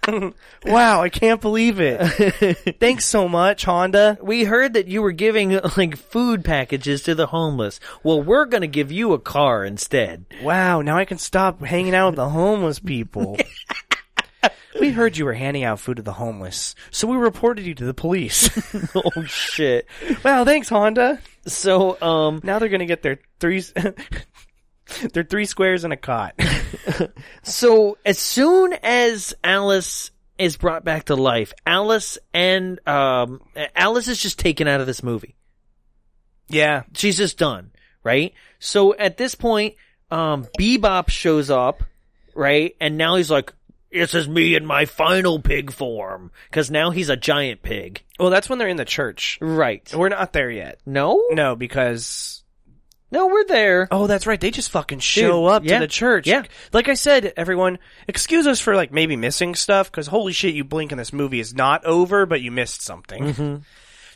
Speaker 1: [laughs] wow, I can't believe it. [laughs] Thanks so much, Honda.
Speaker 2: We heard that you were giving [laughs] like food packages to the homeless. Well, we're going to give you a car instead.
Speaker 1: Wow, now I can stop hanging out with the homeless [laughs] people. we heard you were handing out food to the homeless, so we reported you to the [laughs] police.
Speaker 2: oh shit.
Speaker 1: wow, thanks, Honda.
Speaker 2: So, um
Speaker 1: Now they're going to get their three. [laughs] They're three squares and a cot.
Speaker 2: so as soon as Alice is brought back to life, Alice and um Alice is just taken out of this movie.
Speaker 1: [laughs] yeah.
Speaker 2: she's just done, right? So at this point, um, Bebop shows up, right? And now he's like, this is me in my final pig form. Cause now he's a giant pig.
Speaker 1: Well, that's when they're in the church.
Speaker 2: Right.
Speaker 1: We're not there yet.
Speaker 2: No?
Speaker 1: No, because
Speaker 2: No, we're there.
Speaker 1: oh, that's right. They just fucking show up
Speaker 2: yeah,
Speaker 1: to the church.
Speaker 2: yeah.
Speaker 1: Like I said, everyone, excuse us for like maybe missing stuff because holy shit, you blink and this movie is not over, but you missed something.
Speaker 2: Mm-hmm.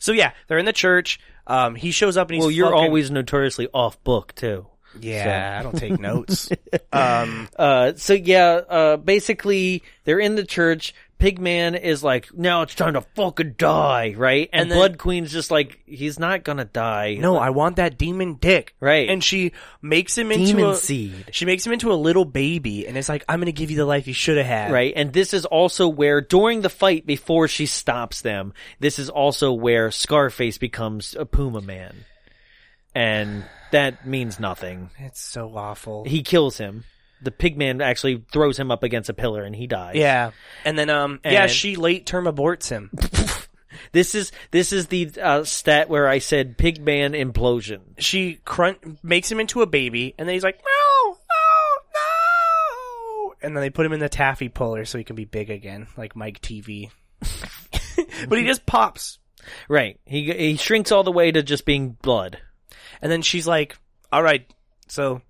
Speaker 1: So yeah, they're in the church. Um, he shows up and he's
Speaker 2: well, you're
Speaker 1: fucking-
Speaker 2: always notoriously off book too.
Speaker 1: yeah. I don't take
Speaker 2: [laughs]
Speaker 1: notes. um,
Speaker 2: Uh, so yeah, uh, basically they're in the church. Pigman is like, now it's time to fucking die, right? And,
Speaker 1: And then-
Speaker 2: Blood Queen's just like, he's not gonna die.
Speaker 1: no, I want that demon dick.
Speaker 2: Right.
Speaker 1: And she makes him into
Speaker 2: Demon
Speaker 1: a
Speaker 2: seed.
Speaker 1: She makes him into a little baby, and it's like I'm gonna give you the life you should have had.
Speaker 2: Right. And this is also where, during the fight, before she stops them, this is also where Scarface becomes a Puma man. And that means nothing.
Speaker 1: It's so awful.
Speaker 2: He kills him. The pigman actually throws him up against a pillar and he dies.
Speaker 1: yeah. And then um, yeah,
Speaker 2: And-
Speaker 1: she late term aborts him.
Speaker 2: This is, this is the uh, stat where I said pigman implosion.
Speaker 1: she crunch makes him into a baby, and then he's like, no, no, no, and then they put him in the taffy puller so he can be big again, like Mike TV. [laughs] but he just pops,
Speaker 2: Right. He, he shrinks all the way to just being blood.
Speaker 1: and then she's like, "All right, so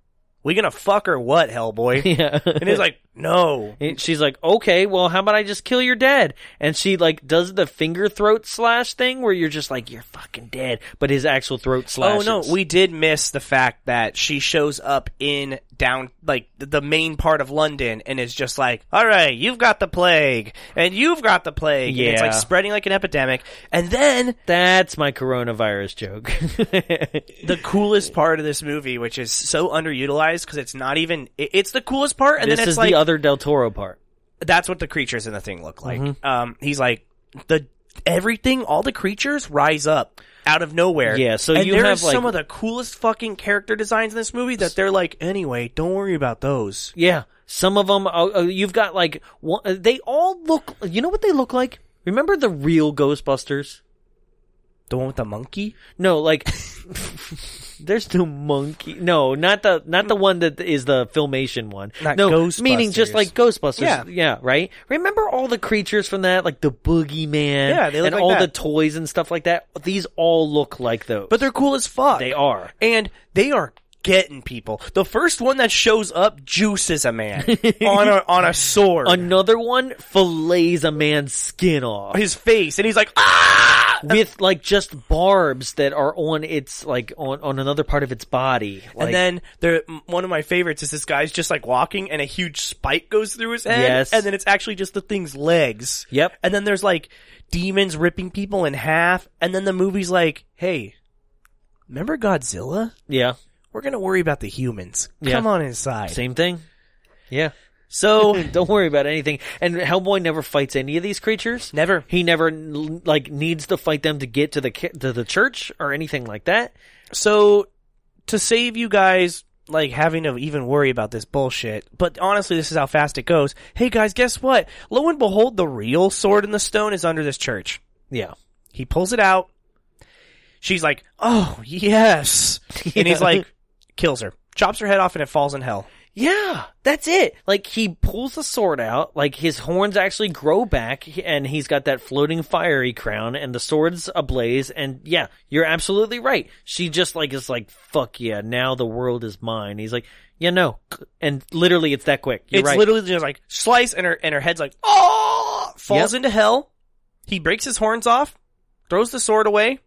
Speaker 1: we gonna fuck or what, Hellboy?"
Speaker 2: [laughs] Yeah.
Speaker 1: and he's like, "No."
Speaker 2: And she's like, okay, well, how about I just kill your dad? And she like does the finger throat slash thing where you're just like, you're fucking dead. But his actual throat
Speaker 1: Oh
Speaker 2: slashes.
Speaker 1: no, we did miss the fact that she shows up in down like th- the main part of London and is just like, "All right, you've got the plague, and you've got the plague." and it's like
Speaker 2: Yeah.
Speaker 1: spreading like an epidemic, and then
Speaker 2: That's my coronavirus joke. [laughs]
Speaker 1: the coolest part of this movie, which is so underutilized because it's not even. It, it's the coolest part, and
Speaker 2: this
Speaker 1: then it's
Speaker 2: is
Speaker 1: like
Speaker 2: the other Del Toro part.
Speaker 1: that's what the creatures in the thing look like.
Speaker 2: Mm-hmm.
Speaker 1: Um, he's like the everything, all the creatures rise up out of nowhere.
Speaker 2: Yeah, so
Speaker 1: And
Speaker 2: you
Speaker 1: there
Speaker 2: have,
Speaker 1: is
Speaker 2: like-
Speaker 1: some of the coolest fucking character designs in this movie that they're like, anyway, don't worry about those.
Speaker 2: Yeah. Some of them, uh, uh, you've got like, one, uh, they all look, you know what they look like? Remember the real Ghostbusters?
Speaker 1: The one with the monkey.
Speaker 2: No, like, there's no monkey. No, not the not the one that is the filmation one.
Speaker 1: Not
Speaker 2: no,
Speaker 1: Ghostbusters.
Speaker 2: meaning just like Ghostbusters.
Speaker 1: Yeah.
Speaker 2: right. Remember all the creatures from that, like the boogeyman.
Speaker 1: Yeah, they look
Speaker 2: and
Speaker 1: like
Speaker 2: all
Speaker 1: that.
Speaker 2: the toys and stuff like that. These all look like those,
Speaker 1: But they're cool as fuck.
Speaker 2: they are.
Speaker 1: and they are getting people. The first one that shows up juices a man
Speaker 2: [laughs]
Speaker 1: on a on a sword.
Speaker 2: Another one fillets a man's skin off
Speaker 1: his face and he's like ah
Speaker 2: with like just barbs that are on its like on on another part of its body. Like,
Speaker 1: and then there, m- one of my favorites is this guy's just like walking, and a huge spike goes through his head.
Speaker 2: Yes.
Speaker 1: and then it's actually just the thing's legs.
Speaker 2: Yep.
Speaker 1: And then there's like demons ripping people in half, and then the movie's like, "Hey, remember Godzilla?
Speaker 2: yeah,
Speaker 1: We're gonna worry about the humans.
Speaker 2: Yeah.
Speaker 1: Come on inside."
Speaker 2: same thing. Yeah. [laughs]
Speaker 1: So
Speaker 2: Don't worry about anything. And Hellboy never fights any of these creatures.
Speaker 1: Never.
Speaker 2: He never like needs to fight them to get to the ki- to the church or anything like that.
Speaker 1: So, to save you guys like having to even worry about this bullshit, but honestly, this is how fast it goes. Hey guys, guess what? Lo and behold, the real sword in the stone is under this church.
Speaker 2: Yeah.
Speaker 1: He pulls it out. She's like,
Speaker 2: [laughs]
Speaker 1: "Oh yes," and he's like, kills her, chops her head off, and it falls in hell.
Speaker 2: Yeah, that's it. Like he pulls the sword out, like his horns actually grow back and he's got that floating fiery crown and the sword's ablaze and yeah, you're absolutely right. She just like is like fuck yeah, now the world is mine. He's like, "Yeah, no." And literally it's that quick. You're
Speaker 1: it's
Speaker 2: right.
Speaker 1: literally just like slice, and her and her head's like oh, falls
Speaker 2: Yep.
Speaker 1: into hell. He breaks his horns off, throws the sword away.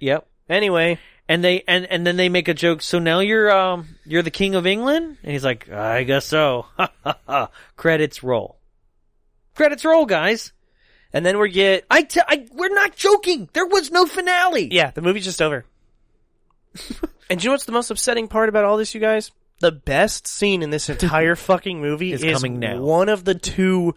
Speaker 2: Yep.
Speaker 1: Anyway,
Speaker 2: And they and and then they make a joke. So now you're um you're the king of England, and he's like, I guess so. [laughs] Credits roll. Credits roll, guys.
Speaker 1: and then we get
Speaker 2: I, t- I we're not joking. There was no finale.
Speaker 1: yeah, the movie's just over. [laughs] and do you know what's the most upsetting part about all this, you guys? The best scene in this entire fucking movie
Speaker 2: Is
Speaker 1: is,
Speaker 2: coming now.
Speaker 1: one of the two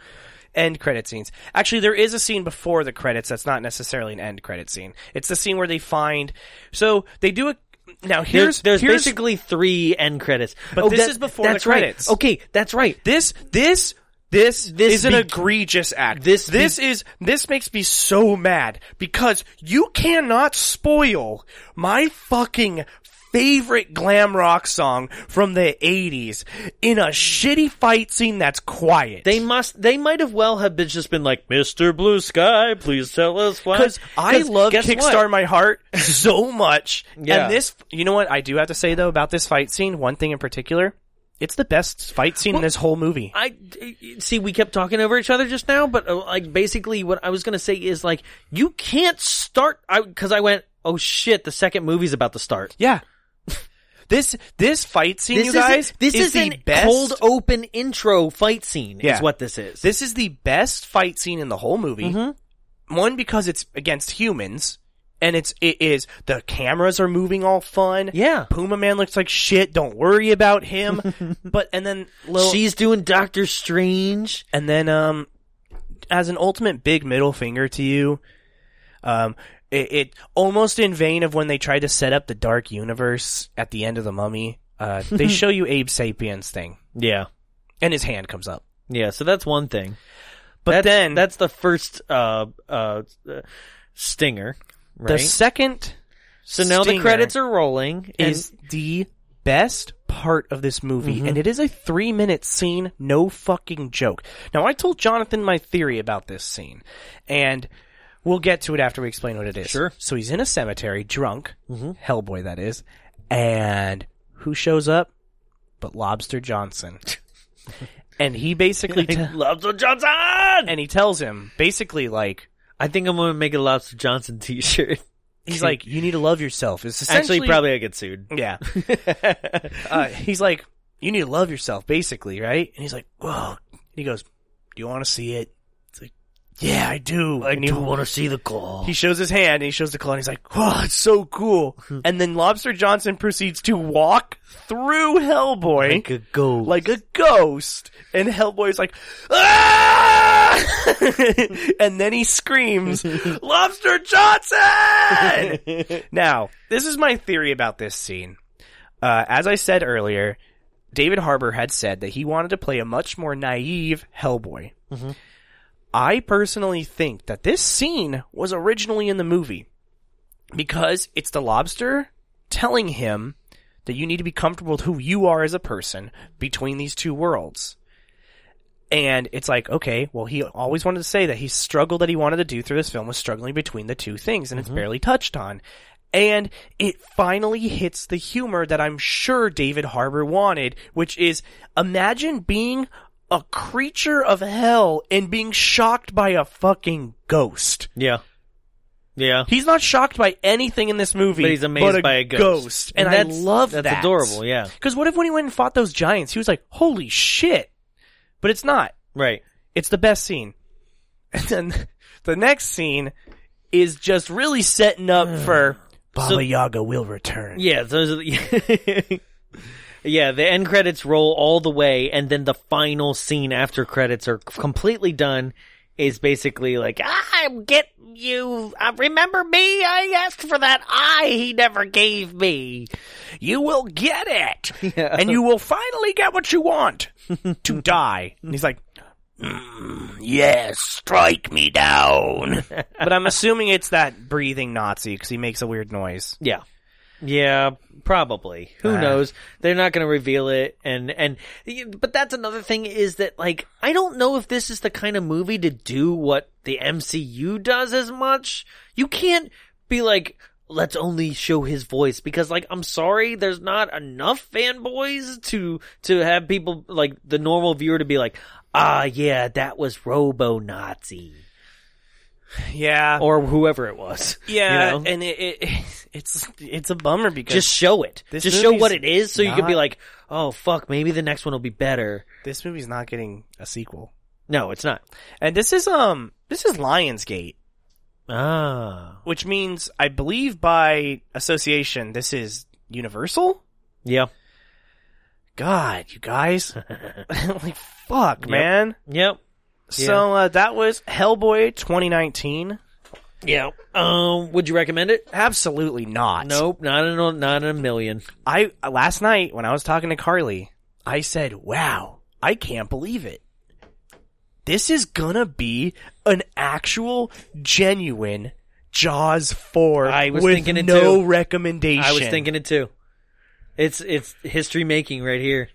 Speaker 1: end credit scenes. Actually, there is a scene before the credits that's not necessarily an end credit scene. It's the scene where they find. So they do a. Now here's
Speaker 2: There's, there's
Speaker 1: here's,
Speaker 2: basically three end credits.
Speaker 1: But
Speaker 2: Oh,
Speaker 1: this is before the
Speaker 2: that's right.
Speaker 1: credits.
Speaker 2: Okay, that's right.
Speaker 1: This this this
Speaker 2: This
Speaker 1: this is an
Speaker 2: be-
Speaker 1: egregious act.
Speaker 2: this be-
Speaker 1: this is this makes me so mad because you cannot spoil my fucking favorite glam rock song from the 80s in a shitty fight scene that's quiet.
Speaker 2: They must. They might have well have been just been like, Mister Blue Sky, please tell us why.
Speaker 1: because I love
Speaker 2: guess
Speaker 1: Kickstart
Speaker 2: what?
Speaker 1: My Heart [laughs] so much.
Speaker 2: Yeah.
Speaker 1: And this, you know what I do have to say though about this fight scene, one thing in particular, it's the best fight scene in this whole movie.
Speaker 2: I see. We kept talking over each other just now, but uh, like basically, what I was gonna say is like, you can't start. I because I went, oh shit, the second movie's about to start.
Speaker 1: Yeah. This this fight scene, you
Speaker 2: isn't-
Speaker 1: guys,
Speaker 2: this
Speaker 1: is
Speaker 2: an
Speaker 1: the best.
Speaker 2: cold open intro fight scene.
Speaker 1: Yeah.
Speaker 2: Is what this is.
Speaker 1: this is the best fight scene in the whole movie.
Speaker 2: Mm-hmm.
Speaker 1: One because it's against humans, and it's it is the cameras are moving all fun.
Speaker 2: Yeah.
Speaker 1: Puma Man looks like shit. Don't worry about
Speaker 2: [laughs]
Speaker 1: him. but and then Lil,
Speaker 2: She's doing Doctor Strange.
Speaker 1: and then um, as an ultimate big middle finger to you, um. It, it almost in vain of when they tried to set up the dark universe at the end of the mummy. Uh, [laughs] they show you Abe Sapiens thing,
Speaker 2: Yeah.
Speaker 1: and his hand comes up.
Speaker 2: Yeah, so that's one thing.
Speaker 1: But
Speaker 2: that's,
Speaker 1: then
Speaker 2: that's the first uh uh uh, stinger,
Speaker 1: the
Speaker 2: right?
Speaker 1: second
Speaker 2: so now the
Speaker 1: stinger
Speaker 2: credits are rolling and Mm-hmm.
Speaker 1: is the best part of this movie and it is a 3 minute scene, no fucking joke. Now I told Jonathan my theory about this scene and we'll get to it after we explain what it is.
Speaker 2: Sure. Mm-hmm.
Speaker 1: So he's in a cemetery drunk, Hellboy that is, and who shows up? But Lobster
Speaker 2: [laughs]
Speaker 1: Johnson. and he basically te-
Speaker 2: Lobster Johnson.
Speaker 1: and he tells him basically like
Speaker 2: I think I'm going to make a Lobster Johnson t-shirt.
Speaker 1: he's like you need to love yourself. It's essentially
Speaker 2: Actually, probably I get sued.
Speaker 1: [laughs] Yeah. uh, he's like, you need to love yourself, basically, right? And he's like, whoa. And he goes, do you want to see it? It's like, yeah, I do. I do want to see the claw. He shows his hand and he shows the claw and he's like, whoa, it's so [laughs] cool. and then Lobster Johnson proceeds to walk through Hellboy
Speaker 2: Like a ghost.
Speaker 1: like a ghost. And Hellboy's like, ah! [laughs] and then he screams, Lobster Johnson! now, this is my theory about this scene. Uh, as I said earlier, David Harbour had said that he wanted to play a much more naive Hellboy. I personally think that this scene was originally in the movie because it's the lobster telling him that you need to be comfortable with who you are as a person between these two worlds. And it's like, okay, well, he always wanted to say that he struggled that he wanted to do through this film was struggling between the two things, and it's barely touched on. And it finally hits the humor that I'm sure David Harbour wanted, which is imagine being a creature of hell and being shocked by a fucking ghost.
Speaker 2: yeah. Yeah.
Speaker 1: He's not shocked by anything in this movie,
Speaker 2: But he's amazed by a ghost.
Speaker 1: and,
Speaker 2: And that's-
Speaker 1: I love
Speaker 2: that's
Speaker 1: that.
Speaker 2: adorable, yeah.
Speaker 1: Because what if when he went and fought those giants, he was like, "Holy shit!" But it's not.
Speaker 2: Right.
Speaker 1: It's the best scene. [laughs] And then the next scene is just really setting [sighs] up for Baba
Speaker 2: So-
Speaker 1: Yaga will return.
Speaker 2: Yeah, those are the [laughs] Yeah, the end credits roll all the way and then the final scene after credits are completely done is basically like, "I get you. I remember me. I asked for that eye he never gave me."
Speaker 1: You will get
Speaker 2: [laughs]
Speaker 1: it, and you will finally get what you want to die. And he's like. "Mm, yes, strike me
Speaker 2: [laughs]
Speaker 1: down. but I'm assuming it's that breathing Nazi because he makes a weird noise.
Speaker 2: Yeah. Yeah, probably. Who
Speaker 1: Ah.
Speaker 2: knows? They're not going to reveal it, and and but that's another thing is that like I don't know if this is the kind of movie to do what the MCU does as much. You can't be like let's only show his voice because like I'm sorry, there's not enough fanboys to to have people like the normal viewer to be like ah yeah that was Robo Nazi
Speaker 1: Yeah.
Speaker 2: or whoever it was. [laughs]
Speaker 1: yeah,
Speaker 2: you know?
Speaker 1: and it, [laughs] it it's it's a bummer because
Speaker 2: Just show it.
Speaker 1: This
Speaker 2: Just show
Speaker 1: movie's
Speaker 2: what it is, so you can be
Speaker 1: not-
Speaker 2: like, "Oh fuck, maybe the next one will be better."
Speaker 1: this movie's not getting a sequel.
Speaker 2: No, it's not.
Speaker 1: And this is um this is Lionsgate,
Speaker 2: Ah,
Speaker 1: which means I believe by association this is Universal.
Speaker 2: yeah,
Speaker 1: God, you [laughs] guys, like fuck, man.
Speaker 2: yep,
Speaker 1: So uh, that was Hellboy 2019.
Speaker 2: yeah. Um, would you recommend it?
Speaker 1: Absolutely not.
Speaker 2: Nope, not in a, not in a million.
Speaker 1: I last night when I was talking to Carly, I said, "Wow, I can't believe it. This is gonna be an actual, genuine Jaws four
Speaker 2: I was
Speaker 1: with
Speaker 2: thinking it
Speaker 1: no
Speaker 2: too.
Speaker 1: recommendation.
Speaker 2: I was thinking it too. It's it's history making right here.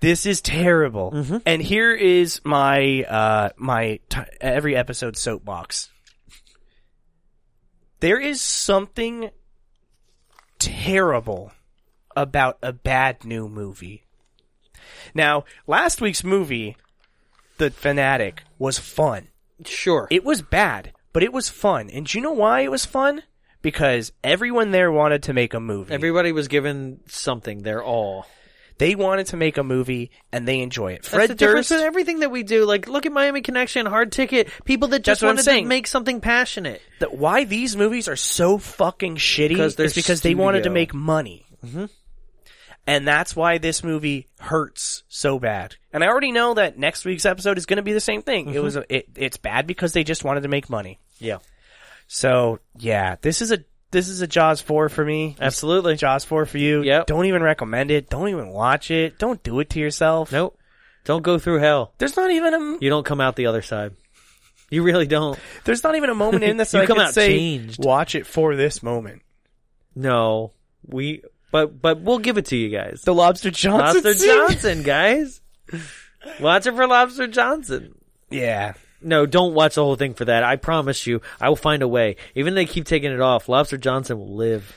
Speaker 1: this is terrible.
Speaker 2: Mm-hmm.
Speaker 1: And here is my uh my t- every episode soapbox. There is something terrible about a bad new movie. Now, last week's movie, The Fanatic, was fun.
Speaker 2: Sure.
Speaker 1: It was bad, but it was fun. And do you know why it was fun? Because everyone there wanted to make a movie.
Speaker 2: Everybody was given something. They're all.
Speaker 1: they wanted to make a movie, and they enjoy it.
Speaker 2: That's
Speaker 1: Fred
Speaker 2: the difference
Speaker 1: Durst.
Speaker 2: in everything that we do. Like, look at Miami Connection, Hard Ticket. People that
Speaker 1: That's
Speaker 2: just
Speaker 1: what I'm
Speaker 2: wanted to
Speaker 1: saying.
Speaker 2: make something passionate.
Speaker 1: that why these movies are so fucking shitty
Speaker 2: 'Cause they're
Speaker 1: is because they wanted to
Speaker 2: studio. Mm-hmm.
Speaker 1: make money. And that's why this movie hurts so bad. And I already know that next week's episode is going to be the same thing. It was a, it, it's bad because they just wanted to make money.
Speaker 2: Mm-hmm. Yeah,
Speaker 1: So yeah, this is a this is a Jaws four for me.
Speaker 2: absolutely.
Speaker 1: Jaws four for you.
Speaker 2: Yep.
Speaker 1: Don't even recommend it. Don't even watch it. Don't do it to yourself.
Speaker 2: Nope. Don't go through hell.
Speaker 1: There's not even a
Speaker 2: You don't come out the other side. You really don't.
Speaker 1: there's not even a moment in this that
Speaker 2: [laughs] You
Speaker 1: I
Speaker 2: come
Speaker 1: could
Speaker 2: out
Speaker 1: say
Speaker 2: changed.
Speaker 1: watch it for this moment.
Speaker 2: No, we. But but we'll give it to you guys.
Speaker 1: The Lobster Johnson.
Speaker 2: Lobster
Speaker 1: scene.
Speaker 2: Johnson, guys. Watch it for Lobster Johnson.
Speaker 1: Yeah.
Speaker 2: No, don't watch the whole thing for that. I promise you, I will find a way. Even if they keep taking it off, Lobster Johnson will live.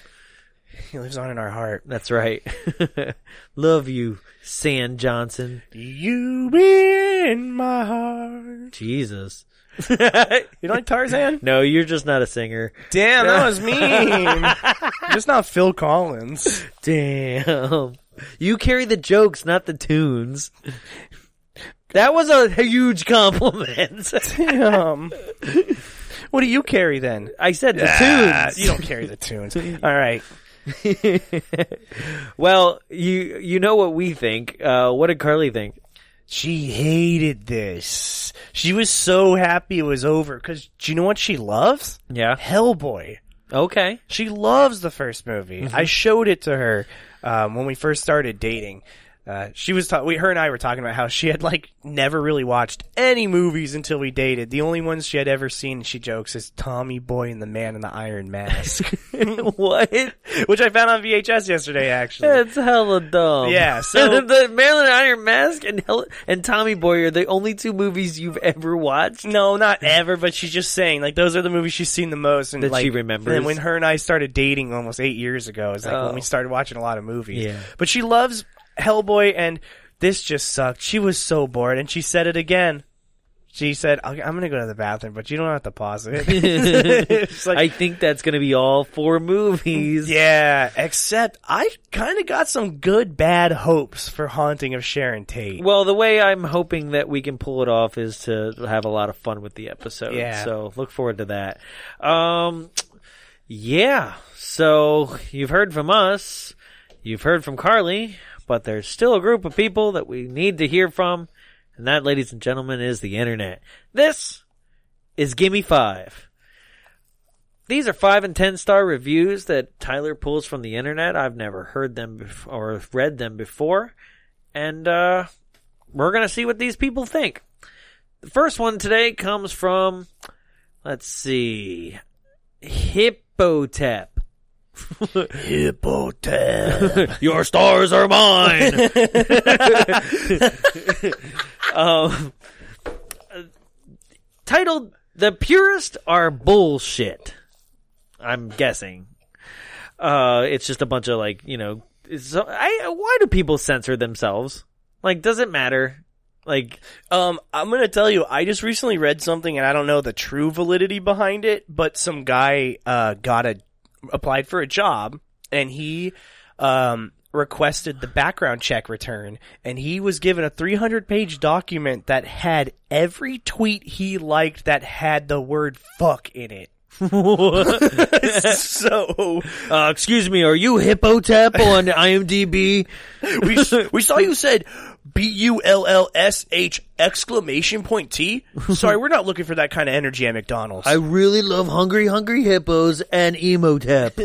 Speaker 1: He lives on in our heart.
Speaker 2: That's right. [laughs] Love you, Sand Johnson.
Speaker 1: You in my heart.
Speaker 2: Jesus.
Speaker 1: [laughs] You don't like Tarzan?
Speaker 2: [laughs] no, you're just not a singer.
Speaker 1: [laughs] Damn, that [laughs] was mean. Just not Phil Collins.
Speaker 2: Damn. You carry the jokes, not the tunes. That was a
Speaker 1: [laughs]
Speaker 2: huge compliment.
Speaker 1: Damn. What do you carry then?
Speaker 2: I said the tunes.
Speaker 1: Uh, You don't carry the tunes. [laughs] All right.
Speaker 2: Well, you you know what we think. Uh, what did Carly think?
Speaker 1: She hated this. She was so happy it was over because do you know what she loves?
Speaker 2: Yeah.
Speaker 1: Hellboy.
Speaker 2: Okay.
Speaker 1: She loves the first movie. I showed it to her um, when we first started dating. Uh, she was ta- we her and I were talking about how she had like never really watched any movies until we dated. The only ones she had ever seen, she jokes, is Tommy Boy and the Man in the Iron Mask,
Speaker 2: what?
Speaker 1: [laughs] which I found on VHS yesterday. Actually,
Speaker 2: That's hella dumb. [laughs]
Speaker 1: Yeah, so-
Speaker 2: the Marilyn Iron Mask and Hell- and Tommy Boy are the only two movies you've ever watched. [laughs]
Speaker 1: no, not ever. But she's just saying like those are the movies she's seen the most and
Speaker 2: That
Speaker 1: like,
Speaker 2: she remembers.
Speaker 1: And when her and I started dating almost eight years ago, is like
Speaker 2: Oh.
Speaker 1: when we started watching a lot of movies.
Speaker 2: Yeah.
Speaker 1: But she loves Hellboy, and this just sucked. She was so bored, and she said it again. She said, "Okay, "I'm going to go to the bathroom, but you don't have to pause it."
Speaker 2: [laughs]
Speaker 1: It's like,
Speaker 2: I think that's going to be all four movies.
Speaker 1: yeah, except I kind of got some good bad hopes for Haunting of Sharon Tate.
Speaker 2: Well, the way I'm hoping that we can pull it off is to have a lot of fun with the episode.
Speaker 1: Yeah.
Speaker 2: So look forward to that. Um, yeah. So you've heard from us. You've heard from Carly, but there's still a group of people that we need to hear from. And that, ladies and gentlemen, is the internet. This is Gimme Five. These are five and ten star reviews that Tyler pulls from the internet. I've never heard them bef- or read them before, and uh, we're gonna see what these people think. The first one today comes from, let's see, Hippotep
Speaker 1: Hippo tab.
Speaker 2: [laughs] Your stars are mine. [laughs] um, titled "The Purists Are Bullshit." I'm guessing. Uh, it's just a bunch of like you know. So I why do people censor themselves? Like, does it matter? Like,
Speaker 1: Um, I'm gonna tell you, I just recently read something, and I don't know the true validity behind it, but some guy uh got a applied for a job, and he um requested the background check return, and he was given a 300 page document that had every tweet he liked that had the word "fuck" in it. so
Speaker 2: uh, excuse me, are you Hippotep
Speaker 1: [laughs]
Speaker 2: on IMDb?
Speaker 1: we we saw Oh, you said B U L L S H exclamation point T. Sorry, we're not looking for that kind of energy at McDonald's.
Speaker 2: I really love Hungry Hungry Hippos
Speaker 1: [laughs]
Speaker 2: and Emotep.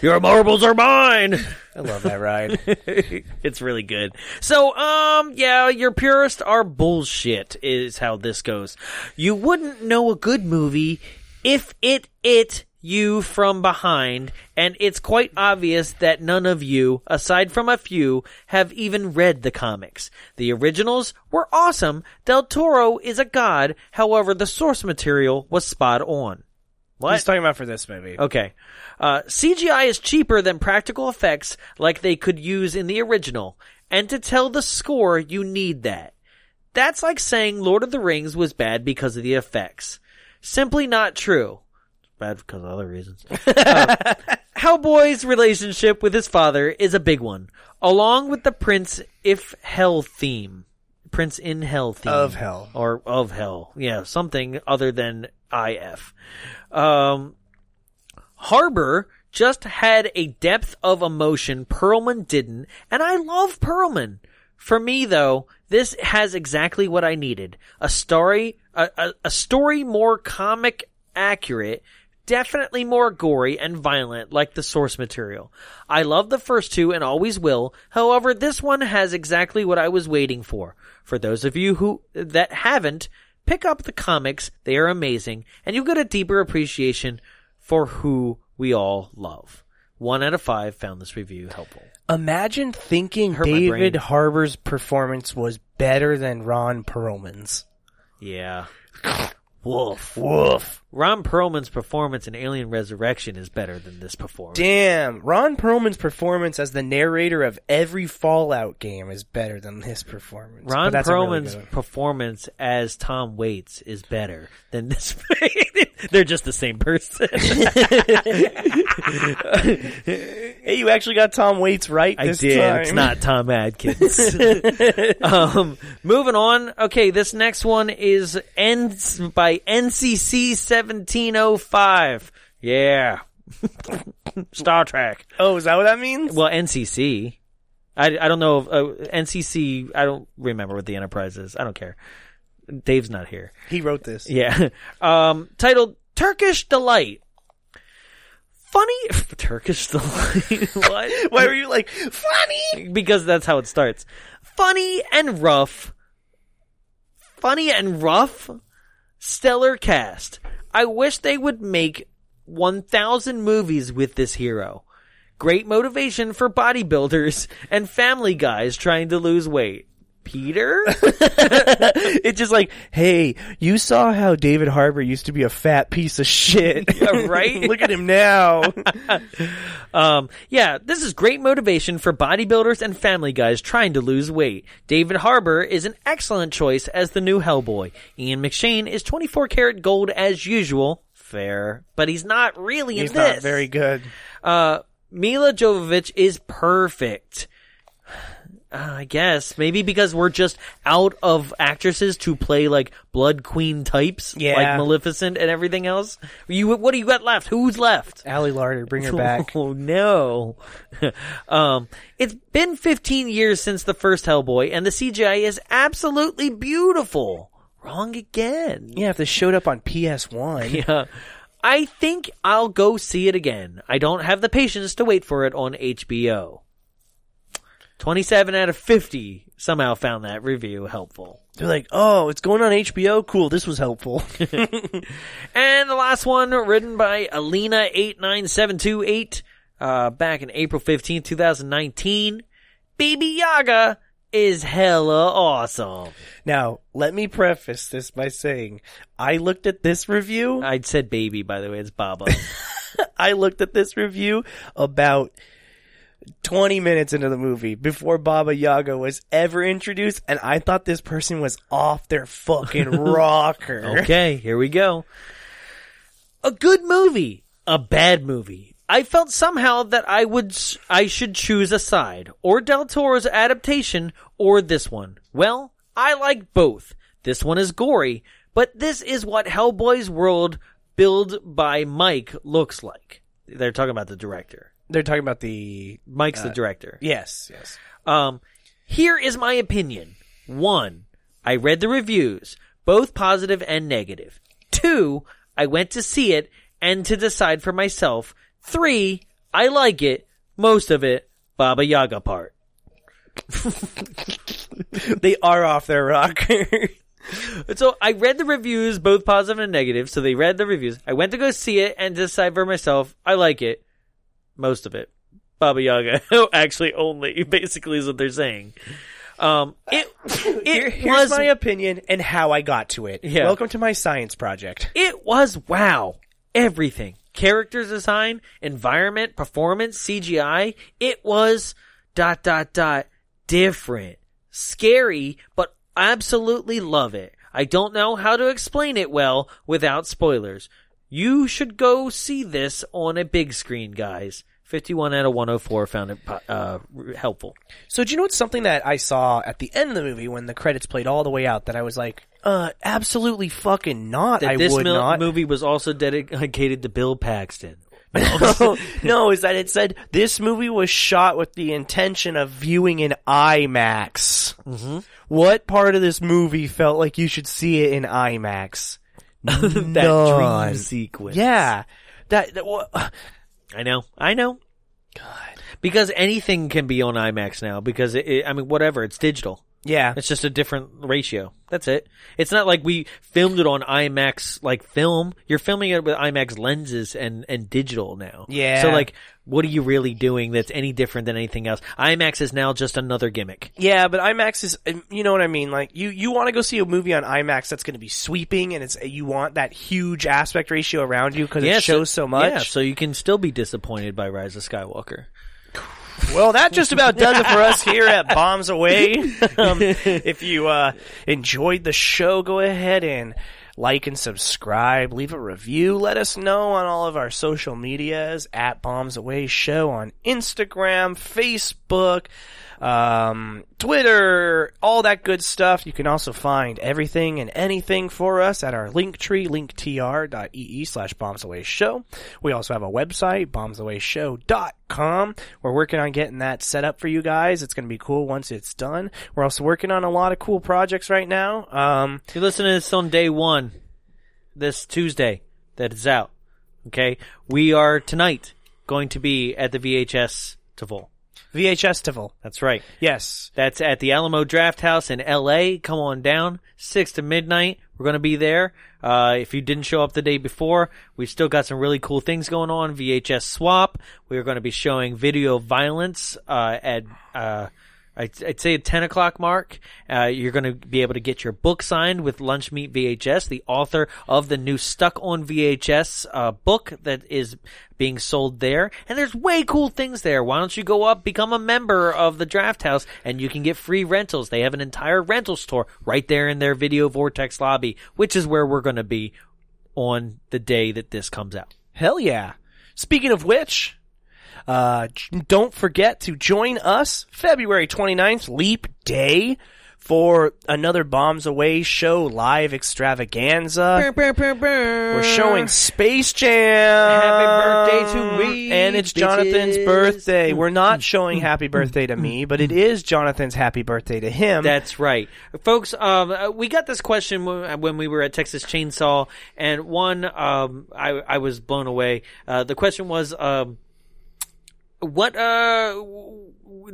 Speaker 2: [laughs] Your marbles are mine.
Speaker 1: I love that ride.
Speaker 2: [laughs] it's really good. So, um, yeah, your purists are bullshit is how this goes. You wouldn't know a good movie if it it you from behind, and it's quite obvious that none of you, aside from a few, have even read the comics. The originals were awesome. Del Toro is a god. However, the source material was spot on.
Speaker 1: He's talking about for this movie.
Speaker 2: Okay. Uh, CGI is cheaper than practical effects like they could use in the original. And to tell the score, you need that. That's like saying Lord of the Rings was bad because of the effects. Simply not true. Bad because of other reasons. [laughs] Uh, Hellboy's relationship with his father is a big one, along with the Prince if Hell theme. Prince in Hell theme.
Speaker 1: Of Hell.
Speaker 2: Or of Hell. Yeah, something other than IF. Um, Harbor just had a depth of emotion Perlman didn't, and I love Perlman. For me, though, this has exactly what I needed. A story, a, a, a story more comic accurate, definitely more gory and violent like the source material. I love the first two and always will. However, this one has exactly what I was waiting for. For those of you who, that haven't, pick up the comics. They are amazing and you'll get a deeper appreciation for who we all love. One out of five found this review helpful.
Speaker 1: Imagine thinking
Speaker 2: Hurt my
Speaker 1: David
Speaker 2: brain.
Speaker 1: Harbour's performance was better than Ron Perlman's.
Speaker 2: Yeah.
Speaker 1: [laughs] Woof. Woof.
Speaker 2: Ron Perlman's performance in Alien Resurrection is better than this performance.
Speaker 1: Damn. Ron Perlman's performance as the narrator of every Fallout game is better than his performance. But
Speaker 2: Ron
Speaker 1: that's a really good
Speaker 2: Perlman's
Speaker 1: one.
Speaker 2: performance as Tom Waits is better than this. [laughs] They're just the
Speaker 1: [laughs]
Speaker 2: same person.
Speaker 1: Hey, you actually got Tom Waits right
Speaker 2: I
Speaker 1: this
Speaker 2: did.
Speaker 1: time.
Speaker 2: It's not Tom Adkins. um, moving on. Okay, this next one is N- by NCC seventeen oh five. Yeah, [laughs] Star Trek.
Speaker 1: [laughs] Oh, is that what that means?
Speaker 2: Well, NCC. I, I don't know. If, uh, NCC. I don't remember what the Enterprise is. I don't care. Dave's not here.
Speaker 1: He wrote this.
Speaker 2: Yeah. [laughs] Um, titled Turkish Delight. Funny [laughs] Turkish Delight. [laughs]
Speaker 1: [laughs]
Speaker 2: what?
Speaker 1: Why were you like funny?
Speaker 2: Because that's how it starts. Funny and rough. Funny and rough. Stellar cast. I wish they would make 1,000 movies with this hero. Great motivation for bodybuilders and family guys trying to lose weight.
Speaker 1: [laughs]
Speaker 2: Peter? [laughs]
Speaker 1: It's just like, hey, you saw how David Harbour used to be a fat piece of shit,
Speaker 2: [laughs] Yeah,
Speaker 1: [laughs]
Speaker 2: right?
Speaker 1: Look at him
Speaker 2: [laughs]
Speaker 1: now.
Speaker 2: Um, yeah, this is great motivation for bodybuilders and family guys trying to lose weight. David Harbour is an excellent choice as the new Hellboy. Ian McShane is 24 karat gold as usual. Fair. But he's not really
Speaker 1: He's
Speaker 2: in this.
Speaker 1: not very good.
Speaker 2: Uh, Mila Jovovich is perfect. [sighs] Uh, I guess maybe because we're just out of actresses to play like blood queen types,
Speaker 1: Yeah.
Speaker 2: like Maleficent and everything else. You, what do you got left? Who's left?
Speaker 1: Allie Larder, bring
Speaker 2: [laughs]
Speaker 1: her back.
Speaker 2: Oh no. [laughs] um, it's been 15 years since the first Hellboy, and the CGI is absolutely beautiful. Wrong again.
Speaker 1: yeah, if this showed up on PS One,
Speaker 2: Yeah. [laughs] I think I'll go see it again. I don't have the patience to wait for it on HBO. 27 out of 50 somehow found that review helpful.
Speaker 1: They're like, oh, it's going on HBO. Cool. This was
Speaker 2: [laughs]
Speaker 1: helpful.
Speaker 2: And the last one, written by Alina89728, uh, back in April 15, 2019. Baby Yaga is hella awesome.
Speaker 1: now, let me preface this by saying I looked at this review.
Speaker 2: I said baby, by the way, it's Baba.
Speaker 1: I looked at this review about 20 minutes into the movie before Baba Yaga was ever introduced, and I thought this person was off their
Speaker 2: [laughs]
Speaker 1: fucking rocker.
Speaker 2: okay, here we go. A good movie, a bad movie. I felt somehow that I would s- I should choose a side, or Del Toro's adaptation or this one. Well, I like both. This one is gory, but this is what Hellboy's world build by Mike looks like. They're talking about the director.
Speaker 1: They're talking about the.
Speaker 2: Mike's the director.
Speaker 1: Yes, yes.
Speaker 2: Um, here is my opinion. One, I read the reviews, both positive and negative. Two, I went to see it and to decide for myself. Three, I like it, most of it, Baba Yaga part. [laughs]
Speaker 1: They are off their rocker.
Speaker 2: So I read the reviews, both positive and negative. So they read the reviews. I went to go see it and decide for myself. I like it, most of it. Baba Yaga, [laughs] actually, only [laughs] basically is what they're saying. Um, it
Speaker 1: [coughs]
Speaker 2: it
Speaker 1: Here- here's
Speaker 2: was
Speaker 1: my opinion and how I got to it.
Speaker 2: Yeah.
Speaker 1: Welcome to my science project.
Speaker 2: It was wow. Everything. Characters design, environment, performance, CGI. It was dot dot dot different. Scary, but absolutely love it. I don't know how to explain it well without spoilers. You should go see this on a big screen, guys. 51 out of 104 found it po- uh, r- helpful.
Speaker 1: So do you know what's something that I saw at the end of the movie when the credits played all the way out that I was like, uh, absolutely fucking not.
Speaker 2: That
Speaker 1: I
Speaker 2: this
Speaker 1: would
Speaker 2: mil-
Speaker 1: not.
Speaker 2: movie was also dedicated to
Speaker 1: [laughs]
Speaker 2: Bill Paxton. [laughs]
Speaker 1: no, [laughs] no, is that it said this movie was shot with the intention of viewing in IMAX. Mm-hmm. What part of this movie felt like you should see it in [laughs] IMAX?
Speaker 2: That
Speaker 1: None.
Speaker 2: dream sequence.
Speaker 1: Yeah, that, that wha-
Speaker 2: [sighs] I know. I know. God. Because anything can be on IMAX now because it, it, I mean whatever, it's digital.
Speaker 1: yeah.
Speaker 2: It's just a different ratio. That's it. It's not like we filmed it on IMAX like film. You're filming it with IMAX lenses and and digital now.
Speaker 1: Yeah.
Speaker 2: So like what are you really doing that's any different than anything else? IMAX is now just another gimmick.
Speaker 1: Yeah, but IMAX is, um, you know what I mean? Like, you, you want to go see a movie on IMAX that's going to be sweeping and it's, uh, you want that huge aspect ratio around you because
Speaker 2: Yeah,
Speaker 1: it shows so much.
Speaker 2: Yeah, so you can still be disappointed by Rise of Skywalker.
Speaker 1: Well, that just about does it for us here at Bombs Away. Um, if you uh, enjoyed the show, go ahead and like and subscribe, leave a review, let us know on all of our social medias at Bombs Away Show on Instagram, Facebook, um, Twitter, all that good stuff. You can also find everything and anything for us at our link tree, linktr.ee slash bombs away show. We also have a website, bombsawayshow.com. We're working on getting that set up for you guys. It's going to be cool once it's done. We're also working on a lot of cool projects right now. Um,
Speaker 2: If you listen to this on day one, this Tuesday that is out, okay, we are tonight going to be at the VHS Tivol.
Speaker 1: VHS Tival.
Speaker 2: That's right.
Speaker 1: Yes.
Speaker 2: That's at the Alamo Draft House in LA. Come on down, 6 to midnight. We're going to be there. Uh, if you didn't show up the day before, we've still got some really cool things going on. VHS swap. We're going to be showing video violence uh, at. Uh, I'd, I'd say at 10 o'clock mark, uh, you're going to be able to get your book signed with Lunch Meat VHS, the author of the new Stuck on VHS uh, book that is being sold there. And there's way cool things there. Why don't you go up, become a member of the Draft House, and you can get free rentals. They have an entire rental store right there in their Video Vortex lobby, which is where we're going to be on the day that this comes out.
Speaker 1: Hell yeah. Speaking of which, uh, j- don't forget to join us February 29th, Leap Day, for another Bombs Away show live extravaganza. We're showing Space Jam.
Speaker 2: Happy birthday to me,
Speaker 1: And it's Jonathan's
Speaker 2: bitches.
Speaker 1: birthday. We're
Speaker 2: [laughs]
Speaker 1: not showing happy birthday to me, but it is Jonathan's happy birthday to him.
Speaker 2: That's right, folks. Um, uh, we got this question when uh, when we were at Texas Chainsaw, and one um, I, I was blown away. Uh, the question was, um, what uh,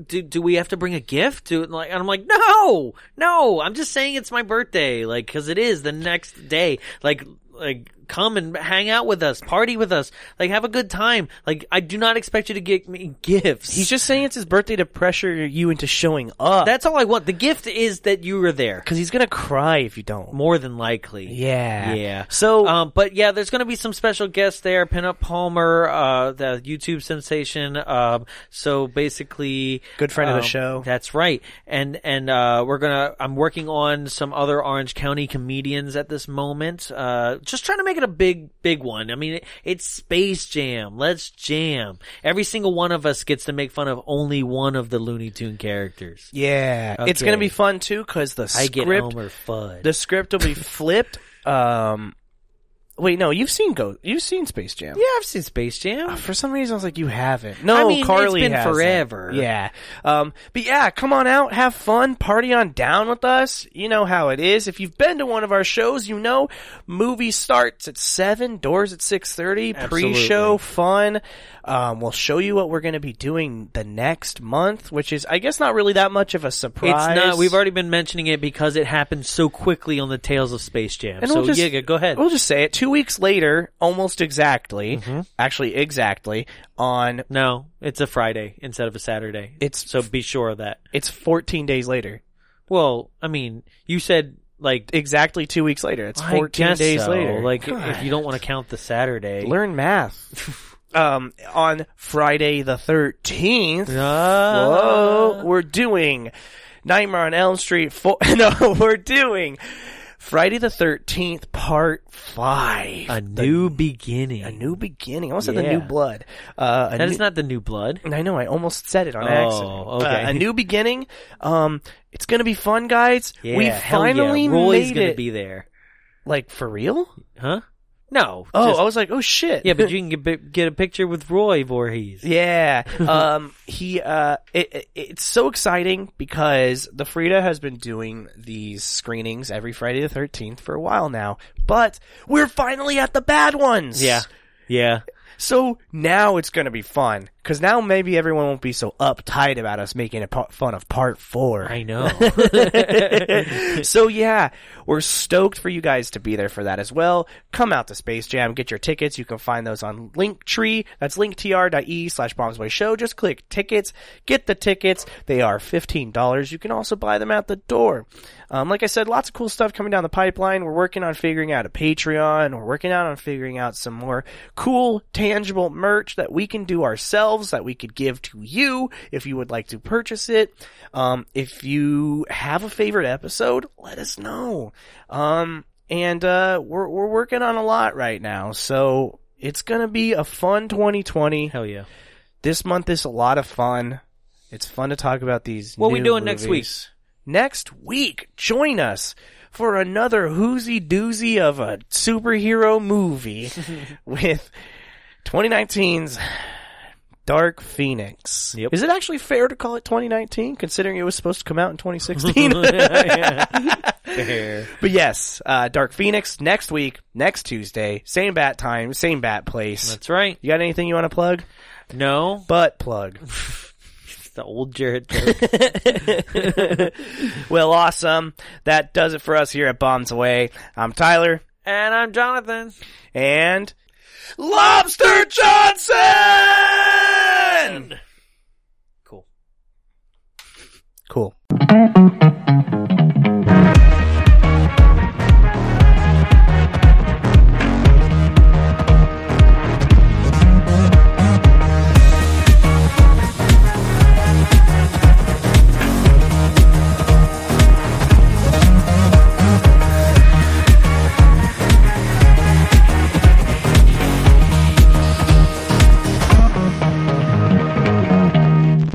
Speaker 2: do do we have to bring a gift to like and I'm like no no I'm just saying it's my birthday like cuz it is the next day like like come and hang out with us party with us like have a good time like I do not expect you to get me gifts
Speaker 1: He's just saying it's his birthday to pressure you into showing up.
Speaker 2: that's all I want the gift is that you were there
Speaker 1: because he's gonna cry if you don't.
Speaker 2: more than likely
Speaker 1: Yeah,
Speaker 2: Yeah.
Speaker 1: So
Speaker 2: Um, but yeah, there's going to be some special guests there. Pinup Palmer, uh, the YouTube sensation. Um, so basically,
Speaker 1: Good friend of the
Speaker 2: um,
Speaker 1: show.
Speaker 2: That's right. And and uh, we're gonna. I'm working on some other Orange County comedians at this moment. Uh, just trying to make it a big big one. I mean, it, it's Space Jam. Let's jam. Every single one of us gets to make fun of only one of the Looney Tune characters.
Speaker 1: yeah, it's
Speaker 2: Okay.
Speaker 1: gonna be fun too because the
Speaker 2: I get
Speaker 1: script
Speaker 2: Homer Fudd.
Speaker 1: the script will be flipped. Um, wait, no, you've seen Go, you've seen Space Jam.
Speaker 2: yeah, I've seen Space Jam.
Speaker 1: For some reason, I was like, "You haven't." No,
Speaker 2: I mean, it's
Speaker 1: Carly
Speaker 2: been
Speaker 1: hasn't.
Speaker 2: forever.
Speaker 1: Yeah, um, but yeah, come on out, have fun, party on down with us. You know how it is. If you've been to one of our shows, you know movie starts at seven, doors at six thirty. Pre-show fun. Um, we'll show you what we're going to be doing the next month, which is, I guess, not really that much of a surprise.
Speaker 2: It's not. We've already been mentioning it because it happened so quickly on the Tales of Space Jam. so
Speaker 1: we'll just-
Speaker 2: yeah, go ahead.
Speaker 1: We'll just say it. Two weeks later, almost exactly,
Speaker 2: Mm-hmm.
Speaker 1: actually exactly, on
Speaker 2: no, it's a Friday instead of a Saturday.
Speaker 1: It's-
Speaker 2: so be sure of that.
Speaker 1: it's 14 days later.
Speaker 2: Well, I mean, you said like
Speaker 1: Exactly two weeks later. It's
Speaker 2: I
Speaker 1: 14
Speaker 2: guess
Speaker 1: days
Speaker 2: so.
Speaker 1: later.
Speaker 2: Like
Speaker 1: God.
Speaker 2: if you don't want to count the Saturday,
Speaker 1: learn math. [laughs] um, on Friday the 13th,
Speaker 2: Ah.
Speaker 1: whoa, we're doing Nightmare on Elm Street. Four, [laughs] no, we're doing Friday the 13th, part five.
Speaker 2: a new beginning.
Speaker 1: a new beginning. I almost said the
Speaker 2: Yeah.
Speaker 1: new blood. Uh, a
Speaker 2: That
Speaker 1: new-
Speaker 2: is not the new blood.
Speaker 1: I know. I almost said it on
Speaker 2: Oh,
Speaker 1: accident.
Speaker 2: okay.
Speaker 1: Uh, a new beginning. Um, it's gonna be fun, guys.
Speaker 2: Yeah,
Speaker 1: we
Speaker 2: hell
Speaker 1: finally
Speaker 2: yeah. Roy's
Speaker 1: made
Speaker 2: gonna
Speaker 1: it.
Speaker 2: be there,
Speaker 1: like for real?
Speaker 2: huh? No.
Speaker 1: Oh,
Speaker 2: just-
Speaker 1: I was like, oh shit.
Speaker 2: yeah, but you can get get a picture with Roy Voorhees.
Speaker 1: [laughs] Yeah.
Speaker 2: [laughs]
Speaker 1: Um, he, uh, it, it, it's so exciting because the Frida has been doing these screenings every Friday the 13th for a while now, but we're finally at the bad ones.
Speaker 2: yeah, yeah.
Speaker 1: So now it's going to be fun because now maybe everyone won't be so uptight about us making a pa- fun of part four.
Speaker 2: I know.
Speaker 1: [laughs] so yeah, we're stoked for you guys to be there for that as well. Come out to Space Jam, get your tickets. You can find those on Linktree. That's linktr.e slash bombsboy show. Just click tickets, get the tickets. They are $15. You can also buy them at the door. Um, like I said, lots of cool stuff coming down the pipeline. We're working on figuring out a Patreon. We're working out on figuring out some more cool, tangible merch that we can do ourselves that we could give to you if you would like to purchase it. Um, if you have a favorite episode, let us know. Um, and, uh, we're, we're working on a lot right now. So it's going to be a fun 2020.
Speaker 2: [laughs] Hell yeah.
Speaker 1: This month is a lot of fun. It's fun to talk about these.
Speaker 2: What we
Speaker 1: new
Speaker 2: doing next week?
Speaker 1: movies. Next week, join us for another hoozy doozy of a superhero
Speaker 2: [laughs]
Speaker 1: movie with 2019's Dark Phoenix.
Speaker 2: Yep.
Speaker 1: Is it actually fair to call it 2019, considering it was supposed to come out in
Speaker 2: [laughs]
Speaker 1: 2016? [laughs]
Speaker 2: Fair.
Speaker 1: But yes, uh, Dark Phoenix next week, next Tuesday, same bat time, same bat place.
Speaker 2: That's right.
Speaker 1: You got anything you want to plug?
Speaker 2: No,
Speaker 1: Butt plug.
Speaker 2: [laughs] the old Jared joke.
Speaker 1: [laughs]
Speaker 2: [laughs]
Speaker 1: Well, awesome. That does it for us here at Bombs Away. I'm Tyler
Speaker 2: and I'm Jonathan.
Speaker 1: and Lobster Johnson.
Speaker 2: Cool.
Speaker 1: Cool.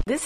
Speaker 9: This